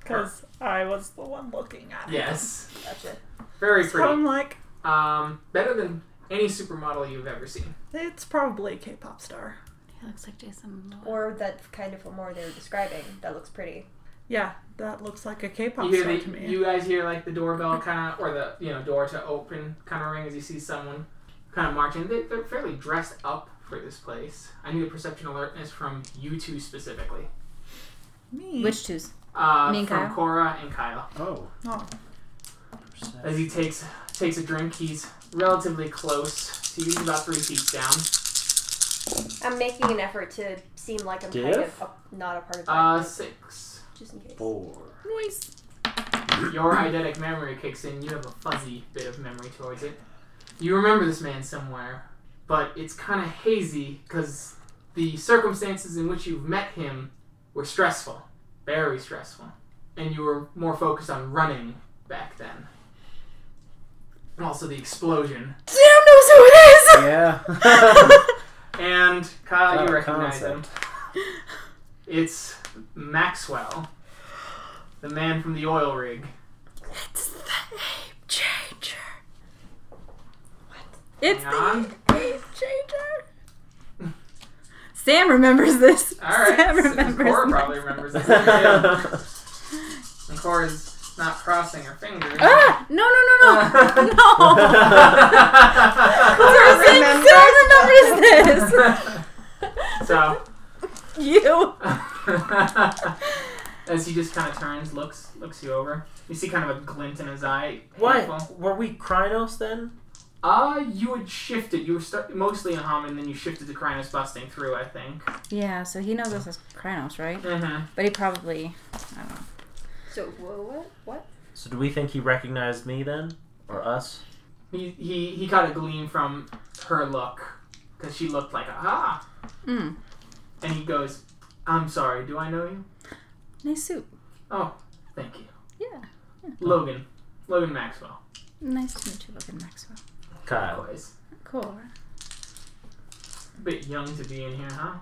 Speaker 4: Because I was the one looking at it.
Speaker 1: Yes,
Speaker 2: Gotcha.
Speaker 1: very
Speaker 4: So
Speaker 1: pretty.
Speaker 4: I'm like,
Speaker 1: Um, better than any supermodel you've ever seen.
Speaker 4: it's probably a K pop star.
Speaker 3: He looks like Jason. Momoa.
Speaker 2: Or that kind of more they were describing. That looks pretty.
Speaker 4: Yeah, that looks like a K pop
Speaker 1: You hear
Speaker 4: star
Speaker 1: the,
Speaker 4: to me.
Speaker 1: you guys hear like the doorbell kind of, or the you know door to open kind of ring as you see someone kind of marching. They, they're fairly dressed up for this place. I need a perception alertness from you two specifically,
Speaker 4: me.
Speaker 3: Which twos?
Speaker 1: uh,
Speaker 3: Me and
Speaker 1: from
Speaker 3: Kyle?
Speaker 1: Cora and Kyle.
Speaker 5: Oh.
Speaker 4: Oh.
Speaker 1: As he takes takes a drink, he's relatively close to you, he's about three feet down.
Speaker 2: I'm making an effort to seem like I'm kind
Speaker 5: Diff?
Speaker 2: of a, not a part of the
Speaker 1: Uh,
Speaker 2: group,
Speaker 1: six.
Speaker 2: just in case.
Speaker 5: Four.
Speaker 3: Noise.
Speaker 1: Your eidetic memory kicks in. You have a fuzzy bit of memory towards it. You remember this man somewhere, but it's kind of hazy because the circumstances in which you've met him were stressful, very stressful, and you were more focused on running back then. And also the explosion.
Speaker 3: Sam knows who it is.
Speaker 5: Yeah.
Speaker 1: And Kyle,
Speaker 5: Got
Speaker 1: you
Speaker 5: a
Speaker 1: recognize him. It's Maxwell, the man from the oil rig.
Speaker 3: It's the name changer. What? It's
Speaker 1: Hang on.
Speaker 3: the name changer. Sam remembers this.
Speaker 1: All right.
Speaker 3: Sam
Speaker 1: so
Speaker 3: remembers.
Speaker 1: Cora
Speaker 3: this.
Speaker 1: probably remembers this. too. and Cora's not crossing her fingers.
Speaker 3: Ah! No! No! No! No!
Speaker 1: so,
Speaker 3: no. Sam remembers, Sam remembers this. You.
Speaker 1: as he just kind of turns, looks, looks you over. You see kind of a glint in his eye. Hateful.
Speaker 5: What? Were we Krynos then?
Speaker 1: Uh, you had shifted. You were start- mostly in Haman, then you shifted to Krynos busting through. I think.
Speaker 3: Yeah. So he knows this is Krynos, right?
Speaker 1: Mm-hmm.
Speaker 3: But he probably. I don't know.
Speaker 2: So wha- what? What?
Speaker 5: So do we think he recognized me then? Or us?
Speaker 1: He he he caught a gleam from her look because she looked like ah,
Speaker 3: Mm.
Speaker 1: and he goes, "I'm sorry. Do I know you?
Speaker 3: Nice suit.
Speaker 1: Thank you,
Speaker 3: Yeah.
Speaker 1: Logan. Logan Maxwell."
Speaker 3: Nice to meet you, Logan Maxwell.
Speaker 5: Kyle.
Speaker 1: Always.
Speaker 3: Cool.
Speaker 1: A bit young to be in here, huh?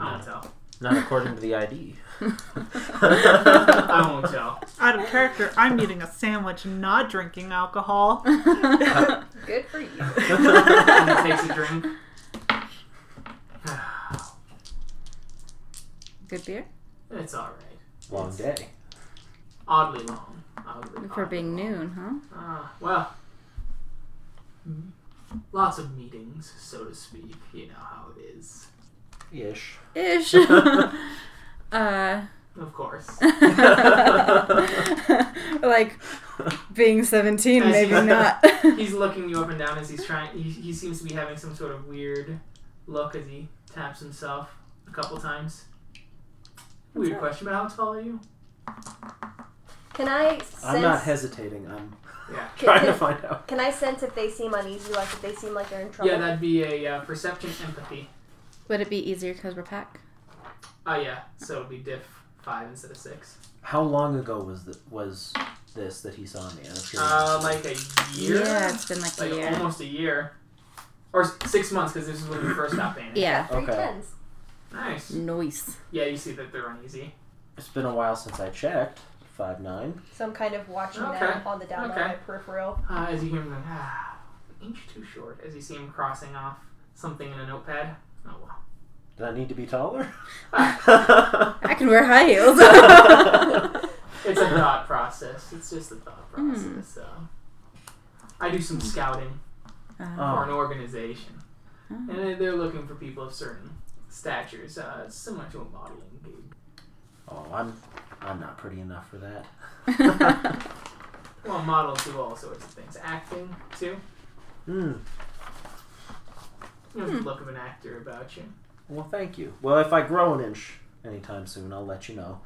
Speaker 1: I won't tell.
Speaker 5: Not according to the ID.
Speaker 1: I won't tell.
Speaker 4: Out of character, I'm eating a sandwich, not drinking alcohol.
Speaker 2: Good for you.
Speaker 1: And he takes a drink.
Speaker 3: Good beer
Speaker 1: It's alright.
Speaker 5: Long day.
Speaker 1: Oddly long. Oddly
Speaker 3: for
Speaker 1: oddly
Speaker 3: being
Speaker 1: long.
Speaker 3: noon, huh?
Speaker 1: Ah, well. Lots of meetings, so to speak. You know how it is.
Speaker 5: Ish.
Speaker 3: Ish. uh,
Speaker 1: Of course.
Speaker 3: like being seventeen,
Speaker 1: As
Speaker 3: maybe
Speaker 1: you-
Speaker 3: not.
Speaker 1: He's looking you up and down as he's trying. He, he seems to be having some sort of weird look as he taps himself a couple times.
Speaker 3: What's
Speaker 1: Weird
Speaker 3: up?
Speaker 1: question, but how tall are you?
Speaker 2: Can I sense?
Speaker 5: I'm not hesitating. I'm
Speaker 1: Yeah.
Speaker 5: trying to find out.
Speaker 2: Can I sense if they seem uneasy, like if they seem like they're in trouble?
Speaker 1: Yeah, that'd be a uh, perception empathy.
Speaker 3: Would it be easier because we're pack?
Speaker 1: Oh yeah, so it'll be diff five instead of six.
Speaker 5: How long ago was the, was this that he saw me? Out of
Speaker 1: Uh,
Speaker 5: curiosity.
Speaker 1: like a year,
Speaker 3: Yeah, it's been like,
Speaker 1: like
Speaker 3: a year.
Speaker 1: almost a year, or s- six months because this is when we first stopped painting.
Speaker 3: Yeah.
Speaker 2: Three
Speaker 5: Okay.
Speaker 2: tens.
Speaker 1: Nice.
Speaker 3: Noise.
Speaker 1: Yeah, you see that they're uneasy.
Speaker 5: It's been a while since I checked. Five nine.
Speaker 2: So I'm kind of watching
Speaker 1: Okay.
Speaker 2: them on the down low,
Speaker 1: Okay.
Speaker 2: my peripheral.
Speaker 1: Uh, as you hear him going, ah, an inch too short. As you see him crossing off something in a notepad. Oh well.
Speaker 5: Did I need to be taller?
Speaker 3: I can wear high heels.
Speaker 1: It's a thought process. It's just a thought
Speaker 3: Hmm.
Speaker 1: process. So I do some scouting
Speaker 3: Uh,
Speaker 1: for an
Speaker 5: Oh,
Speaker 1: organization,
Speaker 3: oh.
Speaker 1: and they- they're looking for people of certain statures. Uh, it's similar to a modeling gig.
Speaker 5: oh, I'm I'm not pretty enough for that.
Speaker 1: Well, models do all sorts of things. Acting too.
Speaker 5: Hmm.
Speaker 1: You have the
Speaker 3: Hmm.
Speaker 1: look of an actor about you.
Speaker 5: Well, thank you. Well, if I grow an inch anytime soon, I'll let you know.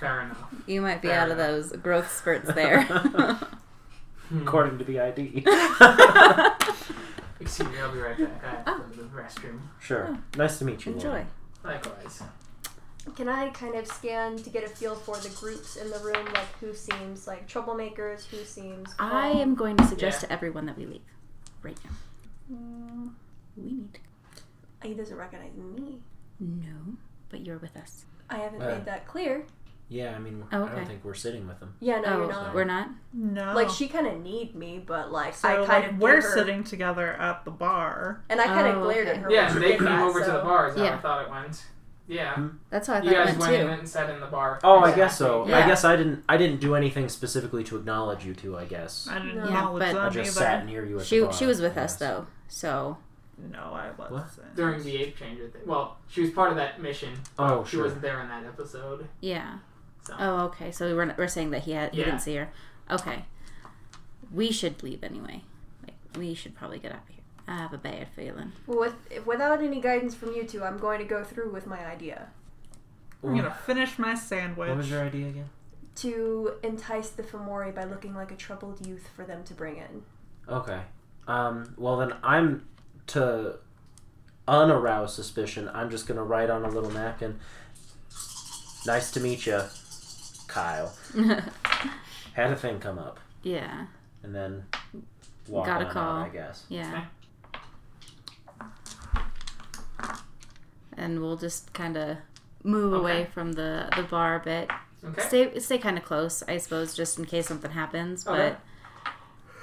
Speaker 1: Fair enough.
Speaker 3: you might be
Speaker 1: Fair
Speaker 3: out of those growth spurts there.
Speaker 1: Hmm.
Speaker 5: According to the ID.
Speaker 1: Excuse me, I'll be right back. I have to go to the restroom.
Speaker 5: sure. Nice to meet you.
Speaker 3: Oh. Enjoy.
Speaker 1: Likewise.
Speaker 3: Oh.
Speaker 2: Can I kind of scan to get a feel for the groups in the room, like who seems like troublemakers, who seems
Speaker 3: I
Speaker 2: calm?
Speaker 3: am going to suggest
Speaker 1: Yeah.
Speaker 3: to everyone that we leave right now.
Speaker 2: Mm,
Speaker 3: We need.
Speaker 2: he doesn't recognize me.
Speaker 3: No, but you're with us.
Speaker 2: I haven't
Speaker 5: Uh.
Speaker 2: made that clear.
Speaker 5: Yeah, I mean,
Speaker 3: Oh,
Speaker 5: I
Speaker 3: okay.
Speaker 5: don't think we're sitting with them.
Speaker 2: Yeah, no,
Speaker 3: oh,
Speaker 2: you're not.
Speaker 3: we're Oh. not.
Speaker 4: No.
Speaker 2: Like she kind of need me, but like
Speaker 4: so,
Speaker 2: I kind
Speaker 4: like,
Speaker 2: of give her-
Speaker 4: we're sitting together at the bar.
Speaker 2: and I kind of
Speaker 3: Oh,
Speaker 2: glared
Speaker 3: okay.
Speaker 2: at her.
Speaker 1: Yeah,
Speaker 2: when she
Speaker 1: they
Speaker 2: did
Speaker 1: came
Speaker 2: that,
Speaker 1: over to the
Speaker 2: so-
Speaker 1: bar. Is that
Speaker 3: Yeah.
Speaker 1: I thought it went. Yeah.
Speaker 3: That's how I thought
Speaker 1: You guys
Speaker 3: it
Speaker 1: went
Speaker 3: went
Speaker 1: in
Speaker 3: too.
Speaker 1: and sat in the bar.
Speaker 5: Oh, I guess so.
Speaker 3: Yeah.
Speaker 5: I guess I didn't. I didn't do anything specifically to acknowledge you two. I guess
Speaker 4: I didn't
Speaker 2: No.
Speaker 4: know
Speaker 3: Yeah,
Speaker 4: what's
Speaker 3: but-
Speaker 5: I
Speaker 4: on
Speaker 5: just
Speaker 4: either.
Speaker 5: sat near you. At the
Speaker 3: She
Speaker 5: bar,
Speaker 3: she was with
Speaker 5: I
Speaker 3: us
Speaker 5: guess.
Speaker 3: though, so
Speaker 4: No, I
Speaker 5: What?
Speaker 4: wasn't.
Speaker 1: During the ape changer thing. Well, she was part of that mission.
Speaker 5: Oh,
Speaker 1: She
Speaker 5: sure.
Speaker 1: wasn't there in that episode.
Speaker 3: yeah.
Speaker 1: So.
Speaker 3: Oh, okay. So we we're we're saying that he had he
Speaker 1: Yeah.
Speaker 3: didn't see her. Okay, we should leave anyway. Like we should probably get out of here. I have a bad feeling.
Speaker 2: With without any guidance from you two, I'm going to go through with my idea
Speaker 4: I'm gonna finish my sandwich.
Speaker 5: What was your idea again?
Speaker 2: to entice the Fomori by looking like a troubled youth for them to bring in.
Speaker 5: Okay. Um, well, then I'm to unarouse suspicion. I'm just gonna write on a little napkin. Nice to meet you, Kyle. Had a thing come up,
Speaker 3: yeah,
Speaker 5: and then walk
Speaker 3: Got a
Speaker 5: on out,
Speaker 3: call.
Speaker 5: I guess.
Speaker 3: yeah.
Speaker 1: Okay.
Speaker 3: And we'll just kind of move
Speaker 1: Okay.
Speaker 3: away from the the bar a bit.
Speaker 1: Okay.
Speaker 3: Stay stay kind of close, I suppose, just in case something happens.
Speaker 1: Okay.
Speaker 3: But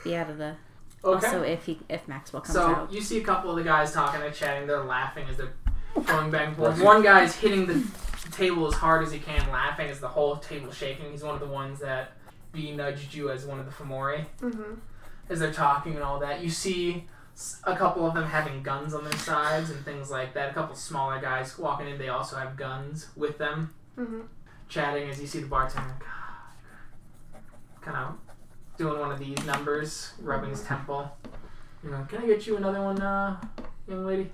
Speaker 3: be out of the.
Speaker 1: okay.
Speaker 3: Also, if he if Maxwell comes
Speaker 1: so
Speaker 3: out,
Speaker 1: you see a couple of the guys talking, they're chatting, they're laughing as they're going back and forth.
Speaker 5: Bless you.
Speaker 1: One guy's hitting the table as hard as he can, laughing as the whole table's shaking. He's one of the ones that B nudged you as one of the Fomori.
Speaker 2: Mm-hmm.
Speaker 1: as they're talking and all that, you see s- a couple of them having guns on their sides and things like that. A couple smaller guys walking in, they also have guns with them,
Speaker 2: Mm-hmm.
Speaker 1: chatting as you see the bartender kind of doing one of these numbers, rubbing his temple. You know, can I get you another one, uh, young lady?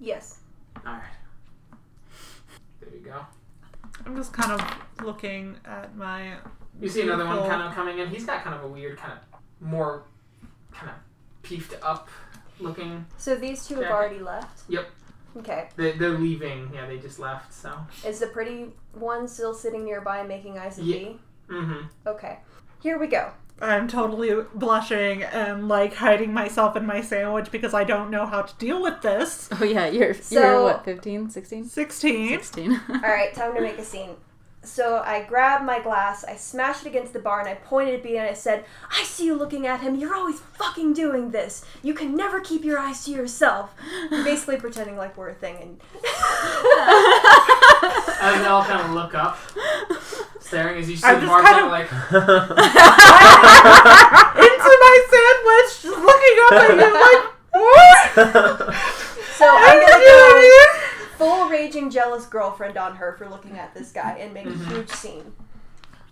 Speaker 2: Yes.
Speaker 1: All right. There you go.
Speaker 4: I'm just kind of looking at my.
Speaker 1: You see another one
Speaker 4: Beautiful.
Speaker 1: kind of coming in. He's got kind of a weird, kind of more kind of peefed up looking.
Speaker 2: So these two have
Speaker 1: Yeah.
Speaker 2: already left.
Speaker 1: Yep.
Speaker 2: Okay.
Speaker 1: They, they're leaving. Yeah, they just left, so.
Speaker 2: Is the pretty one still sitting nearby making eyes at
Speaker 1: Ye-
Speaker 2: me?
Speaker 1: Mm-hmm.
Speaker 2: Okay. Here we go.
Speaker 4: I'm totally blushing and like hiding myself in my sandwich because I don't know how to deal with this.
Speaker 3: oh yeah, you're
Speaker 2: So-
Speaker 3: you're what 15, 16?
Speaker 4: 16.
Speaker 3: 16.
Speaker 2: All right, time to make a scene. So I grabbed my glass, I smashed it against the bar, and I pointed at B and I said, I see you looking at him. You're always fucking doing this. You can never keep your eyes to yourself. Basically, pretending like we're a thing. And
Speaker 1: And they all kind of look up, staring as you see
Speaker 4: I'm
Speaker 1: the
Speaker 4: just kind
Speaker 1: bartender
Speaker 4: of-
Speaker 1: like,
Speaker 4: Into my sandwich, just looking up at you like, what?
Speaker 2: so I'm gonna go full raging jealous girlfriend on her for looking at this guy and make a
Speaker 1: Mm-hmm.
Speaker 2: huge scene.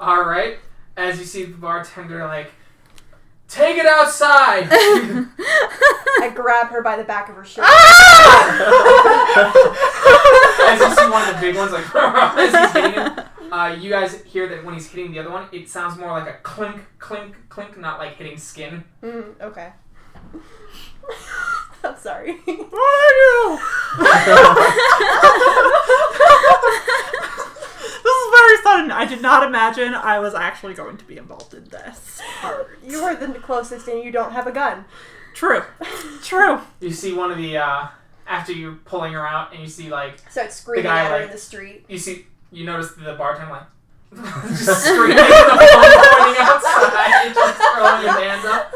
Speaker 1: all right. As you see the bartender like, take it outside.
Speaker 2: I grab her by the back of her shirt.
Speaker 1: as you see one of the big ones like, as he's hitting him. Uh, you guys hear that when he's hitting the other one, it sounds more like a clink, clink, clink, not like hitting skin.
Speaker 2: Mm, okay. I'm sorry.
Speaker 4: What are you? this is very sudden. I did not imagine I was actually going to be involved in this. part.
Speaker 2: You were the closest, and you don't have a gun.
Speaker 4: True. True.
Speaker 1: You see one of the uh, after you're pulling her out, and you see like
Speaker 2: Start screaming
Speaker 1: guy,
Speaker 2: at her in
Speaker 1: like-
Speaker 2: the street.
Speaker 1: you see you notice the bartender like. just screaming at the phone pointing outside, just throwing his hands up.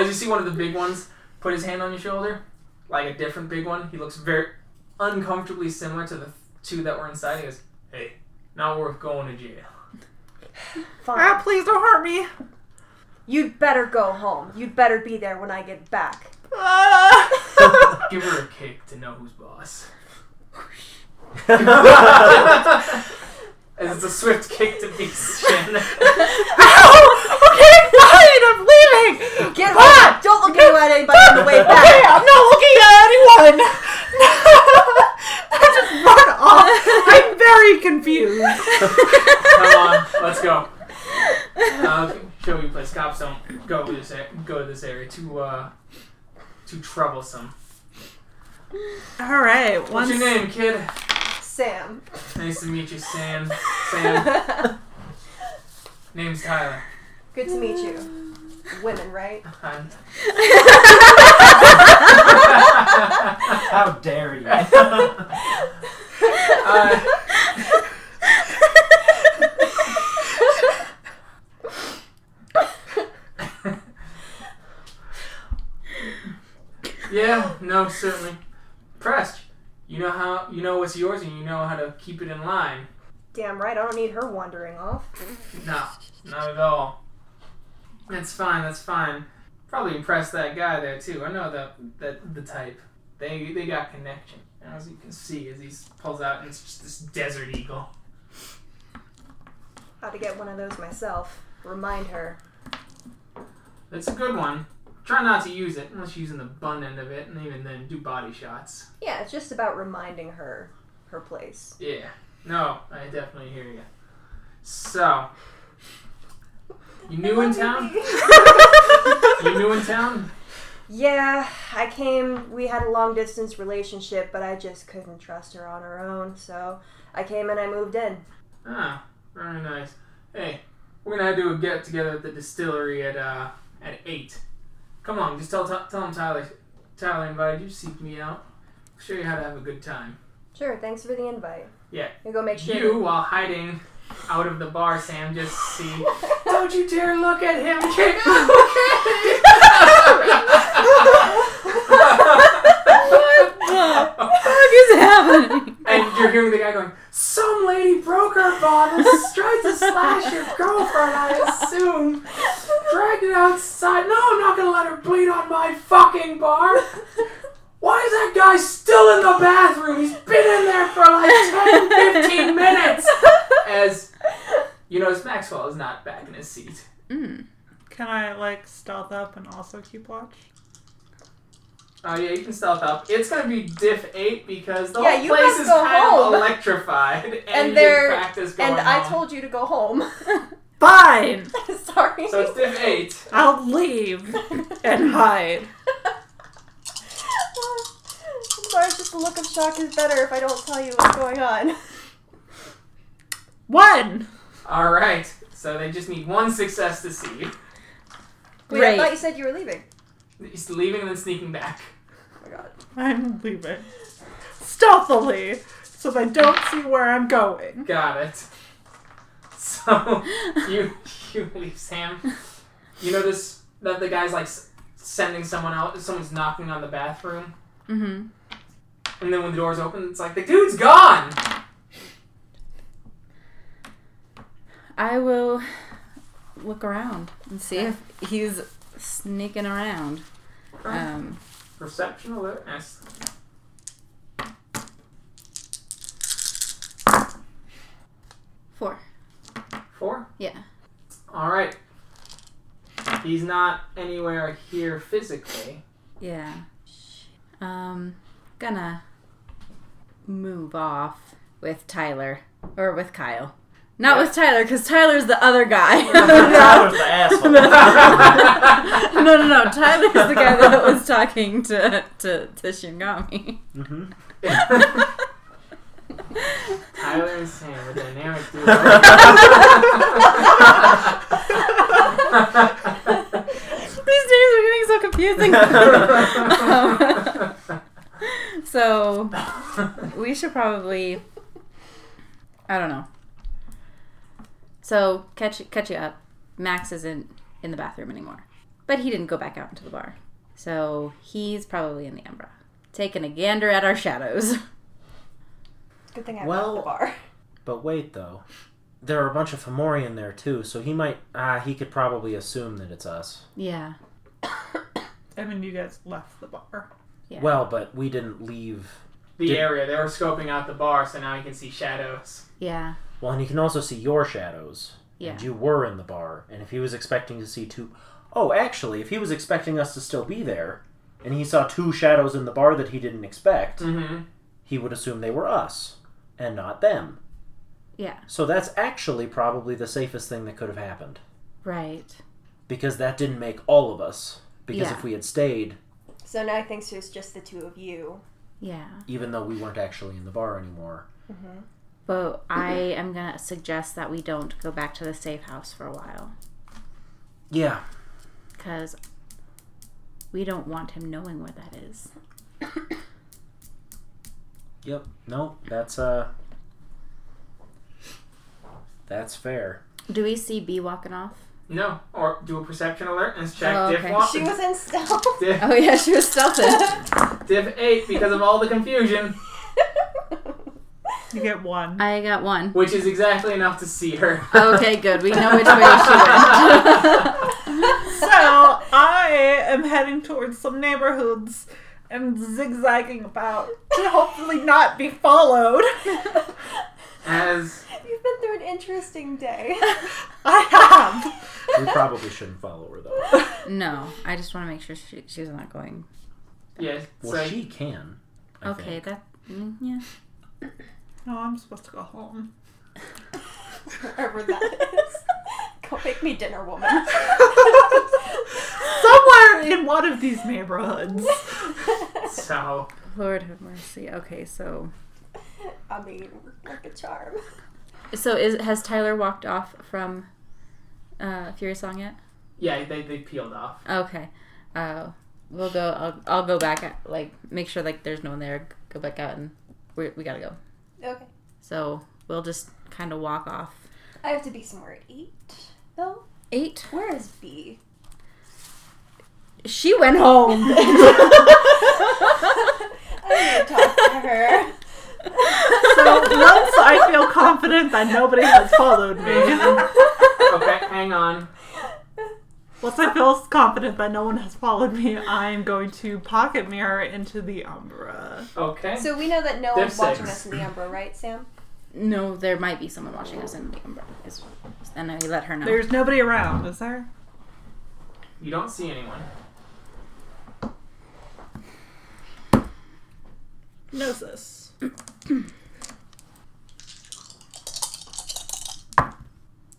Speaker 1: As you see one of the big ones put his hand on your shoulder, like a different big one, he looks very uncomfortably similar to the two that were inside. He goes, "Hey, Not worth going to jail.
Speaker 2: Fine.
Speaker 4: Ah, please don't hurt me.
Speaker 2: You'd better go home. You'd better be there when I get back.
Speaker 4: Ah.
Speaker 1: Give her a kick to know who's boss. As it's a swift kick to Beast's shin.
Speaker 4: Ow! Okay, fine. I'm leaving.
Speaker 2: Get home.
Speaker 4: Ah!
Speaker 2: Don't look at anybody on the way
Speaker 4: Okay,
Speaker 2: back.
Speaker 4: I'm not looking at anyone. I just run off. I'm very confused.
Speaker 1: Come on, let's go. Uh, show you place. Cops don't go to this a- go to this area. Too uh, too troublesome.
Speaker 4: All right.
Speaker 1: What's
Speaker 4: Once,
Speaker 1: your name, kid?
Speaker 2: Sam.
Speaker 1: Nice to meet you, Sam. Sam. Name's Tyler.
Speaker 2: Good to meet you. Women, right?
Speaker 1: I'm-
Speaker 5: How dare you?
Speaker 1: uh, yeah, no, certainly. Pressed. You know how you know what's yours, and you know how to keep it in line.
Speaker 2: Damn right, I don't need her wandering off.
Speaker 1: No, not at all. That's fine. That's fine. Probably impressed that guy there too. I know that that the type. They they got connection. As you can see, as he pulls out, and it's just this desert eagle.
Speaker 2: How to get one of those myself. Remind her.
Speaker 1: It's a good one. Try not to use it unless you're using the bun end of it, and even then, do body shots.
Speaker 2: Yeah, it's just about reminding her her place.
Speaker 1: Yeah. No, I definitely hear you. So, you new in town? You new in town?
Speaker 2: yeah, I came. We had a long distance relationship, but I just couldn't trust her on her own, so I came and I moved in.
Speaker 1: Ah, very nice. Hey, we're gonna do a get together at the distillery at uh at eight. Come on, just tell tell him Tyler Tyler invited you. Seek me out. Show you how to have a good time.
Speaker 2: Sure, thanks for the invite.
Speaker 1: Yeah.
Speaker 2: You go make sure.
Speaker 1: You, while hiding out of the bar, Sam, just see. Don't you dare look at him, kid.
Speaker 3: What the fuck is happening?
Speaker 1: and you're hearing the guy going, "Some lady broke her bottle, tried to slash your girlfriend, I assume, dragged it outside. No, I'm not gonna let her bleed on my fucking bar. Why is that guy still in the bathroom? He's been in there for like 10, 15 minutes." As you notice, Maxwell is not back in his seat.
Speaker 3: Mm.
Speaker 4: Can I like stealth up and also keep watch?
Speaker 1: Oh yeah, you can stealth up. It's gonna be diff eight because the
Speaker 2: Yeah,
Speaker 1: whole
Speaker 2: you
Speaker 1: place
Speaker 2: must
Speaker 1: is
Speaker 2: go
Speaker 1: kind of
Speaker 2: home.
Speaker 1: electrified, and,
Speaker 2: And
Speaker 1: you
Speaker 2: they're-
Speaker 1: did practice going
Speaker 2: And I
Speaker 1: home.
Speaker 2: told you to go home.
Speaker 4: Fine.
Speaker 2: Sorry.
Speaker 1: So it's diff eight.
Speaker 4: I'll leave and hide.
Speaker 2: Sometimes just the look of shock is better if I don't tell you what's going on.
Speaker 4: One.
Speaker 1: All right. So they just need one success to see.
Speaker 2: Wait, I
Speaker 3: Right.
Speaker 2: thought you said you were leaving.
Speaker 1: He's leaving and then sneaking back.
Speaker 2: Oh my god.
Speaker 4: I'm leaving stealthily so they don't see where I'm going.
Speaker 1: Got it. So you you leave Sam. You notice that the guy's like s- sending someone out. Someone's knocking on the bathroom,
Speaker 3: Mm-hmm.
Speaker 1: and then when the doors open, it's like the dude's gone.
Speaker 3: I will look around and see if he's sneaking around. Um,
Speaker 1: Perception alert. Yes.
Speaker 3: four.
Speaker 1: Four.
Speaker 3: Yeah.
Speaker 1: All right. He's not anywhere here physically.
Speaker 3: Yeah. Um, gonna move off with Tyler or with Kyle. Not with Tyler, because Tyler's the other guy.
Speaker 5: Tyler's the asshole.
Speaker 3: no, no, no. Tyler's the guy that was talking to to, to Shingami.
Speaker 5: Mhm.
Speaker 1: Tyler and Sam, a dynamic duo.
Speaker 3: These names are getting so confusing. Um, so we should probably. I don't know. So catch catch you up. Max isn't in the bathroom anymore, but he didn't go back out into the bar, so he's probably in the Umbra, taking a gander at our shadows.
Speaker 2: Good thing I
Speaker 5: Well-
Speaker 2: left the bar.
Speaker 5: But wait, though. There are a bunch of Fomori in there, too, so he might. Ah, he could probably assume that it's us.
Speaker 3: Yeah.
Speaker 4: I mean, you guys left the bar.
Speaker 3: Yeah.
Speaker 5: Well, but we didn't leave.
Speaker 1: The
Speaker 5: Did-
Speaker 1: area. They were scoping out the bar, so now you can see shadows.
Speaker 3: Yeah.
Speaker 5: Well, and he can also see your shadows.
Speaker 3: Yeah.
Speaker 5: And you were in the bar. And if he was expecting to see two oh actually, if he was expecting us to still be there, and he saw two shadows in the bar that he didn't expect,
Speaker 3: Mm.
Speaker 1: Mm-hmm.
Speaker 5: he would assume they were us and not them.
Speaker 3: Yeah.
Speaker 5: So that's actually probably the safest thing that could have happened.
Speaker 3: Right.
Speaker 5: Because that didn't make all of us. Because
Speaker 3: Yeah.
Speaker 5: if we had stayed,
Speaker 2: So now he thinks there's just the two of you.
Speaker 3: Yeah.
Speaker 5: even though we weren't actually in the bar anymore,
Speaker 3: But I am going to suggest that we don't go back to the safe house for a while
Speaker 5: yeah,
Speaker 3: because we don't want him knowing where that is.
Speaker 5: Yep. No, that's uh That's fair.
Speaker 3: Do we see B walking off?
Speaker 1: No. Or do a perception alert and check
Speaker 3: Oh,
Speaker 1: diff
Speaker 3: okay.
Speaker 1: one.
Speaker 2: She was in stealth.
Speaker 1: diff,
Speaker 3: Oh, yeah, she was stealthy.
Speaker 1: diff eight because of all the confusion,
Speaker 4: You get one.
Speaker 3: I got one.
Speaker 1: which is exactly enough to see her.
Speaker 3: Okay, good. We know which way she went.
Speaker 4: So I am heading towards some neighborhoods and zigzagging about to hopefully not be followed.
Speaker 1: As
Speaker 2: You've been through an interesting day.
Speaker 4: I
Speaker 5: We probably shouldn't follow her though.
Speaker 3: no, I just want to make sure she, she's not going.
Speaker 1: yes,
Speaker 5: Well,
Speaker 1: so
Speaker 5: she can. I
Speaker 3: Okay,
Speaker 5: think.
Speaker 3: that. mm, Yeah.
Speaker 4: have. No, I'm supposed to go home.
Speaker 2: Wherever that is. Go make me dinner, woman.
Speaker 4: Somewhere in one of these neighborhoods.
Speaker 1: so
Speaker 3: Lord have mercy. Okay, so
Speaker 2: I mean, like a charm.
Speaker 3: so is has Tyler walked off from uh, Fury Song yet?
Speaker 1: yeah, they they peeled off.
Speaker 3: Okay, uh, we'll go. I'll, I'll go back. At, like make sure like there's no one there. Go back out and we we gotta go.
Speaker 2: Okay.
Speaker 3: So we'll just kind of walk off.
Speaker 2: I have to be somewhere to eat, though.
Speaker 3: Eight.
Speaker 2: Where is B?
Speaker 3: She went home.
Speaker 2: I need to talk to her.
Speaker 4: So once I feel confident that nobody has followed me,
Speaker 1: Okay, hang on.
Speaker 4: once I feel confident that no one has followed me, I'm going to pocket mirror into the umbra.
Speaker 1: Okay.
Speaker 2: So we know that no
Speaker 1: They're
Speaker 2: one's watching
Speaker 1: safe.
Speaker 2: us in the Umbra, right, Sam?
Speaker 3: no, there might be someone watching us in the umbra. Is- And I let her know.
Speaker 4: There's nobody around, is there?
Speaker 1: you don't see anyone.
Speaker 4: Gnosis.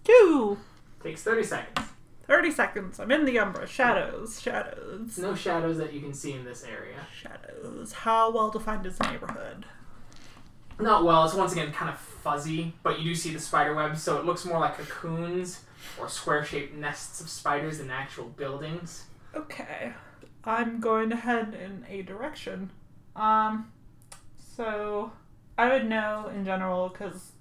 Speaker 4: Two.
Speaker 1: Takes thirty seconds.
Speaker 4: 30 seconds. I'm in the umbra. Shadows. Shadows.
Speaker 1: No shadows that you can see in this area.
Speaker 4: Shadows. How well defined is the neighborhood?
Speaker 1: Not well. It's once again kind of fuzzy, but you do see the spider webs, so it looks more like cocoons or square-shaped nests of spiders than actual buildings.
Speaker 4: Okay. I'm going to head in a direction. Um, so I would know in general because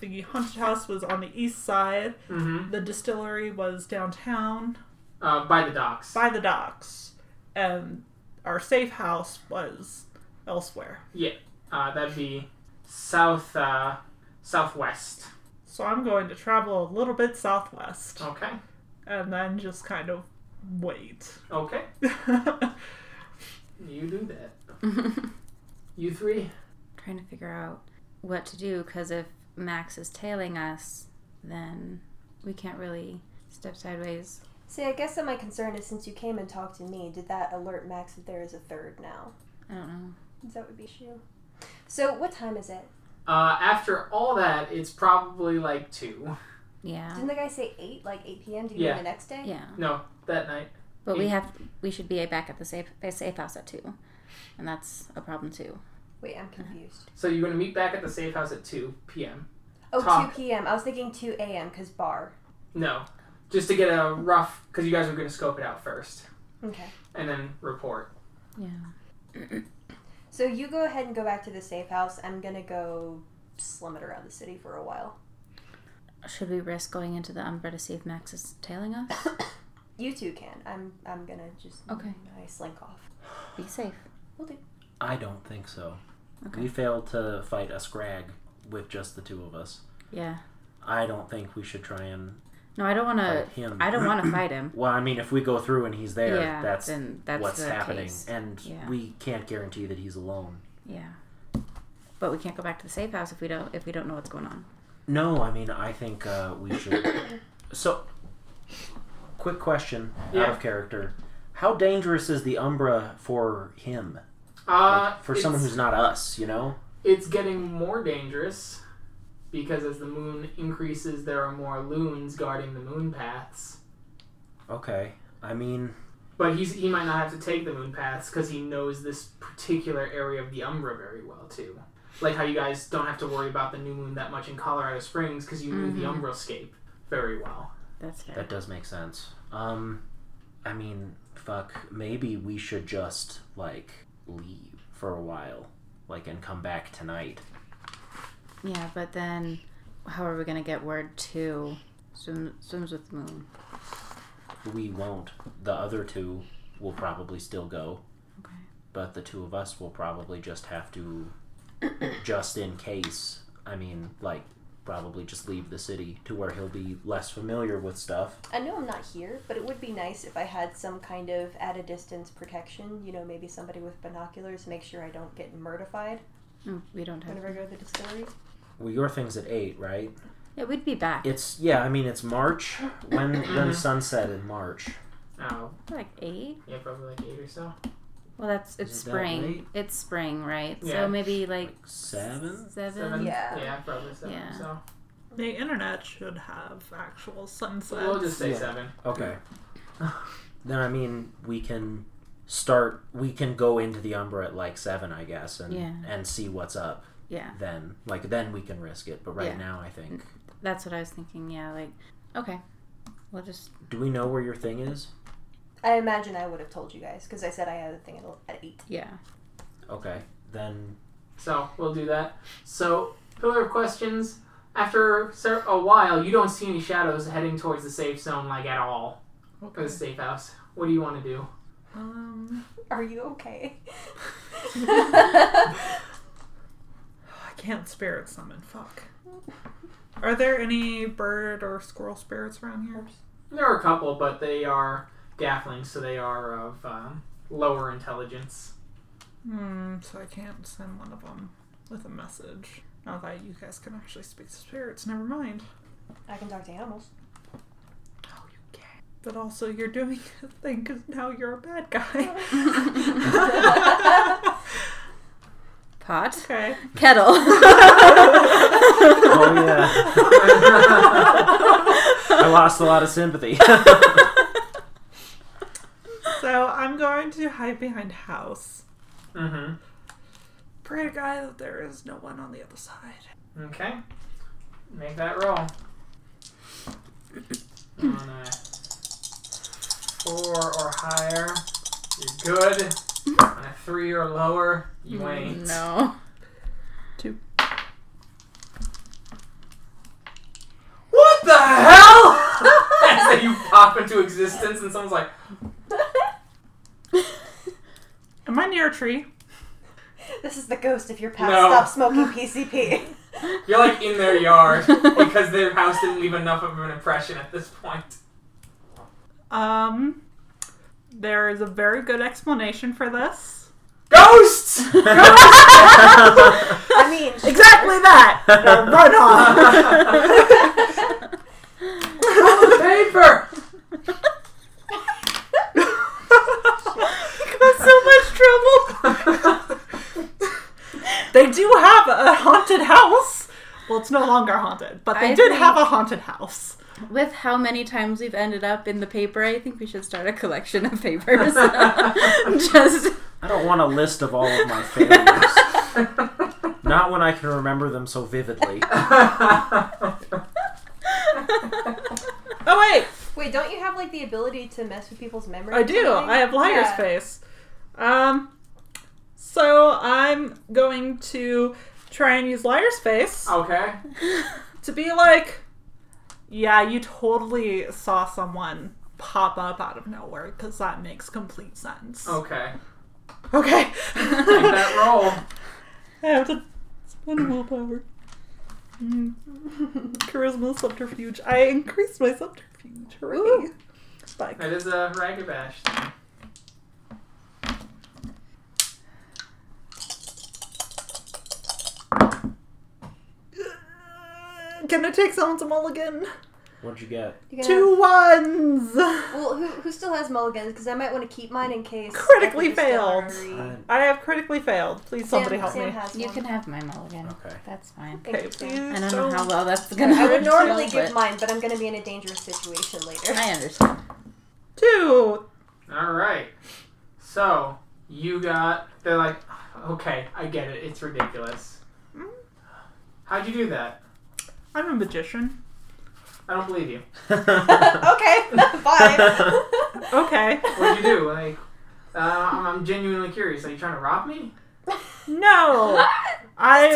Speaker 4: the haunted house was on the east side,
Speaker 1: Mm-hmm.
Speaker 4: the distillery was downtown
Speaker 1: Uh, by the docks.
Speaker 4: by the docks, and our safe house was elsewhere.
Speaker 1: Uh, that'd be south uh, southwest.
Speaker 4: So I'm going to travel a little bit southwest
Speaker 1: Okay.
Speaker 4: and then just kind of wait.
Speaker 1: Okay. You do that. You three.
Speaker 3: trying to figure out what to do because if Max is tailing us, then we can't really step sideways.
Speaker 2: See, I guess that my concern is since you came and talked to me, did that alert Max that there is a third now?
Speaker 3: I don't know.
Speaker 2: Is that would be issue? So what time is it?
Speaker 1: Uh, after all that, it's probably like two.
Speaker 3: Yeah,
Speaker 2: Didn't the guy say eight, like eight p.m.? Do you
Speaker 1: Yeah.
Speaker 2: mean the next day?
Speaker 3: yeah.
Speaker 1: No, that night.
Speaker 3: But we have we should be back at the safe the safe house at two, and that's a problem too.
Speaker 2: Wait,
Speaker 3: Uh-huh.
Speaker 2: I'm confused.
Speaker 1: So you're gonna meet back at the safe house at two p.m.
Speaker 2: Oh, two
Speaker 1: Talk.
Speaker 2: p.m. I was thinking two a.m. because bar.
Speaker 1: No, just to get a rough because you guys were gonna scope it out first
Speaker 2: Okay.
Speaker 1: and then report.
Speaker 3: Yeah.
Speaker 2: So you go ahead and go back to the safe house. I'm gonna go slum it around the city for a while.
Speaker 3: Should we risk going into the umbra to see if Max is tailing us?
Speaker 2: You two can. I'm. I'm gonna just.
Speaker 3: Okay.
Speaker 2: I slink off.
Speaker 3: be safe.
Speaker 5: I don't think so.
Speaker 3: Okay.
Speaker 5: We failed to fight a scrag with just the two of us.
Speaker 3: Yeah.
Speaker 5: I don't think we should try and
Speaker 3: No, I don't want to.
Speaker 5: fight him.
Speaker 3: Uh, I don't want to fight him.
Speaker 5: Well, I mean, if we go through and he's there,
Speaker 3: yeah.
Speaker 5: that's
Speaker 3: then that's
Speaker 5: what's
Speaker 3: the
Speaker 5: happening,
Speaker 3: Case.
Speaker 5: and
Speaker 3: Yeah.
Speaker 5: we can't guarantee that he's alone.
Speaker 3: Yeah. But we can't go back to the safe house if we don't if we don't know what's going on.
Speaker 5: No, I mean, I think uh, we should. so, quick question out
Speaker 1: Yeah.
Speaker 5: of character: How dangerous is the Umbra for him?
Speaker 1: Uh,
Speaker 5: Like, for
Speaker 1: it's-
Speaker 5: someone who's not us, you know?
Speaker 1: It's getting more dangerous because as the moon increases, there are more loons guarding the moon paths.
Speaker 5: Okay. I mean,
Speaker 1: But he's he might not have to take the moon paths because he knows this particular area of the Umbra very well too. Like how you guys don't have to worry about the new moon that much in Colorado Springs because you knew the
Speaker 3: Mhm.
Speaker 1: Umbra scape very well.
Speaker 3: That's fair.
Speaker 5: that does make sense. Um, I mean, fuck. Maybe we should just like leave for a while, like, and come back tonight.
Speaker 3: Yeah, but then how are we gonna get word to swim, swims with the moon?
Speaker 5: We won't. The other two will probably still go.
Speaker 3: Okay.
Speaker 5: But the two of us will probably just have to, just in case, I mean, like, probably just leave the city to where he'll be less familiar with stuff.
Speaker 2: I know I'm not here, but it would be nice if I had some kind of at a distance protection. You know, maybe somebody with binoculars make sure I don't get murdified
Speaker 3: Mm, We don't have.
Speaker 2: whenever I go to the distillery.
Speaker 5: Well, your thing's at 8, right?
Speaker 3: Yeah, we'd be back
Speaker 5: It's, yeah, I mean, it's March. When, when sunset in March?
Speaker 1: Oh,
Speaker 3: like eight.
Speaker 1: yeah, probably like eight or so.
Speaker 3: Well, that's it's
Speaker 5: Is it that late?
Speaker 3: spring. It's spring, right?
Speaker 1: Yeah.
Speaker 3: So maybe like,
Speaker 5: Like 7?
Speaker 1: Seven.
Speaker 3: seven.
Speaker 2: Yeah.
Speaker 1: yeah, probably seven. or
Speaker 3: Yeah.
Speaker 1: So
Speaker 4: The internet should have actual sunsets.
Speaker 1: we'll just say
Speaker 5: Yeah.
Speaker 1: seven.
Speaker 5: Okay. then, I mean, we can start, we can go into the Umbra at like 7, I guess, and,
Speaker 3: Yeah.
Speaker 5: and see what's up.
Speaker 3: Yeah,
Speaker 5: then like then we can risk it but right
Speaker 3: Yeah.
Speaker 5: now i think
Speaker 3: that's what I was thinking. Yeah, like okay, we'll just
Speaker 5: do we know where your thing is
Speaker 2: I imagine I would have told you guys because I said I had a thing at- at eight.
Speaker 3: yeah.
Speaker 5: okay then
Speaker 1: So we'll do that. So pillar of questions. After ser- a while, you don't see any shadows heading towards the safe zone like at all for
Speaker 4: Okay.
Speaker 1: the safe house. What do you want to do?
Speaker 4: Um,
Speaker 2: Are you okay?
Speaker 4: I can't spirit summon. Fuck. Are there any bird or squirrel spirits around here?
Speaker 1: There are a couple, but they are gafflings, so they are of um, lower intelligence.
Speaker 4: Hmm. So I can't send one of them with a message. Not that you guys can actually speak to spirits. Never mind.
Speaker 2: I can talk to animals.
Speaker 4: Oh, you can. But also, you're doing a thing because now you're a bad guy.
Speaker 3: Pot
Speaker 4: okay.
Speaker 3: kettle.
Speaker 5: oh yeah i lost a lot of sympathy
Speaker 4: So I'm going to hide behind house.
Speaker 1: Mm-hmm.
Speaker 4: Pray to God that there is no one on the other side.
Speaker 1: Okay. Make that roll. On a four or higher, you're good. On a three or lower, you ain't.
Speaker 3: Mm, no.
Speaker 1: What the hell? That's how you pop into existence, and someone's like,
Speaker 4: Am I near a tree?
Speaker 2: This is the ghost of your past.
Speaker 1: No.
Speaker 2: Stop smoking PCP.
Speaker 1: you're like in their yard because their house didn't leave enough of an impression at this point.
Speaker 4: Um, there is a very good explanation for this.
Speaker 1: Ghosts!
Speaker 2: I mean, sure.
Speaker 4: Exactly that. Now run off.
Speaker 1: the paper!
Speaker 4: Got so much trouble. they do have a haunted house. Well, it's no longer haunted, but they
Speaker 3: I
Speaker 4: did
Speaker 3: think-
Speaker 4: have a haunted house.
Speaker 3: With how many times we've ended up in the paper, I think we should start a collection of papers. Just
Speaker 5: i don't want a list of all of my failures not when i can remember them so vividly
Speaker 4: Oh wait,
Speaker 2: Wait, don't you have like the ability to mess with people's memories?
Speaker 4: I do. I have liar's
Speaker 2: Yeah.
Speaker 4: face. Um, so I'm going to try and use liar's face.
Speaker 1: Okay.
Speaker 4: to be like, yeah, you totally saw someone pop up out of nowhere because that makes complete sense.
Speaker 1: Okay.
Speaker 4: Okay.
Speaker 1: Make that roll.
Speaker 4: I have to spend willpower. Mm, Charisma subterfuge. I increased my subterfuge. Hooray. But
Speaker 1: That is a ragabash thing.
Speaker 4: can I take someone's mulligan?
Speaker 5: What'd you get?
Speaker 2: You're gonna-
Speaker 4: Two ones!
Speaker 2: Well, who, who still has mulligans? Because I might want to keep mine in case.
Speaker 4: Critically
Speaker 2: I can just
Speaker 4: failed.
Speaker 2: still
Speaker 5: Uh,
Speaker 2: re-
Speaker 4: I have critically failed. Please somebody
Speaker 2: Sam,
Speaker 4: help
Speaker 2: Sam
Speaker 4: me.
Speaker 2: Has
Speaker 3: You
Speaker 2: one.
Speaker 3: can have my mulligan.
Speaker 5: okay.
Speaker 3: That's fine.
Speaker 2: Thank
Speaker 4: Okay,
Speaker 2: you, Sam.
Speaker 4: please
Speaker 3: I don't know
Speaker 4: don't-
Speaker 3: how well that's gonna.
Speaker 2: I would normally
Speaker 3: go,
Speaker 2: give
Speaker 3: but
Speaker 2: mine, but I'm going to be in a dangerous situation later.
Speaker 3: I understand.
Speaker 4: Two.
Speaker 1: All right. So you got. They're like, okay, I get it. It's ridiculous.
Speaker 4: Mm.
Speaker 1: How'd you do that?
Speaker 4: I'm a magician.
Speaker 1: I don't believe you.
Speaker 2: okay, bye.
Speaker 4: Okay.
Speaker 1: What'd you do? Like, uh, I'm, I'm genuinely curious. Are you trying to rob me?
Speaker 4: No. I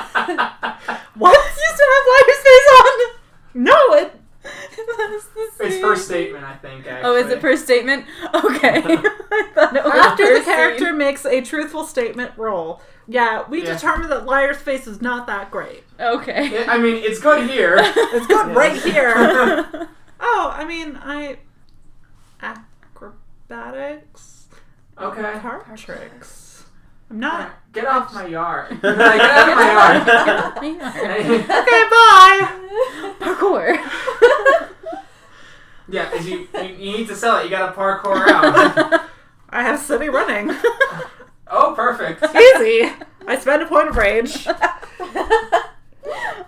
Speaker 4: what used to have liar's face on? No, it
Speaker 1: it's first statement, I think. Actually.
Speaker 3: Oh, is it first statement? Okay. I thought it was
Speaker 4: after the
Speaker 3: first
Speaker 4: character
Speaker 3: scene.
Speaker 4: makes a truthful statement roll. Yeah, we
Speaker 1: Yeah.
Speaker 4: determined that liar's face is not that great.
Speaker 3: Okay.
Speaker 1: I mean, it's good here.
Speaker 4: It's good
Speaker 1: Yeah.
Speaker 4: right here.
Speaker 1: Yeah.
Speaker 4: Oh, I mean, I acrobatics,
Speaker 1: Okay.
Speaker 4: card tricks. I'm not
Speaker 1: Get off my yard. Like, get out of my yard.
Speaker 4: okay. Bye.
Speaker 3: Parkour.
Speaker 1: yeah, 'cause you, you, you need to sell it. You got to parkour out.
Speaker 4: I have city running.
Speaker 1: oh, perfect.
Speaker 4: Easy. I spend a point of rage.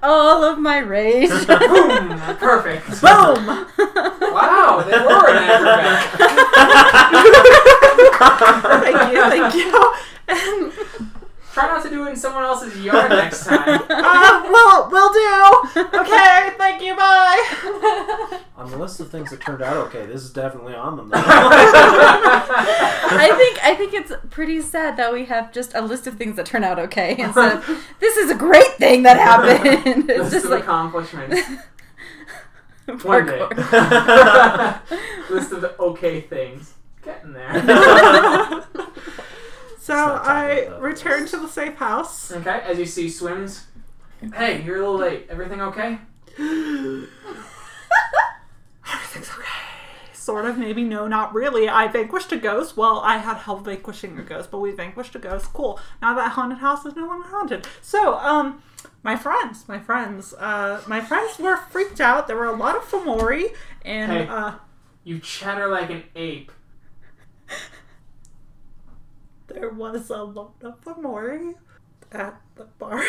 Speaker 3: All of my rage.
Speaker 1: Boom. Perfect.
Speaker 4: Boom.
Speaker 1: Wow, they were an acrobat.
Speaker 4: Thank you. Thank you. And,
Speaker 1: Try not to do it in someone else's yard next time.
Speaker 4: uh, well, will do. Okay. Thank you. Bye.
Speaker 5: on the list of things that turned out okay, this is definitely on them. Though.
Speaker 3: I think I think it's pretty sad that we have just a list of things that turn out okay instead of this is a great thing that happened.
Speaker 1: This
Speaker 3: It's
Speaker 1: is
Speaker 3: just
Speaker 1: an
Speaker 3: like
Speaker 1: accomplishment. One day.
Speaker 3: parkour.
Speaker 1: List of okay things. Getting there.
Speaker 4: so
Speaker 5: not talking
Speaker 4: I
Speaker 5: about
Speaker 4: return
Speaker 5: this.
Speaker 4: to the safe house.
Speaker 1: okay, as you see, swims. Hey, you're a little late. Everything okay?
Speaker 4: Everything's okay. Sort of, maybe, no, not really. I vanquished a ghost. Well, I had help vanquishing a ghost, but we vanquished a ghost. Cool. Now that haunted house is no longer haunted. So, um, my friends, my friends, uh, my friends were freaked out. There were a lot of Fomori, and
Speaker 1: Hey.
Speaker 4: uh,
Speaker 1: You chatter like an ape.
Speaker 4: there was a lot of Fomori at the bar.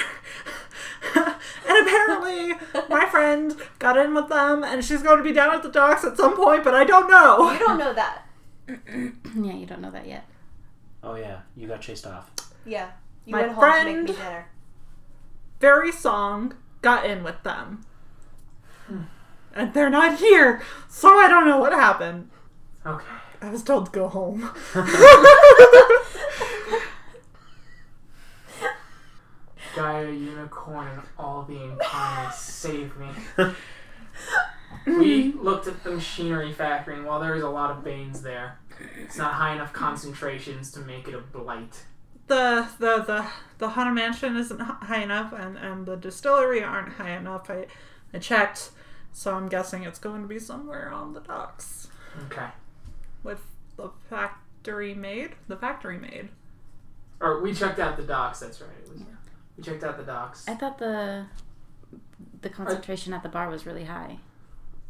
Speaker 4: and apparently, my friend got in with them, and she's going to be down at the docks at some point, but I don't know.
Speaker 2: you don't know that.
Speaker 3: yeah, you don't know that yet.
Speaker 5: oh yeah, you got chased off.
Speaker 2: Yeah. You
Speaker 4: My
Speaker 2: went home to
Speaker 4: friend-
Speaker 2: make me dinner.
Speaker 4: very song got in with them. And they're not here, so I don't know what happened.
Speaker 1: Okay.
Speaker 4: I was told to go home.
Speaker 1: Gaia, unicorn, and all the incarnates save me. We looked at the machinery factory, and while there is a lot of veins there, it's not high enough concentrations to make it a blight.
Speaker 4: the the the the haunted mansion isn't h- high enough, and and the distillery aren't high enough. I I checked, so I'm guessing it's going to be somewhere on the docks
Speaker 1: Okay.
Speaker 4: with the factory maid. The factory maid.
Speaker 1: Or we checked out the docks, that's right. We, we checked out the docks.
Speaker 3: I thought the the concentration at the bar was really high.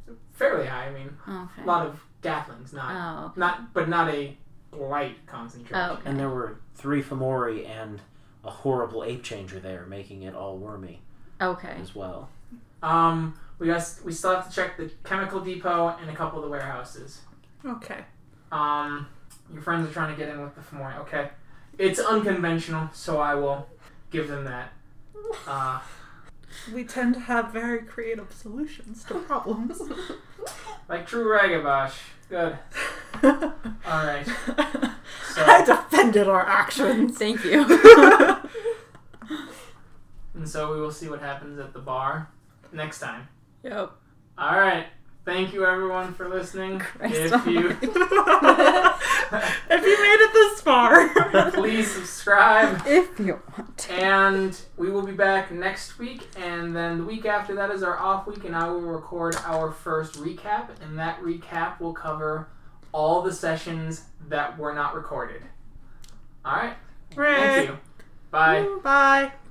Speaker 3: Oh,
Speaker 1: Fairly high, I mean,
Speaker 3: Okay.
Speaker 1: a lot of gatlings, not,
Speaker 3: Oh.
Speaker 1: not, but not a blight concentration.
Speaker 3: Oh, okay.
Speaker 5: And there were three Fomori and a horrible ape changer there, making it all wormy
Speaker 3: Okay.
Speaker 5: as well.
Speaker 1: Um, we got, we still have to check the chemical depot and a couple of the warehouses.
Speaker 4: Okay.
Speaker 1: Um, your friends are trying to get in with the Fomori. Okay, it's unconventional, so I will give them that. Uh,
Speaker 4: We tend to have very creative solutions to problems.
Speaker 1: like true Ragabash. Good. All right.
Speaker 4: I
Speaker 1: So
Speaker 4: defended our actions.
Speaker 3: Thank you.
Speaker 1: and so we will see what happens at the bar next time.
Speaker 3: yep.
Speaker 1: All right. Thank you everyone for listening.
Speaker 3: Christ
Speaker 1: if you
Speaker 3: almighty.
Speaker 4: If you made it this far.
Speaker 1: Please subscribe.
Speaker 3: If you want to.
Speaker 1: And we will be back next week, and then the week after that is our off week, and I will record our first recap, and that recap will cover all the sessions that were not recorded. All right,
Speaker 4: Right.
Speaker 1: thank you. Bye.
Speaker 4: Bye.